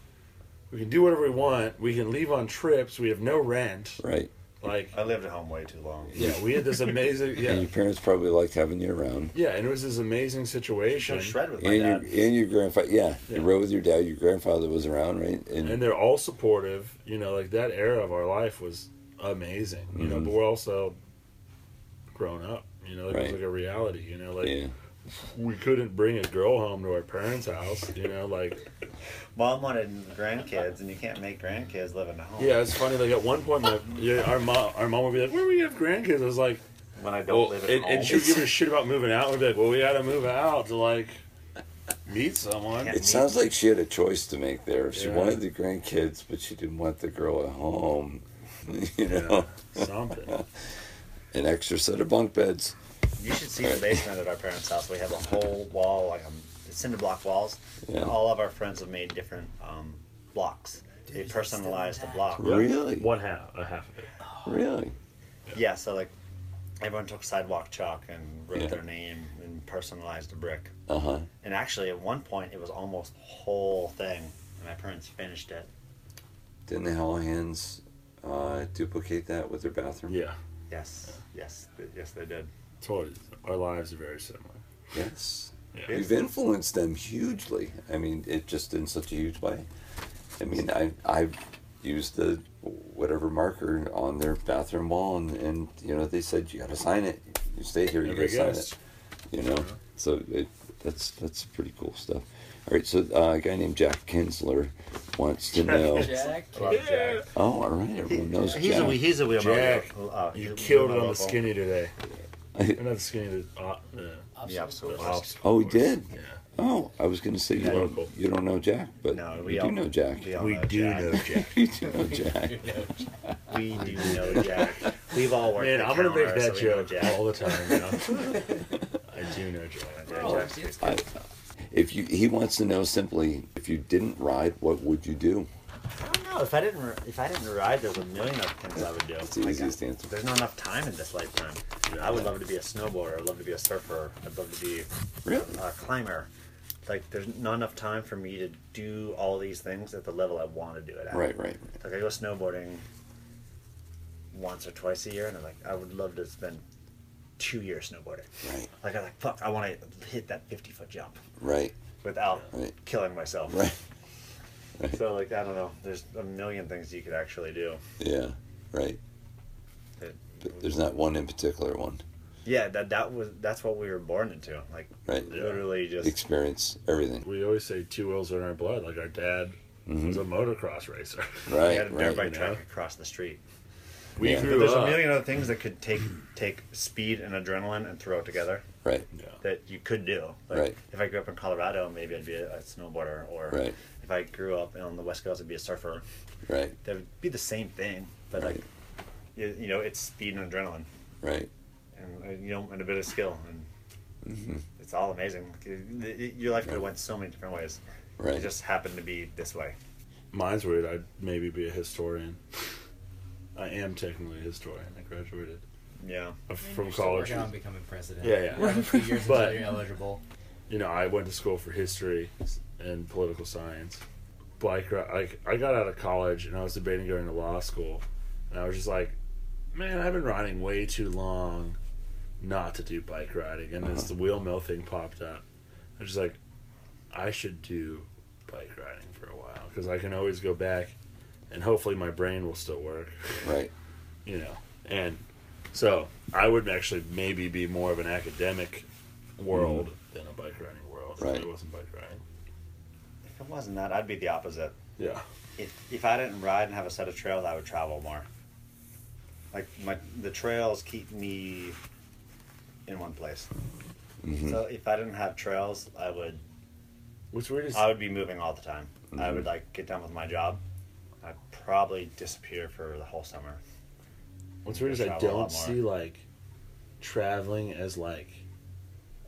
we can do whatever we want we can leave on trips we have no rent Right. like i lived at home way too long yeah we had this amazing And yeah your parents probably liked having you around. yeah and it was this amazing Go situation shred with my And your dad and your grandfather yeah, Yeah. You rode with your dad, your grandfather was around, right? And, and they're all supportive. You know, like that era of our life was amazing. You know, Mhm. but we're also grown up. You know, like, it was Right. like a reality. You know, like yeah. we couldn't bring a girl home to our parents' house. You know, like mom wanted grandkids and you can't make grandkids live in a home yeah, it's funny. Like at one point, my, yeah, our mom, our mom would be like, "Where do we have grandkids?" I was like, when i don't "Well," live at and, home and she would give a shit about moving out. We'd be like, "Well, we got to move out to like meet someone." Yeah. It sounds like she had a choice to make there. She Yeah. wanted the [laughs] grandkids, but she didn't want the girl at home. you know, Something. an extra set of bunk beds. You should see the basement at our parents' house. We have a whole wall, like um, cinder block walls. Yeah. And all of our friends have made different um, blocks. They Dude, it's still personalized the intact. block. Yeah. Really? One half, a half of it. Really? Yeah, so like everyone took sidewalk chalk and wrote Yeah. their name and personalized the brick. Uh huh. And actually, at one point, it was almost the whole thing. And my parents finished it. Didn't the Hallahands uh, duplicate that with their bathroom? Yeah. Yes, yes, th- yes, they did. Totally. Our lives are very similar. Yes. Yeah. We've influenced them hugely. I mean, it just in such a huge way. I mean, I I've used the whatever marker on their bathroom wall, and, and you know they said you got to sign it. You stay here, you Every got to sign it. guest. You know, so it, that's that's pretty cool stuff. All right, so uh, a guy named Jack Kinsler wants to know. Jack. Yeah. Oh, all right, everyone knows he's Jack. a he's a wheel Jack, uh, You he's a killed it wheelbarrow on the local. skinny today. Or Not the skinny, the, uh, the, Yeah, the absolutely. obstacle Oh, he course. did? Yeah. Oh, I was going to say you Yeah. don't you don't know Jack, but No, we we all do know Jack. We, all We know do Jack. know [laughs] Jack. [laughs] You do know Jack. We do know Jack. We've all worked. Man, the I'm gonna counter, make so that we know joke Oh. Jack. all the time now. [laughs] I do know Jack. Yeah, Oh, Jack's it's I, if you, he wants to know simply, if you didn't ride, what would you do? I don't know. If I didn't, r- if I didn't ride, there's a million other things I would do. That's the Like, easiest I- answer. There's not enough time in this lifetime. I would love to be a snowboarder. I'd love to be a surfer. I'd love to be Really? a climber. Like, there's not enough time for me to do all these things at the level I want to do it at. Right, right. Like, I go snowboarding once or twice a year, and I'm like, I would love to spend two years snowboarding. Right, Like, I'm like, fuck, I want to hit that 50 foot jump right, without Right. killing myself. right. So, like, I don't know. There's a million things you could actually do. Yeah, right. It- But there's not one in particular one. Yeah, that that was that's what we were born into. Like Right. literally just Experience everything. We always say two wheels are in our blood. Like our dad was a motocross [laughs] racer. we Right, had a dirt right. bike you track know? across the street. We Yeah. But grew there's up. a million other things that could take take speed and adrenaline and throw it together Right, Yeah. that you could do. Like Right. if I grew up in Colorado, maybe I'd be a, a snowboarder, or Right. if I grew up on the West Coast, I'd be a surfer. right, That would be the same thing, but like Right. you, you know, it's speed and adrenaline, right. and uh, you know, and a bit of skill, and Mm-hmm. it's all amazing. Like, y- y- Your life could have went so many different ways. Right. It just happened to be this way. Mine's weird. I'd maybe be a historian. I am technically a historian. I graduated Yeah. from college. Working on becoming president. Yeah, yeah. You have a few years But- until you're eligible. you know, I went to school for history and political science. Bike, I, I got out of college and I was debating going to law school, and I was just like, man, I've been riding way too long, not to do bike riding. And as the wheel mill thing popped up, I was just like, I should do bike riding for a while because I can always go back, and hopefully my brain will still work Right, you know and so i would actually maybe be more of an academic world than a bike riding world if Right. it wasn't bike riding If it wasn't that, I'd be the opposite. yeah If if I didn't ride and have a set of trails, I would travel more. Like my the trails keep me in one place. Mm-hmm. So if I didn't have trails, I would what's weird is I would be moving all the time. Mm-hmm. I would like get done with my job. I'd probably disappear for the whole summer. what's weird is i travel a don't lot more. see like traveling as like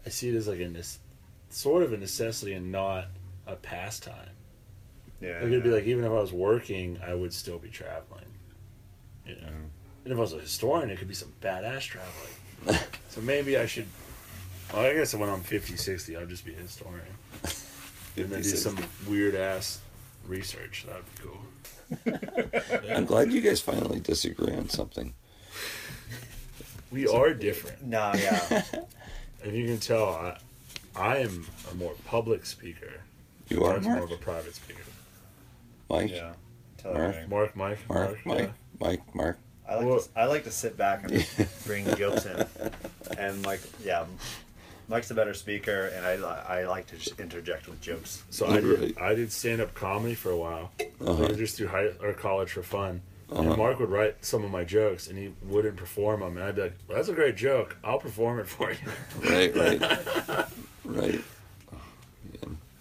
i see it as like a nes- sort of a necessity and not a pastime Yeah. like it'd be like even if i was working i would still be traveling you know Mm-hmm. and if i was a historian it could be some badass traveling [laughs] so maybe i should well, i guess when i'm 50 60 i'll just be a historian and then do 50, some weird ass research. That'd be cool. I'm glad you guys finally disagree on something. We are different. no, [laughs] yeah. If you can tell, I, I am a more public speaker. You are Mark's more Mark, of a private speaker. Mike, yeah. Totally Mark? Mark, agree. uh, Mike, Mark, yeah. Mike, Mike, Mark. I like Well- to, I like to sit back [laughs] and bring jokes in, and like yeah, Mike's a better speaker, and I li- I like to just interject with jokes. So I Right. did, I did stand up comedy for a while, Uh-huh. like just through high or college for fun. And Mark would write some of my jokes, and he wouldn't perform them. And I'd be like, well, "That's a great joke. I'll perform it for you." [laughs] Right, right, [laughs] right.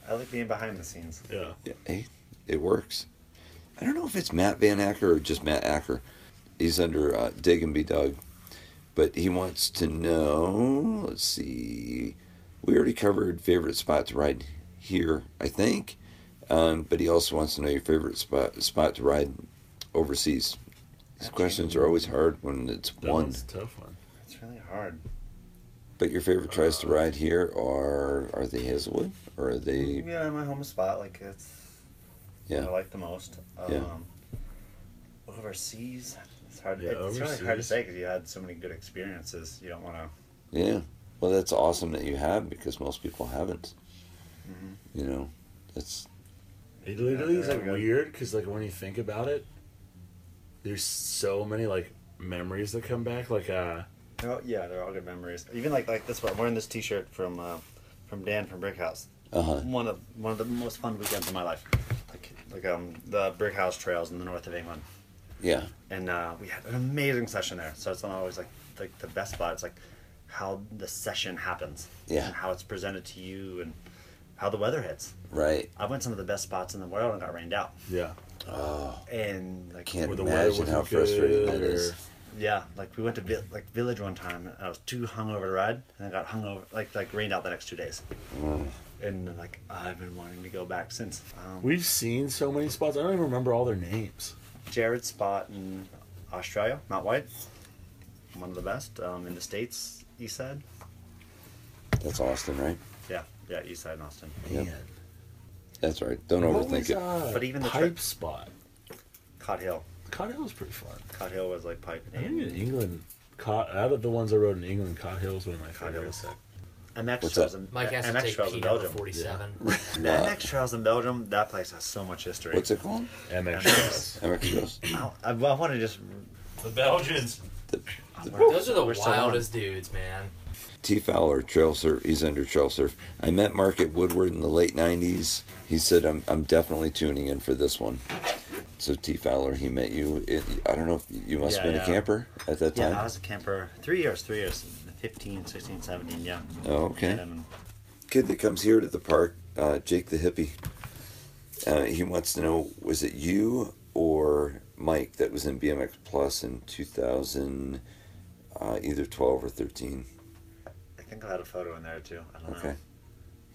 I like being behind the scenes. yeah. Yeah, hey, it works. I don't know if it's Matt Van Acker or just Matt Acker. He's under uh, Dig and Be Doug, But he wants to know. Let's see. We already covered favorite spot to ride here, I think. Um, but he also wants to know your favorite spot spot to ride overseas. These questions are always hard when it's That one. one's a tough one. It's really hard. But your favorite tries to ride here are are they Hazelwood or are they Yeah, my home spot, like it's yeah? I like the most. Um, Yeah. Overseas, it's hard. Yeah, it's really hard to overseas. say because you had so many good experiences. You don't want to. Yeah. Well, that's awesome that you have because most people haven't. You know, that's It literally is there like we go. weird because like when you think about it, there's so many like memories that come back. Like uh, Oh, yeah, they're all good memories. Even like like this one, I'm wearing this T-shirt from uh, from Dan from Brick House. uh huh. One of one of the most fun weekends of my life. Like like um the Brick House trails in the north of England. Yeah. and uh, we had an amazing session there. So it's not always like like the best spot. It's like how the session happens, Yeah. and how it's presented to you, and how the weather hits. Right. I went to some of the best spots in the world and got rained out, yeah, and like Can't where the weather imagine wasn't how frustrating that good is. or- yeah, like we went to vi- like Village one time, and I was too hungover to ride, and I got hungover like like rained out the next two days, Mm, and like I've been wanting to go back since. Um, we've seen so many spots. I don't even remember all their names. Jared's spot in Australia, Mount White, one of the best um, in the states. East side, That's Austin, right? yeah, yeah, east side in Austin. Yep. Man. That's right. Don't What overthink was, it. uh, But even the pipe trip- spot, Cot Hill. Cot Hill was pretty fun. Cot Hill was like pipe. I think in England, Cot, out of the ones I rode in England, Cot Hill's one of my Cot Hill was favorites. sick. MX What's trails that? in, Mike has to MX take trails in P number Belgium. forty-seven. Nah. MX trails in Belgium. That place has so much history. Uh, What's it called? MX trails. MX Trails. I, I, want to just. The Belgians. The Those are the We're still on. wildest dudes, man. T Fowler, trail surf. He's under trail surf. I met Mark at Woodward in the late '90s. He said, "I'm I'm definitely tuning in for this one." So T Fowler, he met you. It, I don't know. if You must have Yeah, been yeah. a camper at that Yeah, time. I was a camper. Three years, three years. 15, 16, 17, yeah. Oh, okay. And, um, kid that comes here to the park, uh, Jake the hippie. Uh, he wants to know: Was it you or Mike that was in BMX Plus in two thousand, uh, either twelve or thirteen? I think I had a photo in there too. I don't know. Okay,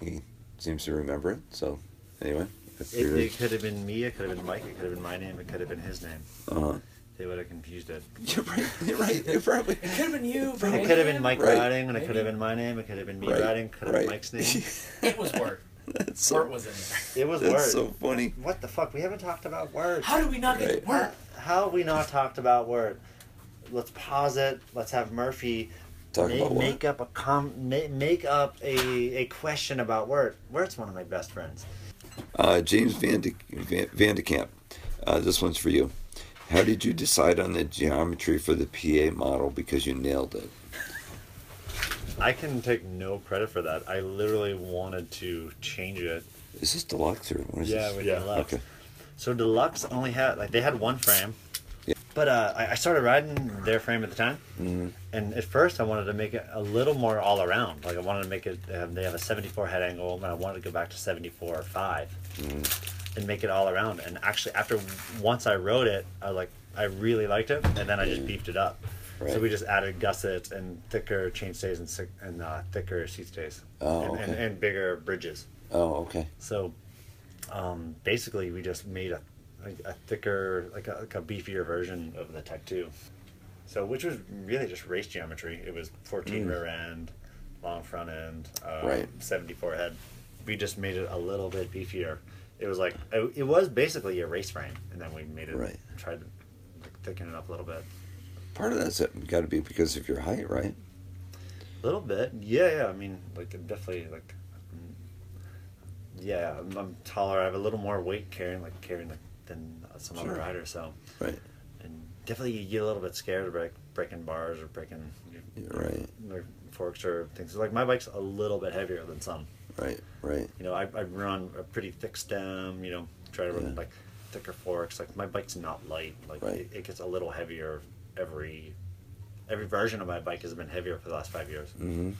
he seems to remember it. So, anyway, I It, figured- it could have been me, it could have been Mike, it could have been my name, it could have been his name. uh-huh. They would have confused it. [laughs] you're right. You're right. You're probably It could have been you, bro. It could have been Mike Right. riding, and it could have been my name, it could have been me right. riding, could have right. been Mike's name. It was Wirt. [laughs] that's Wirt so, was in there. It was that's words. so funny. What the fuck? We haven't talked about words. How did we not get Right. to Wirt? How have we not talked about word? Let's pause it. Let's have Murphy Talk ma- about what? make up a com- ma- make up a, a question about word. Word's one of my best friends. Uh, James Van de, Van, Van de Camp, uh, this one's for you. How did you decide on the geometry for the PA model because you nailed it? I can take no credit for that. I literally wanted to change it. Is this deluxe or what is Yeah, this? with Yeah, deluxe. okay. So deluxe only had like they had one frame. Yeah. Mm-hmm. But uh, I, I started riding their frame at the time, and at first I wanted to make it a little more all around. Like I wanted to make it. Um, they have a seventy-four head angle, and I wanted to go back to seventy-four or 5 Mm-hmm. and make it all around. And actually, after once I rode it, I like I really liked it, and then I just beefed it up. So Right. we just added gussets and thicker chainstays and si- and uh, thicker seat stays Oh, and, and, okay. and bigger bridges. Oh, okay. So um, basically, we just made a, a, a thicker, like a, like a beefier version of the Tech 2. So, which was really just race geometry. It was 14 rear end, long front end, um, Mm. Right. 74 head. We just made it a little bit beefier. It was like, it, it was basically a race frame, and then we made it, Right. tried to like, thicken it up a little bit. Part of that's got to be because of your height, right? A little bit, yeah, yeah. I mean, like I'm definitely like, mm, yeah, I'm, I'm taller. I have a little more weight carrying, like carrying, like than some Sure. other rider. So, Right. and definitely you get a little bit scared of break, breaking bars or breaking your, Yeah, right. your forks or things. Like my bike's a little bit heavier than some. Right. Right. You know, I I run a pretty thick stem. You know, try to run Yeah. like thicker forks. Like my bike's not light. Like Right. it, it gets a little heavier every every version of my bike has been heavier for the last five years Mm-hmm.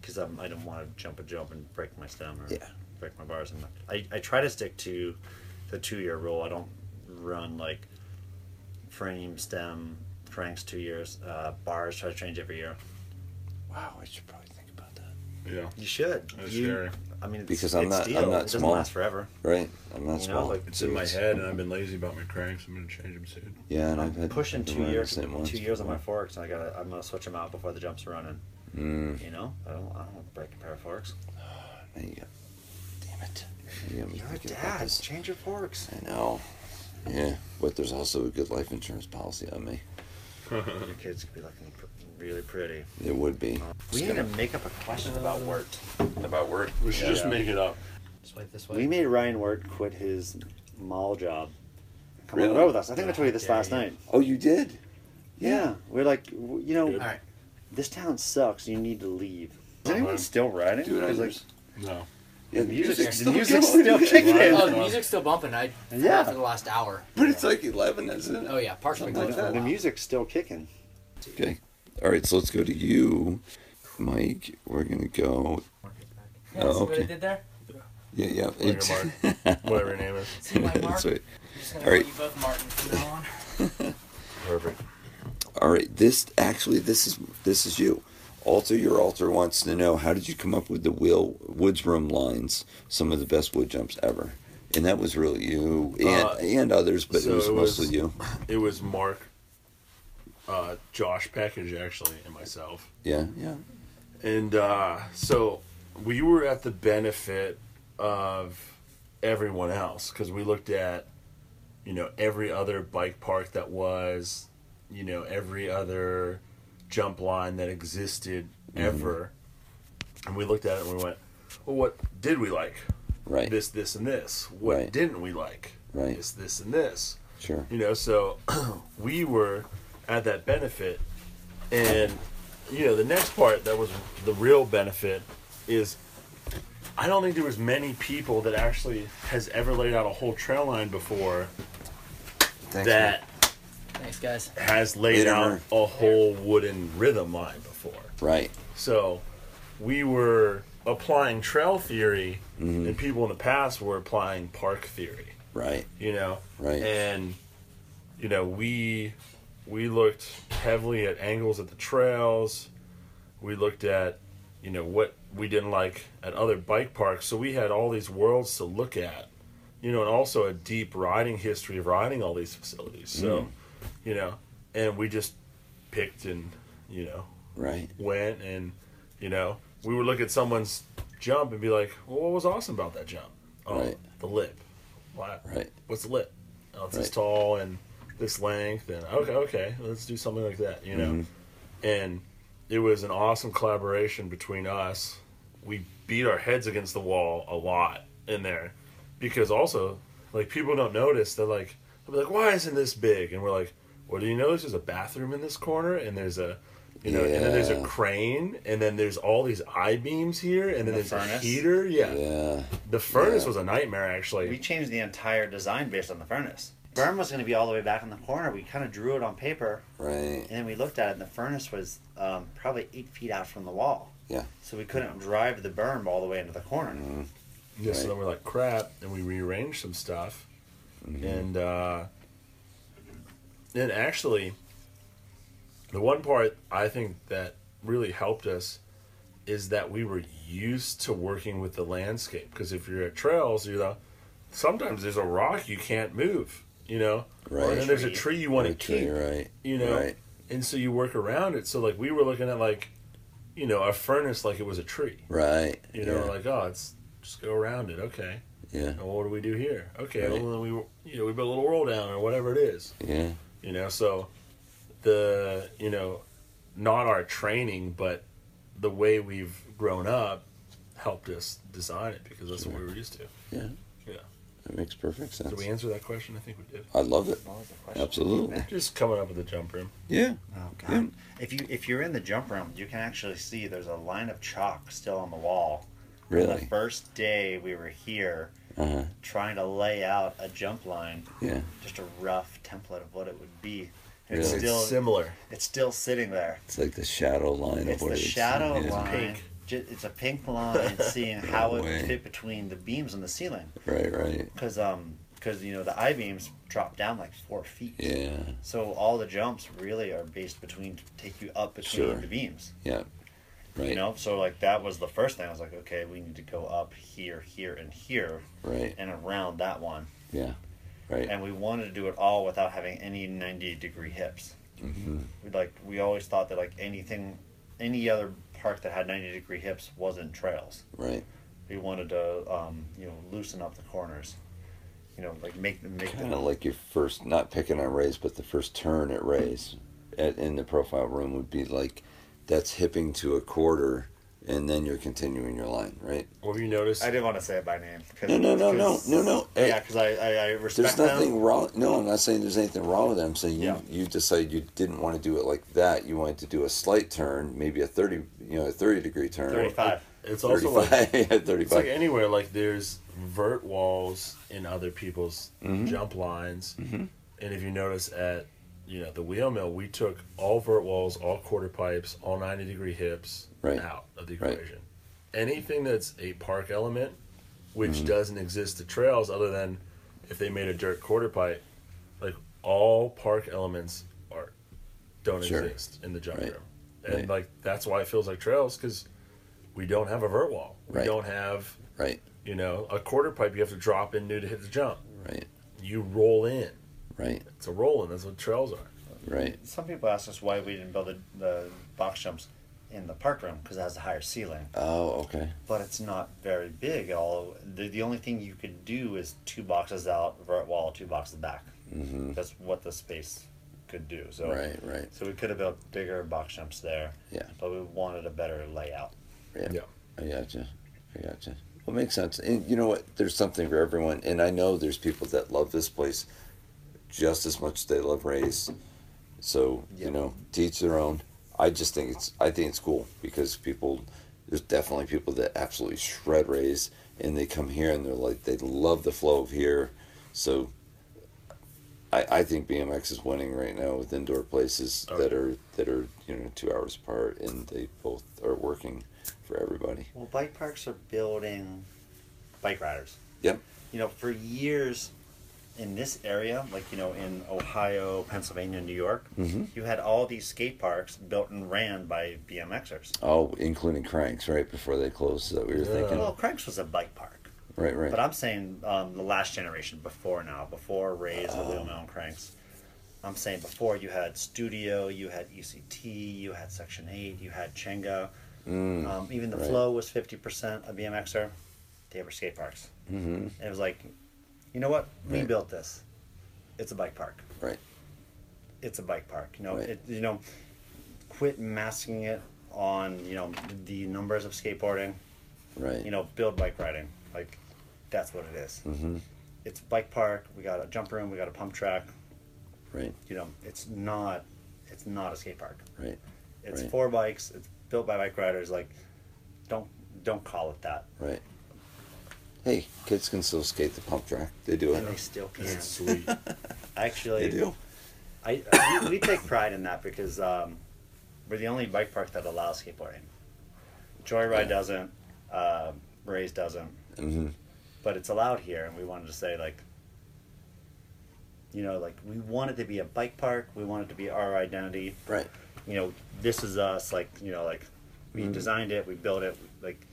because um, I don't want to jump a jump and break my stem or Yeah. break my bars. And I, I try to stick to the two year rule. I don't run like frame, stem, for ranks two years. Uh, bars try to change every year. Wow, I should probably think about that. Yeah. You should. That's You- scary. I mean, it's, Because I'm it's not- I'm steel. not it doesn't small. last forever. Right, I'm not You know, small. like, It's in my head, and I've been lazy about my cranks. I'm gonna change them soon. Yeah, and I've I'm had pushing I've been two riding the years, same ones two years on my before. forks, and I got. to I'm gonna switch them out before the jumps are running. Mm. You know, I don't. I don't want to break a pair of forks. There you go. Damn it. You got me You're a thinking about dad. this. Change your forks. I know. Yeah, but there's also a good life insurance policy on me. Your kids could be looking pr- really pretty. It would be. We Just need to gonna- make up a question about Wirt. about work. We should just make it up. Just wait this way. We made Ryan Wirt quit his mall job. Come on Really? over with us. I think I told you this Yeah, last yeah. night. Oh, you did? Yeah. we're like, w- you know, Good. All right. this town sucks. You need to leave. Is Uh-huh. anyone still riding? Dude, I 'Cause, like, just- No. Yeah, the music, [laughs] music's the still music's going. [laughs] still kicking [laughs] in. Oh, the music's still bumping. I Yeah. yeah for the last hour. But it's like 11, isn't it? Oh yeah, parchment Something closed for like a that. The while. music's still kicking. Okay. All right, so let's go to you, Mike. We're going to go. Yeah, see Oh, what I okay. did there? Yeah, yeah. Like a mark. Whatever your name is. See my mark? [laughs] That's right. I'm just gonna All right. call you both Martin from now on. Perfect. All right. This actually, this is this is you. Alter your altar wants to know how did you come up with the wheel woods room lines? Some of the best wood jumps ever, and that was really you and Uh, and others, but so it was it was- mostly you. It was Mark, uh, Josh Package, actually, and myself. Yeah, yeah. And uh, so we were at the benefit of everyone else because we looked at, you know, every other bike park that was, you know, every other jump line that existed Mm-hmm. ever. And we looked at it and we went, well, what did we like? Right. This, this, and this. What Eh. Right. didn't we like? Right. This, this, and this. Sure. You know, so [clears throat] we were at that benefit, and you know, the next part that was the real benefit is I don't think there was many people that actually has ever laid out a whole trail line before Thanks, that Thanks, guys. has laid Later. out a whole wooden rhythm line before. man. Right. So we were applying trail theory, Mm-hmm. and people in the past were applying park theory Right. you know Right. and you know we we looked heavily at angles at the trails we looked at you know what we didn't like at other bike parks so we had all these worlds to look at you know and also a deep riding history of riding all these facilities Mm. so you know and we just picked and you know Right. went and you know we would look at someone's jump and be like well, what was awesome about that jump oh Right. the lip Why, Right. what's the lip oh it's this Right. tall and this length and okay okay let's do something like that you know Mm-hmm. and it was an awesome collaboration between us we beat our heads against the wall a lot in there because also like people don't notice they're like they'll be like why isn't this big and we're like well do you notice there's a bathroom in this corner and there's a you know and then there's a Yeah. crane and then there's all these i beams here and then The there's a furnace? heater yeah, Yeah. the furnace Yeah. was a nightmare We actually changed the entire design based on the furnace. Berm was going to be all the way back in the corner. We kind of drew it on paper, Right. and then we looked at it, and the furnace was um, probably eight feet out from the wall. Yeah. So we couldn't drive the berm all the way into the corner. Mm-hmm. yeah, so Right. then we're like crap and we rearranged some stuff Mm-hmm. and uh and actually the one part i think that really helped us is that we were used to working with the landscape because if you're at trails you know sometimes there's a rock you can't move you know Right. and then there's a Tree. tree you want to Right, tree, keep right. you know Right. and so you work around it so like we were looking at like you know a furnace like it was a tree Right. you know yeah. like oh it's just go around it okay yeah. and what do we do here okay Right. well then we you know we put a little roll down or whatever it is Yeah. you know so the you know not our training but the way we've grown up helped us design it because that's what we were used to Yeah. yeah That makes perfect sense. did we answer that question i think we did I love it. What was the question? Absolutely. just coming up with the jump room Yeah. Oh god! Yeah. If you if you're in the jump room, you can actually see there's a line of chalk still on the wall. The Really. first day we were here, Uh huh. trying to lay out a jump line, Yeah. just a rough template of what it would be. Really? It's still it's similar it's still sitting there. It's like the shadow line It's of what the it is. shadow yeah. line. Pink. ju- It's a [laughs] pink line, seeing how it way. would fit between the beams on the ceiling. Right, right. Because um, because you know the I beams drop down like four feet. Yeah. So all the jumps really are based between take you up between Sure. the beams. Yeah. Right. You know, so like that was the first thing. I was like, okay, we need to go up here, here, and here, Right. and around that one. Yeah. Right. And we wanted to do it all without having any ninety degree hips. Mhm. We like we always thought that like anything, any other park that had ninety degree hips wasn't trails. Right. We wanted to um, you know loosen up the corners. You know, like make them make Kind of them. like your first, not picking on Rays, but the first turn at Rays at, in the profile room would be like that's hipping to a quarter and then you're continuing your line, right? Or you notice I didn't want to say it by name. 'cause- No, no, no, no, 'cause- no, no. Hey, Yeah, because I, I I there's respect nothing them. wrong. No, I'm not saying there's anything wrong with that. I'm saying you, Yeah. you decided you didn't want to do it like that. You wanted to do a slight turn, maybe a 30, you know, a 30 degree turn. Thirty five. it's also 35. like [laughs] yeah, 35. It's like anywhere, like there's vert walls in other people's Mm-hmm. jump lines, and if you notice at you know the wheel mill, we took all vert walls, all quarter pipes, all ninety degree hips Right. out of the Right. equation. Anything that's a park element, which Mm-hmm. doesn't exist to trails, other than if they made a dirt quarter pipe, like all park elements are don't Sure. exist in the jump Right. room, and Right. like that's why it feels like trails because we don't have a vert wall. We Right. don't have right, you know, a quarter pipe you have to drop in new to hit the jump. right, You roll in. right, It's a roll in. That's what trails are. right. Some people ask us why we didn't build the, the box jumps in the park room because it has a higher ceiling, Oh, okay. but it's not very big. At all the, the only thing you could do is two boxes out, vert wall, two boxes back. Mm-hmm. That's what the space could do. So Right, right. So we could have built bigger box jumps there. Yeah. But we wanted a better layout. Yeah. Yeah. I gotcha. I gotcha. Well, it makes sense. And you know what? There's something for everyone. And I know there's people that love this place just as much as they love Ray's. So, you Yeah. know, teach their own. I just think it's I think it's cool because people there's definitely people that absolutely shred Ray's and they come here and they're like they love the flow of here. So I, I think BMX is winning right now with indoor places Oh, that yeah. are that are, you know, two hours apart and they both are working for everybody. Well, bike parks are building bike riders. Yep. You know, for years in this area, like, you know, in Ohio, Pennsylvania, New York, you had all these skate parks built and ran by BMXers. Oh, including cranks, right before they closed. Is that what you're Yeah. thinking? Well, Craig's was a bike park. Right, right. Oh, But I'm saying um, the last generation before now, before Rays, the Wheel Mountain Cranks. I'm saying before you had Studio, you had ECT, you had Section 8, you had Chenga. um, even the Mm, right. Flow was 50% a BMXer. They were skate parks. Mm-hmm. It was like, you know what? We Right. built this. It's a bike park. right, It's a bike park. You know, Right. it, you know, quit masking it on, you know, the numbers of skateboarding right. you know, build bike riding. Like, that's what it is. Mm-hmm. It's a bike park. We got a jump room. We got a pump track. right, You know, it's not, it's not a skate park. right, It's Right. four bikes. It's built by bike riders. Like, don't don't call it that. right. Hey, kids can still skate the pump track. They do And they it. still can. It's sweet. Actually, They do. I, we, we take pride in that because um, we're the only bike park that allows skateboarding. Joyride Yeah. doesn't. Uh, Rays doesn't. Mm-hmm. but it's allowed here and we wanted to say like you know like we want it to be a bike park we want it to be our identity Right, you know this is us like you know like we Mm-hmm. designed it we built it like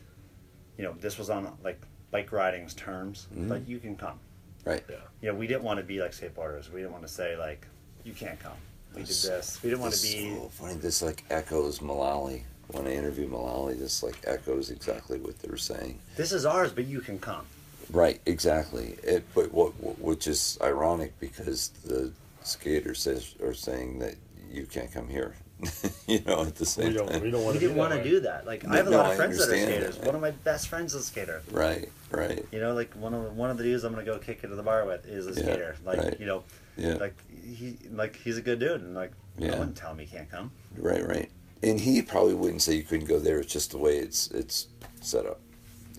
you know this was on like bike riding's terms Mm-hmm. like you can come right, Yeah. you know we didn't want to be like skateboarders we didn't want to say like you can't come we did That's- this we didn't want to This is be so funny. This like echoes Malali. When I interview Malali, this like echoes exactly what they're saying. this is ours but you can come Right, exactly. It, but what, what- which is ironic because the skaters says, are saying that you can't come here. [laughs] you know, at the [laughs] same We don't. time. We don't want we to. didn't want to do that like i have a No, lot of I friends that are understand skaters that. one of my best friends is a skater Right, right. You know, like one of the, one of the dudes I'm gonna go kick it to the bar with is a Yeah, skater. Like right. you know, Yeah. like he like he's a good dude, and like Yeah. no one tell him he can't come. Right, right. And he probably wouldn't say you couldn't go there. It's just the way it's it's set up.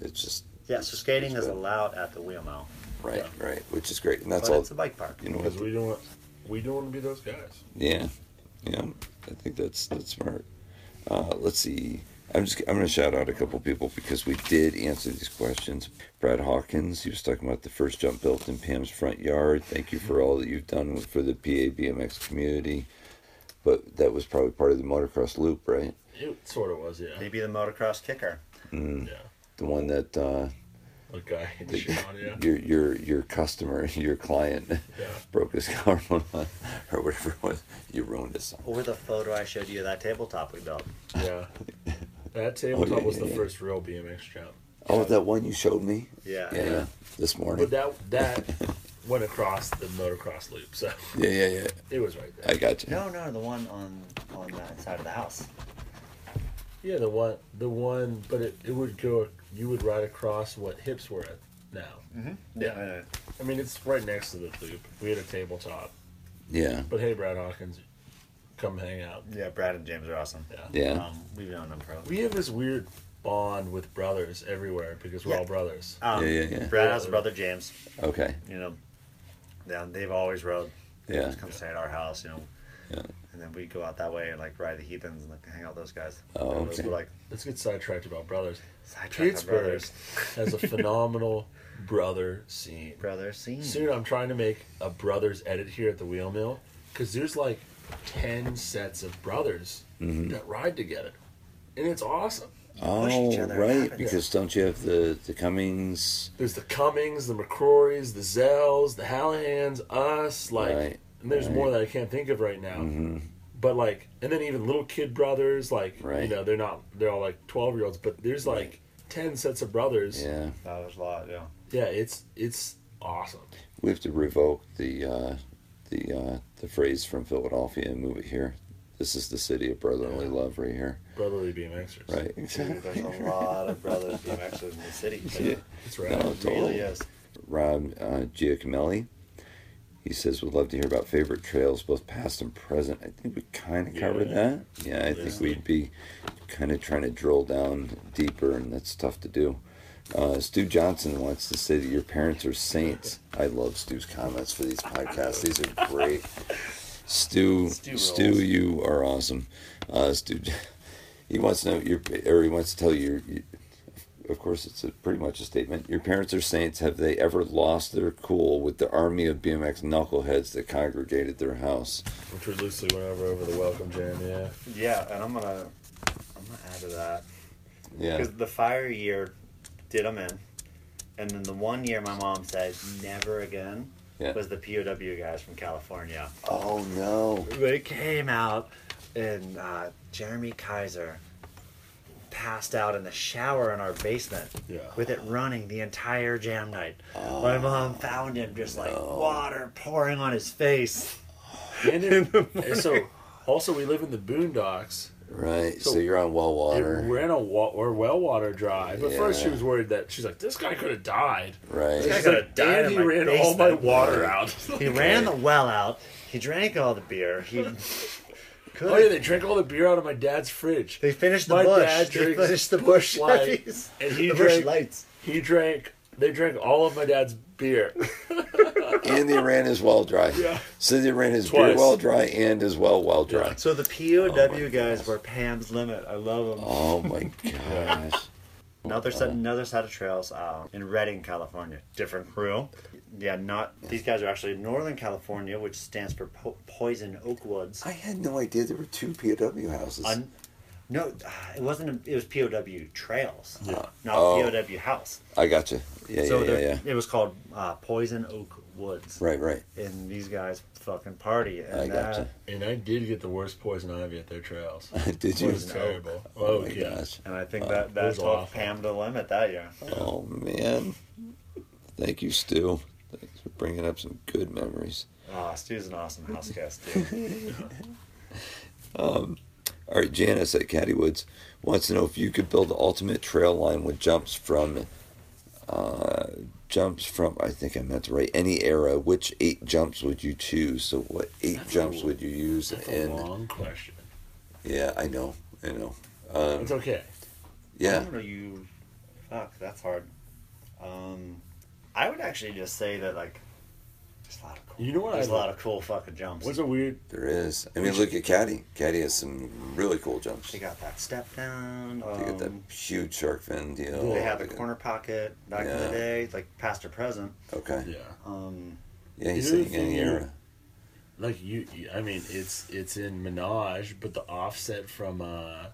It's just Yeah, so skating it's is good. allowed at the wheel mill, right, right, which is great, and but that's all. it's a bike park. You know, because we don't. Want, we don't want to be those guys. yeah, yeah. I think that's that's smart. Uh, let's see. I'm just I'm going to shout out a couple people because we did answer these questions. Brad Hawkins, he was talking about the first jump built in Pam's front yard. Thank you for all that you've done for the PA BMX community. But that was probably part of the motocross loop, right? It sort of was, yeah. Maybe the motocross kicker. Yeah. The one that uh, The guy hit the shit on yeah. your your your customer, [laughs] your client, broke his [laughs] car on, or whatever it was. You ruined his song. Or the photo I showed you of that tabletop we built. [laughs] Yeah. That tabletop yeah, was yeah, the yeah. first real BMX jump. Oh, that one you showed me. Yeah. Yeah, yeah. This morning. But that that went across the motocross loop, so yeah, yeah, yeah. it was right there. I got you. No, no, the one on on that side of the house. Yeah, the one the one but it, it would go you would ride across what hips were at now. Yeah. yeah. I mean it's right next to the loop. We had a tabletop. Yeah. But hey Brad Hawkins, come hang out. Brad and James are awesome. Yeah. Yeah. Um, we've known them for. a- We have this weird bond with brothers everywhere because we're Yeah. all brothers. Um, Yeah, yeah, yeah. Brad has a brother James. Okay. You know, yeah, they've always rode. Yeah. Just come stay at our house. You know, Yeah. and then we go out that way and like ride the heathens and like, hang out with those guys. Oh, And those okay. were, like Let's get sidetracked about brothers. sidetrack our Pittsburgh brothers. has [laughs] a phenomenal brother scene. Brother scene. Soon I'm trying to make a brothers edit here at the wheel mill because there's like 10 sets of brothers Mm-hmm. that ride together. And it's awesome. push Oh, each other, it right. happens. Because don't you have the the Cummings? There's the Cummings, the McCrorys, the Zells, the Hallahans, us. Like, Right, and there's right. Mm-hmm. more that I can't think of right now. But like, and then even little kid brothers, like, you Right. know, they're not, they're all like 12 year olds, but there's like 10 sets of brothers. Yeah. That was a lot, yeah. yeah, it's, it's awesome. We have to revoke the uh, the uh, the phrase from Philadelphia and move it here. This is the city of brotherly love right here. Brotherly BMXers. Right. Dude, [laughs] there's a lot of brothers BMXers in the city. Yeah. That's right. No, It really Oh, totally. is. Rob uh, Giacomelli. He says, would love to hear about favorite trails, both past and present. I think we kind of covered Yeah. that. Yeah, I think Yeah. we'd be kind of trying to drill down deeper, and that's tough to do. Uh, Stu Johnson wants to say that your parents are saints. I love Stu's comments for these podcasts. These are great. Stu, Stu Stu, rules. you are awesome. Uh, Stu, he wants to know your, or he wants to tell you. you- Of course, it's a, pretty much a statement. Your parents are saints. Have they ever lost their cool with the army of BMX knuckleheads that congregated their house? Which we loosely went over over the welcome jam, yeah. Yeah, and I'm gonna I'm gonna add to that. Yeah, Because the fire year did them in, and then the one year my mom said never again Yeah. was the POW guys from California. Oh no! They came out, and uh, Jeremy Kaiser passed out in the shower in our basement Yeah. with it running the entire jam night. my mom found him just like water pouring on his face. And it- [laughs] and so, also, we live in the boondocks. Right. So, So- you're on well It- water. We're in a wa- we're well water drive. At first, she Yeah. was worried that she's like, "This guy could have died." right. This She's coulda like, died and in he my ran all my basement." water out. [laughs] He ran the well out. He drank all the beer. He could. oh yeah, they drank all the beer out of my dad's fridge. They finished the My bush. dad they drinks finished the Busch bush Light, lights. and he the bush drank- lights. He drank. They drank all of my dad's beer. and they ran his well dry. Yeah. So they ran his Twice. beer well dry and his well well dry. So the POW guys were Pam's limit. I love them. Oh my gosh. Another set, another set of trails uh, in Redding, California. Different crew. Yeah, not these guys are actually Northern California, which stands for po- Poison Oak Woods. I had no idea there were two POW houses. Un- no, uh, it wasn't. A, it was POW trails, Yeah. not Oh. POW house. I got you. Yeah, so yeah, yeah, they're- yeah. it was called uh, Poison Oak Woods. Right, right. And these guys fucking party. And I that, gotcha. And I did get the worst poison ivy at their trails. [laughs] Did It you? was terrible. Oh Oh, my yeah. gosh. And I think that that was took awful. Pam to the limit that year. Oh man. Thank you, Stu. Thanks for bringing up some good memories. Ah, Stu's an awesome house guest, dude. All right, Janice at Caddy Woods wants to know if you could build the ultimate trail line with jumps from, uh, jumps from. I think I meant to write any era. Which eight jumps would you choose? So what eight That's a jumps lo- would you use? That's a and long question. yeah, I know, I know. Um, It's okay. yeah, What are you? Fuck, that's hard. Um, I would actually just say that like There's a lot of cool. You know what There's I a lot of cool fucking jumps. What's a weird? There is. I mean, look at Caddy. Caddy has some really cool jumps. They got that step down. They got that um, huge shark fin deal. They had the got- corner pocket back in Yeah. the day, like past or present. Okay. Yeah. Um, Yeah, he's You know the saying any thing- era. Like you, you- I mean, it's it's in Minaj, but the offset from uh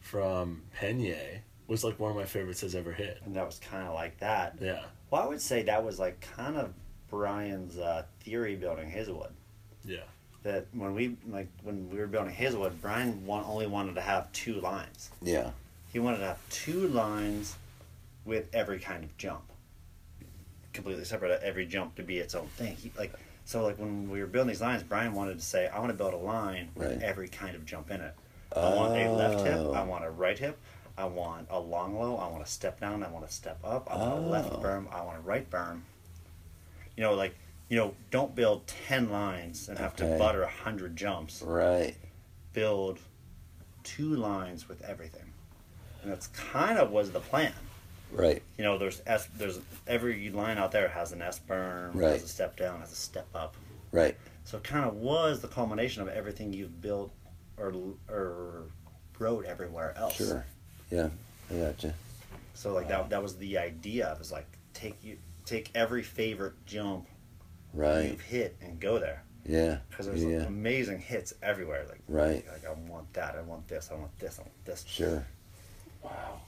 from Penye was like one of my favorites has ever hit. and that was kind of like that. Yeah. Well, I would say that was like kind of Brian's uh, theory building Hazelwood. Yeah. That when we like when we were building Hazelwood, Brian want, only wanted to have two lines. Yeah. He wanted to have two lines with every kind of jump, completely separate. Every jump to be its own thing. He, like so, like when we were building these lines, Brian wanted to say, "I want to build a line with Right. every kind of jump in it. I want a left hip. I Oh. want a right hip. I want a long low. I want a step down. I want a step up. I want a left Oh. berm. I want a right berm. You know, like you know, don't build ten lines and have Okay. to butter hundred jumps. Right. Build two lines with everything, and that's kind of was the plan. Right. You know, there's S, there's every line out there has an S berm, Right. has a step down, has a step up. Right. So it kind of was the culmination of everything you've built or or wrote everywhere else. Sure. Yeah. I gotcha. So like that that was the idea. It was like take you take every favorite jump Right. you've hit and go there Yeah. because there's like, Yeah. amazing hits everywhere. Like Right. like I want that. I want this. I want this. I want this. Sure. Wow.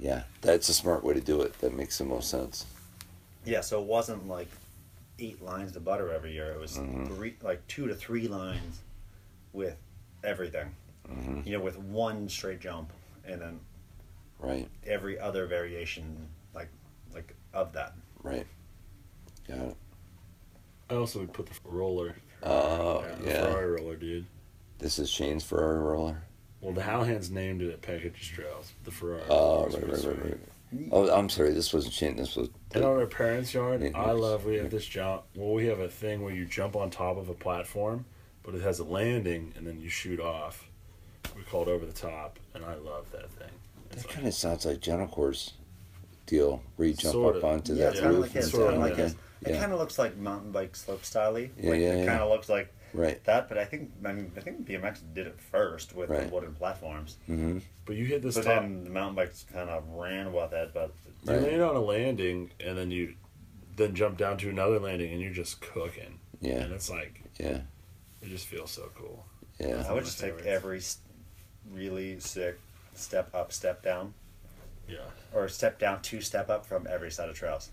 Yeah, that's a smart way to do it. That makes the most sense. Yeah. So it wasn't like eight lines to butter every year. It was three like two to three lines with everything. You know, with one straight jump and then Right. every other variation like like of that. Right. Got it. I also would put the roller. Oh Yeah, the yeah. Ferrari roller, dude. This is Shane's Ferrari roller. Well, the Howhands named it at Package Trails. The Ferrari. Oh rollers right, were right, sweet. right, right. Oh, I'm sorry. This wasn't Shane. This was. And on our parents' yard, Neat I works. love we have this jump. Well, we have a thing where you jump on top of a platform, but it has a landing, and then you shoot off. We call it over the top, and I love that thing. It's that kind of sounds like Jenicor's deal, where you jump Sort up of. onto Yeah, that it's Yeah. kind of roof. like it. It's and Sort of, kind of down like there. it. It Yeah. kind of looks like mountain bike slope style Like Yeah, yeah, it yeah. kind of looks like Right. that, but I think I, mean, I think BMX did it first with Right. the wooden platforms. Mm-hmm. but you hit this But top, then the mountain bikes kind of ran with it, but you Right. land on a landing, and then you then jump down to another landing, and you're just cooking. Yeah. and it's like Yeah. it just feels so cool. Yeah. I would just take favorites. every s- really sick step up, step down, Yeah, or step down two step up from every set of trails.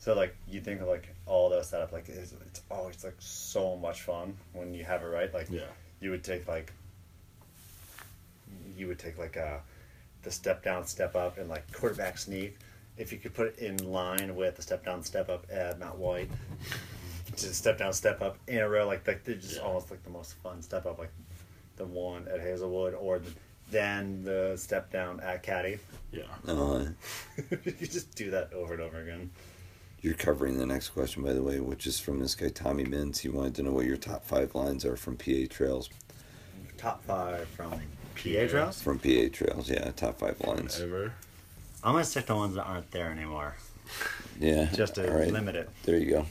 So like you think of like all those setup, like it's, it's always like so much fun when you have it right. Like yeah, you would take like you would take like a the step down step up and like quarterback sneak if you could put it in line with the step down step up at mount white just step down step up in a row like like they're just Yeah. almost like the most fun step up like the one at hazelwood or the, then the step down at caddy [laughs] yeah. Uh, you just do that over and over again You're covering the next question, by the way, which is from this guy Tommy Mintz. He wanted to know what your top five lines are from PA Trails. top five from pa trails From PA Trails, yeah, top five lines. uh, Ever. i'm gonna stick to ones that aren't there anymore Yeah, just to all right. limit it There you go.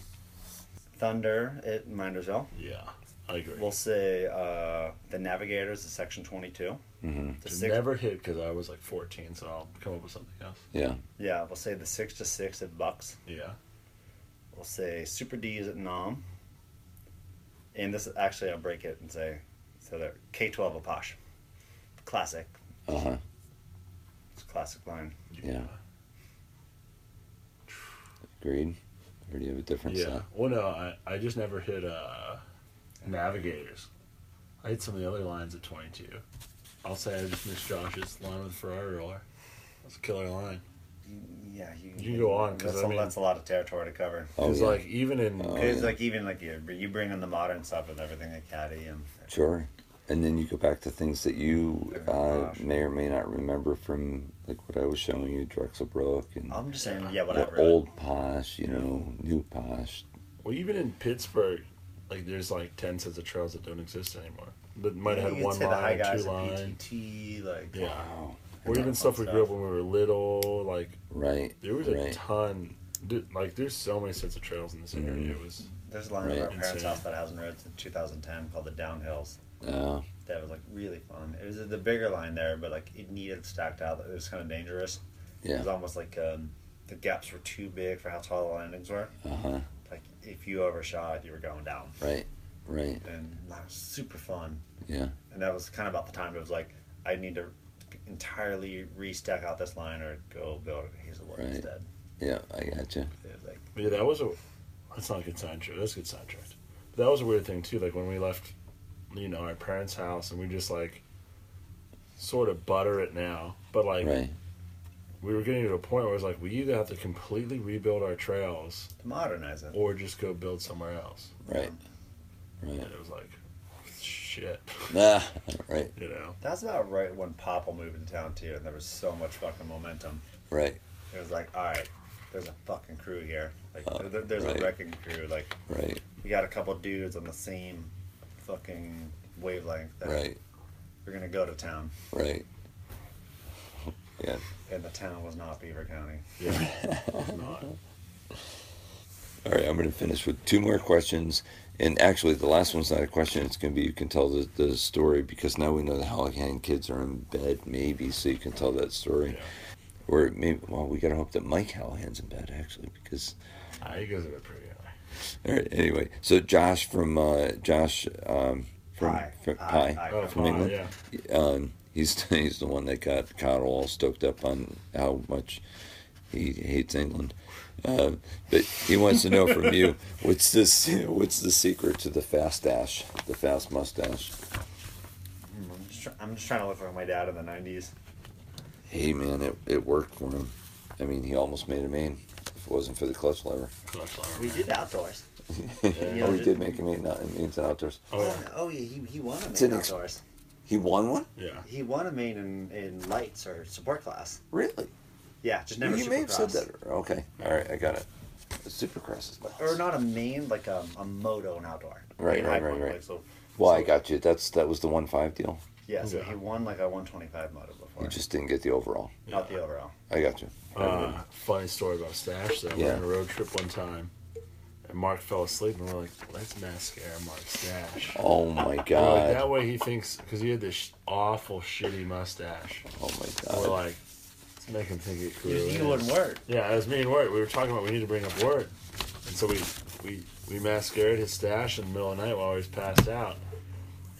thunder at mindersville Yeah, I agree. We'll say uh, the Navigators is section 22. Mm-hmm. The Just six, never hit because I was like 14, so I'll come up with something else. Yeah, Yeah, we'll say the 6 to 6 at Bucks. Yeah, We'll say Super D's at NOM. And this actually, I'll break it and say so they're K 12 Apache. Classic. uh huh. It's a classic line. Yeah. Agreed. Or do you have a different Yeah. set? Well, no, I, I just never hit uh, navigators. I hit some of the other lines at 22. I'll say I just missed Josh's line with the Ferrari roller. That's a killer line. Yeah, you, You go on, 'cause that's, I mean- a, that's a lot of territory to cover. Oh, Because yeah. like even in Oh, Because yeah. like even like you, you bring in the modern stuff with everything at Caddy and Sure. And then you go back to things that you uh, Gosh. may or may not remember from, like what I was showing you, Drexel Brook and I'm just saying yeah the whatever. old Posh, you know, new Posh. well even in Pittsburgh, like there's like 10 sets of trails that don't exist anymore. That might have had you could one say the high line, guys two line. at PTT like Yeah. Wow. Or even that stuff fun we grew up stuff. when we were little. Like Right. there was a right. ton dude, like there's so many sets of trails in this Mm-hmm. area. It was There's a line Right. at our parents' Insane. house that hasn't road since 2010 called the Downhills. Uh, That was like really fun. It was the bigger line there, but like it needed stacked out. It was kind of dangerous. It yeah. was almost like um, the gaps were too big for how tall the landings were. Uh huh. Like if you overshot, you were going down, Right. Right. and that was super fun. Yeah. And that was kind of about the time it was like I need to entirely restack out this line or go build a hazelwood Right. instead. Yeah. I gotcha. It was like yeah, that was a that's not a good sidetrack. That's a good sidetrack. But that was a weird thing too. Like when we left, you know, our parents' house, and we just like sort of butter it now. But like Right. we were getting to a point where it's like we either have to completely rebuild our trails to modernize it. or just go build somewhere else. Right. Right. [laughs] And it was like, shit, Ah, right. you know. That's about right when Popple moved into town too, and there was so much fucking momentum. Right. It was like, all right, there's a fucking crew here. Like, Uh, there, there's right. a wrecking crew. Like, Right. we got a couple dudes on the same fucking wavelength. That Right. We're gonna go to town, Right. Yeah. and the town was not Beaver County. Yeah, it's not. All right, I'm going to finish with two more questions. And actually, the last one's not a question. It's going to be you can tell the, the story because now we know the Halligan kids are in bed, maybe, so you can tell that story. Yeah. Or maybe, well, we got to hope that Mike Hallahan's in bed, actually, because. Ah, He goes in it pretty high. All right, anyway. So, Josh from, uh, Josh um, from, Pie. from Pie. Pie, Oh, from Pie, England. yeah. Um, he's, [laughs] he's the one that got Cottle all stoked up on how much he hates England. Uh, but he wants to know from you what's this? What's the secret to the fast dash, the fast mustache? I'm just, try- I'm just trying to look like my dad in the '90s. Hey man, it, it worked for him. I mean, he almost made a main. If it wasn't for the clutch lever, [laughs] Clutch lever, We man. did outdoors. oh, he did make a main. Not mains and outdoors. Oh yeah, oh yeah, he, he won a It's an main ex- outdoors. He won one. yeah. He won a main in, in lights or support class. Really? Yeah, just never. you may have said Supercross. that. Okay. All right, I got it. Supercross is last. Or not a main, like um, a, a moto in outdoor. Right, In right, High right, Point, right. like, so, Well, I got you. That's that was the one five deal. yeah, so he Yeah. won like a 125 moto before. You just didn't get the overall. Not the overall. I got you. Uh, funny story about Stash though. We're Yeah. on a road trip one time, and Mark fell asleep, and we're like, "Let's mascara Mark Stash." Oh my We're like, god. that way he thinks because he had this sh- awful shitty mustache. Oh my We're god. like, let's make him think it cool. You, you wouldn't work. Yeah, it was me and Word. We were talking about we need to bring up Word, and so we we we masquerade his stash in the middle of the night while he was passed out,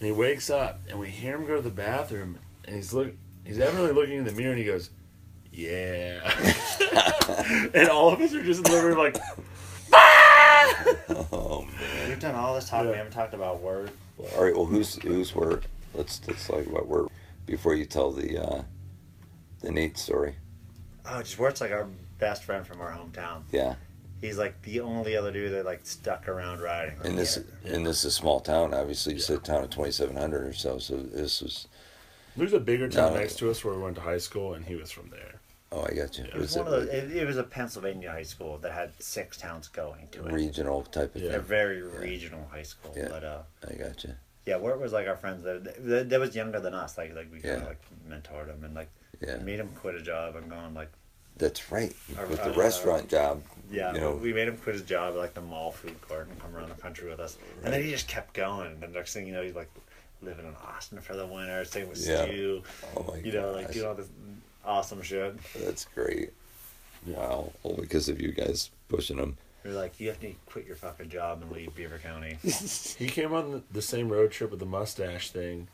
and he wakes up and we hear him go to the bathroom, and he's look he's evidently looking in the mirror and he goes, yeah, [laughs] and all of us are just in the living room like, [laughs] Oh man. We've done all this talk. Yeah. We haven't talked about word. All right. Well, who's who's word? Let's let's talk about word before you tell the uh, the Nate story. Oh, just word's like our best friend from our hometown. Yeah. He's like the only other dude that like stuck around riding. Like, And this and this is a small town. Obviously, you said town of twenty seven hundred or so. So this was. there's a bigger town No. next to us where we went to high school, and he was from there. Oh, I got you. It it was one of those. It, it was a Pennsylvania high school that had six towns going to it. regional type of Yeah. a thing? very regional high school, Yeah. but uh, I got you. yeah, word was like our friends that that, that was younger than us. Like like we kind Yeah. of like mentored him and like Yeah. made him quit a job and gone like That's right. Our- With the our- restaurant job. Yeah, You know. we made him quit his job at like the mall food court and come around the country with us. And then he just kept going. And the next thing you know, he's like living in Austin for the winter, staying with Yeah. Stu, oh my you know, like gosh. doing all this awesome shit. That's great. Wow. All because of you guys pushing them. You're like, you have to quit your fucking job and leave Beaver County. [laughs] He came on the- the same road trip with the mustache thing,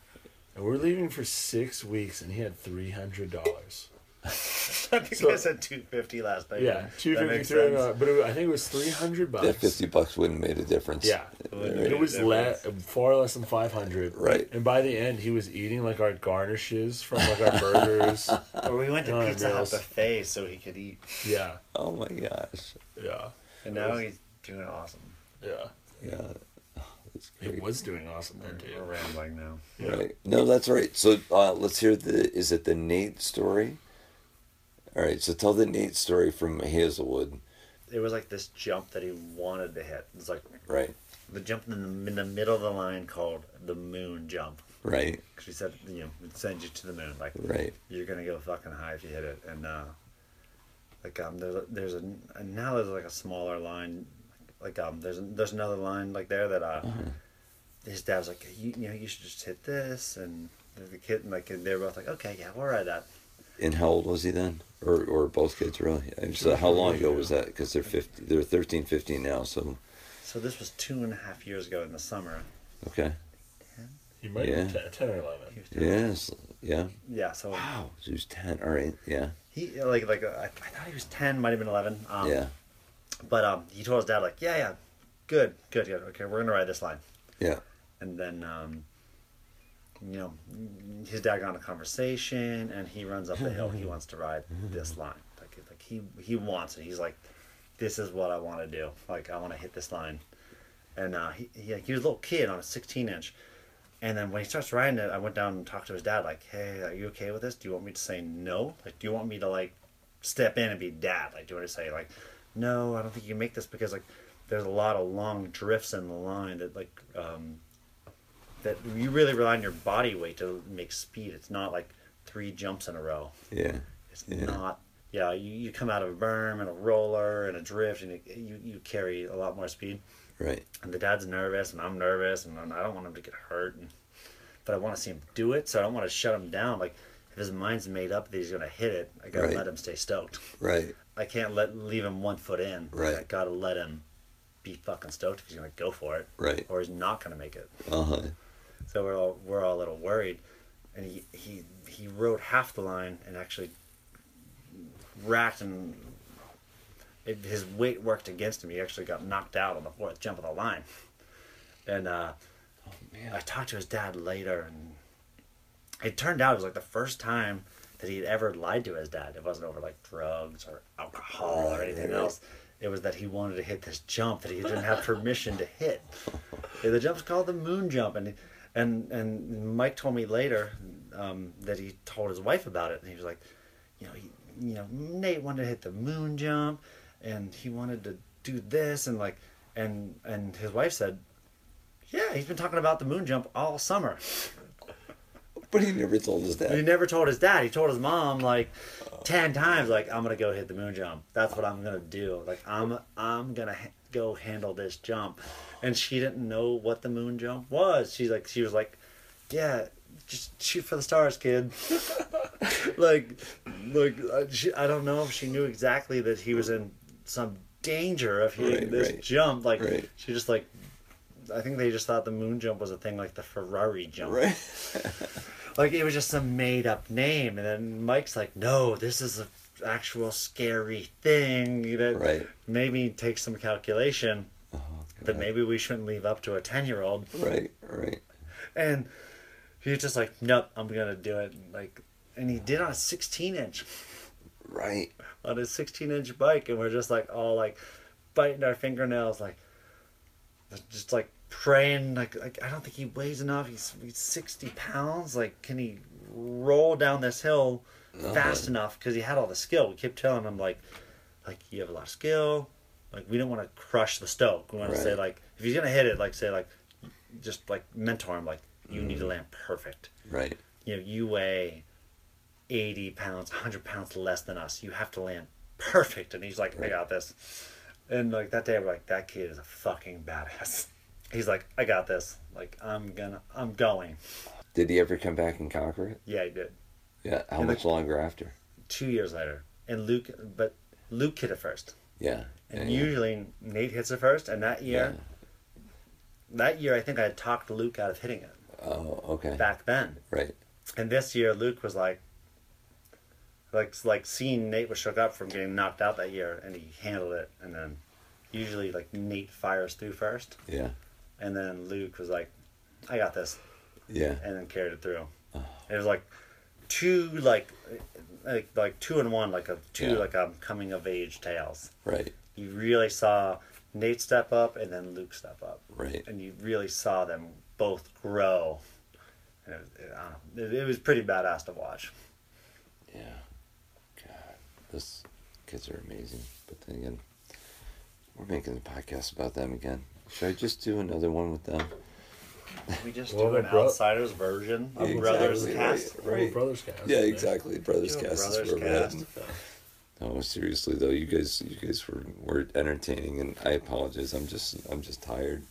and we we're leaving for six weeks, and he had three hundred dollars. I think So- I said two fifty last night. Yeah, two That makes fifty three. sense. But it, I think it was three hundred bucks. That fifty bucks wouldn't have made a difference. Yeah, Wouldn't it have was made a le- far less than five hundred. Right. And by the end, he was eating like our garnishes from like our [laughs] burgers. Or we went to Oh, Pizza Hut meals. buffet so he could eat. yeah, Oh my gosh. yeah, And now he's doing awesome. yeah. Yeah. That's He great. was doing awesome then, dude. We're rambling now. Right. No, that's right. So uh, let's hear the is it the Nate story? All right. So tell the Nate story from Hazelwood. It was like this jump that he wanted to hit. It's like Right. the jump in the, in the middle of the line called the moon jump. Right. Because we said, you know, it sends you to the moon. Like, Right. you're going to go fucking high if you hit it. And, uh, like, like um there's a, there's a and now there's like a smaller line, like um there's there's another line like there that uh Mm-hmm. his dad was like you, you know you should just hit this and the kid and like they were both like okay yeah we'll ride that And how old was he then? Or, or both kids really? And so how long ago was that? Because they're 50, they're 13, 15 now. So, so this was two and a half years ago in the summer okay. You might Yeah. be ten, 10 or eleven. He was doing- Yes. Yeah. yeah so Wow. So he was 10. All right. Yeah. he like like uh, I, I thought he was ten might have been eleven um, Yeah. but um he told his dad like yeah yeah good good good okay we're gonna ride this line Yeah. and then um, you know his dad got in a conversation and he runs up the hill he wants to ride this line like, like he he wants it he's like this is what i want to do like i want to hit this line and uh, he, he, like, he was a little kid on a 16 inch and then when he starts riding it i went down and talked to his dad like hey are you okay with this do you want me to say no like do you want me to like step in and be dad like do you want to say like no i don't think you can make this because like there's a lot of long drifts in the line that like um, that you really rely on your body weight to make speed. It's not like three jumps in a row. Yeah. It's Yeah. not. Yeah, you, you come out of a berm and a roller and a drift, and it, you you carry a lot more speed. Right. And the dad's nervous, and I'm nervous, and I'm- I don't want him to get hurt, and, but I want to see him do it, so I don't want to shut him down. Like if his mind's made up that he's gonna hit it, I gotta Right. let him stay stoked. Right. I can't let leave him one foot in. Right. I gotta let him be fucking stoked if he's gonna go for it, Right. or he's not gonna make it. Uh huh. So we're all we're all a little worried, and he he he wrote half the line and actually racked and it, his weight worked against him. He actually got knocked out on the fourth jump of the line, and uh, I talked to his dad later, and it turned out it was like the first time that he'd ever lied to his dad. It wasn't over like drugs or alcohol or anything else. It was that he wanted to hit this jump that he didn't have permission to hit. Yeah, the jump's called the moon jump, and and and Mike told me later um, that he told his wife about it, and he was like, you know, he, you know, Nate wanted to hit the moon jump, and he wanted to do this, and like, and and his wife said, yeah, he's been talking about the moon jump all summer. But he never told his He dad. never told his dad. He told his mom like ten times, like I'm gonna go hit the moon jump. That's what I'm gonna do. Like I'm I'm gonna ha- go handle this jump, and she didn't know what the moon jump was. She's like she was like, yeah, just shoot for the stars, kid. [laughs] like, like I, she, I don't know if she knew exactly that he was in some danger of hitting Right, this right. jump. Like Right. she just like. I think they just thought the moon jump was a thing like the Ferrari jump [laughs] Right. like it was just some made up name and then mike's like no this is an actual scary thing that Right. maybe takes some calculation Oh, that God. maybe we shouldn't leave up to a 10 year old Right. Right. and he's just like nope i'm gonna do it like and he did on a 16 inch Right. on his 16 inch bike and we're just like all like biting our fingernails like just like praying like, like i don't think he weighs enough he's, he's 60 pounds like can he roll down this hill fast enough because he had all the skill we kept telling him like like you have a lot of skill like we don't want to crush the stoke we want to say Right. like if he's gonna hit it like say like just like mentor him like you need to land perfect Right. you know, you weigh 80 pounds, 100 pounds less than us. You have to land perfect. And he's like, I got this. And like that day, we're like, that kid is a fucking badass. [laughs] He's like, I got this. Like, I'm gonna, I'm going. Did he ever come back and conquer it? Yeah, he did. Yeah. How Yeah, much longer after? Two years later. And Luke, but Luke hit it first. Yeah. And yeah, usually Nate hits it first. And that yeah. year, that year, I think I talked Luke out of hitting it Oh, okay. back then. Right. And this year, Luke was like, like, like seeing Nate was shook up from getting knocked out that year, and he handled it. And then, usually, like Nate fires through first, Yeah. and then Luke was like, "I got this," Yeah. and then carried it through. It was like two, like, like, like two and one, like a two, Yeah. like um, coming of age tales. Right. You really saw Nate step up, and then Luke step up Right. and you really saw them both grow. And it, was, I don't know, it, it was pretty badass to watch. Yeah. God, those kids are amazing. But then again, we're making a podcast about them again. Should I just do another one with them? We just Well, do do an an bro- outsiders version of Brothers Exactly, Cast. Right. Brothers cast. Yeah, exactly. Brothers Do a Cast Brothers is where we're Cast. heading. No, seriously though, you guys, you guys were, were entertaining, and I apologize. I'm just, I'm just tired.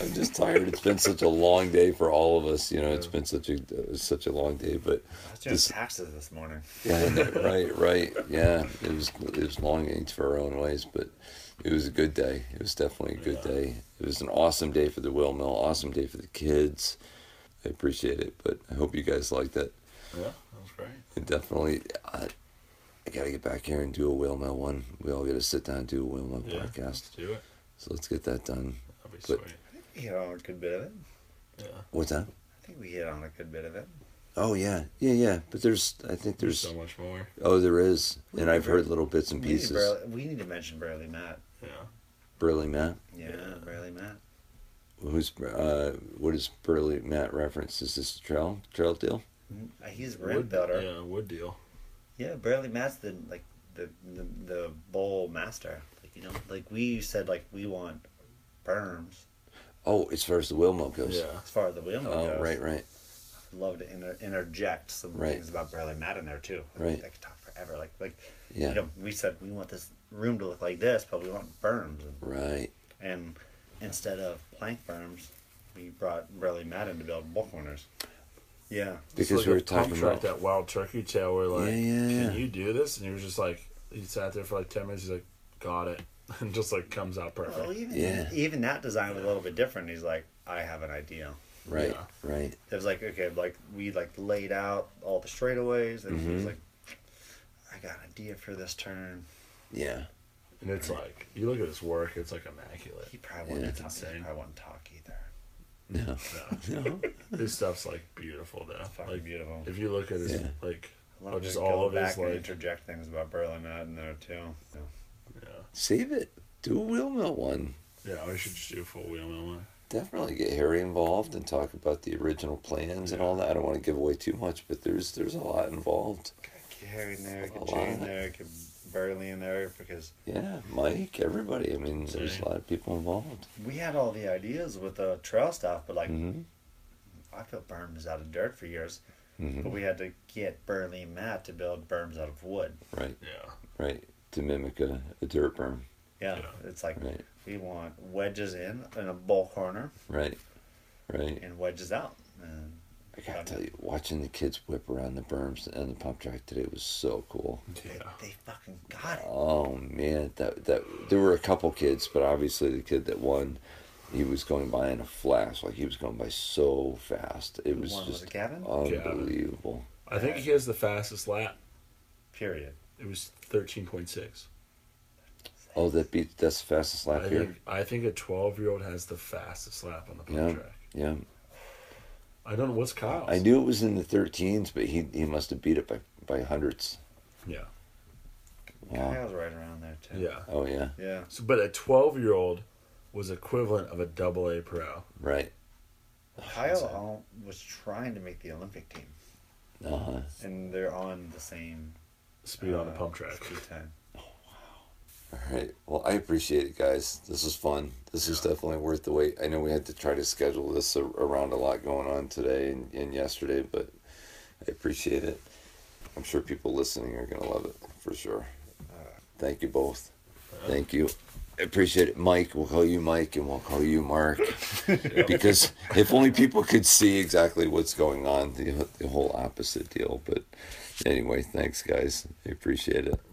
I'm just tired. It's been such a long day for all of us. You know, it's been such a such a long day, but I was doing This- taxes this morning. yeah, I know, right, right, yeah. It was it was long each for our own ways, but it was a good day. It was definitely a good day. It was an awesome day for the Will Mill. Awesome day for the kids. I appreciate it, but I hope you guys liked it. Yeah, that was great. And definitely, I, I gotta get back here and do a Will Mill one. We all gotta sit down and do a Will Mill Yeah, podcast. let's do it. So let's get that done. That'd be But- sweet. We hit on a good bit of it. Yeah, What's that? I think we hit on a good bit of it. Oh yeah, yeah, yeah. But there's, I think there's there's. so much more. Oh, there is, and I've heard little bits and We need, to pieces. barely, we need to mention Burley Matt. Yeah, Burley Matt. Yeah, Burley Matt. Who's uh? What is Burley Matt reference? Is this trail trail deal? Mm, He's a rim builder. Yeah, wood deal. Yeah, Burley Matt's the like the the, the bowl master. Like you know, like we said, like we want berms Oh, as far as the wheel mill goes. Yeah, as far as the wheel mill Oh, goes. right, right. Love to inter- interject some Right. things about Burley Matt in there too. Like, Right. I could talk forever. Like like Yeah. you know, we said we want this room to look like this, but we want berms, Right. and instead of plank berms, we brought Burley Matt in to build bull corners. Yeah. It's Because like we a were pump talking track, about that wild turkey tale where like Yeah, yeah, yeah. can you do this and he was just like he sat there for like 10 minutes he's like got it [laughs] and just like comes out perfect Well, even Yeah. even that design was a little bit different. He's like, I have an idea. right, Yeah. right. It was like okay, like we like laid out all the straightaways, and Mm-hmm. he was like, I got an idea for this turn. Yeah. and it's like you look at his work it's like immaculate He probably wouldn't Yeah. talk. He Insane. probably wouldn't talk either. No. No. No. [laughs] his stuff's like beautiful though fucking like beautiful. if you look at his Yeah. like I love oh, just to all go of back his and like interject things about Berlin out in there too. Yeah. yeah Save it. Do a wheel mill one. yeah we should just do a full wheel mill one Definitely get Harry involved and talk about the original plans and all that. I don't want to give away too much, but there's there's a lot involved. Get Harry in there, A get Jay in lot. there, get Burley in there because Yeah, Mike, everybody. I mean, there's a lot of people involved. we had all the ideas with the trail stuff, but like hmm I built berms out of dirt for years, hmm but we had to get Burley and Matt to build berms out of wood. Right, yeah right. To mimic a, a dirt berm. Yeah, Yeah. it's like Right, we want wedges in and a bowl corner right, right. and wedges out. And I gotta tell you, watching the kids whip around the berms and the pump track today was so cool. yeah they fucking got it. Oh man, that that there were a couple kids, but obviously the kid that won, he was going by in a flash. Like he was going by so fast, it Who was won? Was just it Gavin? unbelievable. i think he has the fastest lap Period. it was 13.6 Oh, that beat that's the fastest lap I here. think, I think a 12 year old has the fastest lap on the pump Yeah, track. yeah. I don't know what's Kyle's. I knew it was in the 13s, but he he must have beat it by by hundreds. Yeah. Wow. Kyle's right around there too. Yeah. Oh yeah, Yeah. So, but a 12 year old was equivalent of a double A pro. right. Kyle all, was trying to make the Olympic team, Uh huh. and they're on the same Speed on the uh, pump track. speed time. All right. Well, I appreciate it, guys. This was fun. This was definitely worth the wait. I know we had to try to schedule this a- around a lot going on today and, and yesterday, but I appreciate it. I'm sure people listening are going to love it for sure. Thank you both. Thank you. I appreciate it. Mike, we'll call you Mike and we'll call you Mark. because if only people could see exactly what's going on, the, the whole opposite deal. But anyway, thanks, guys. I appreciate it.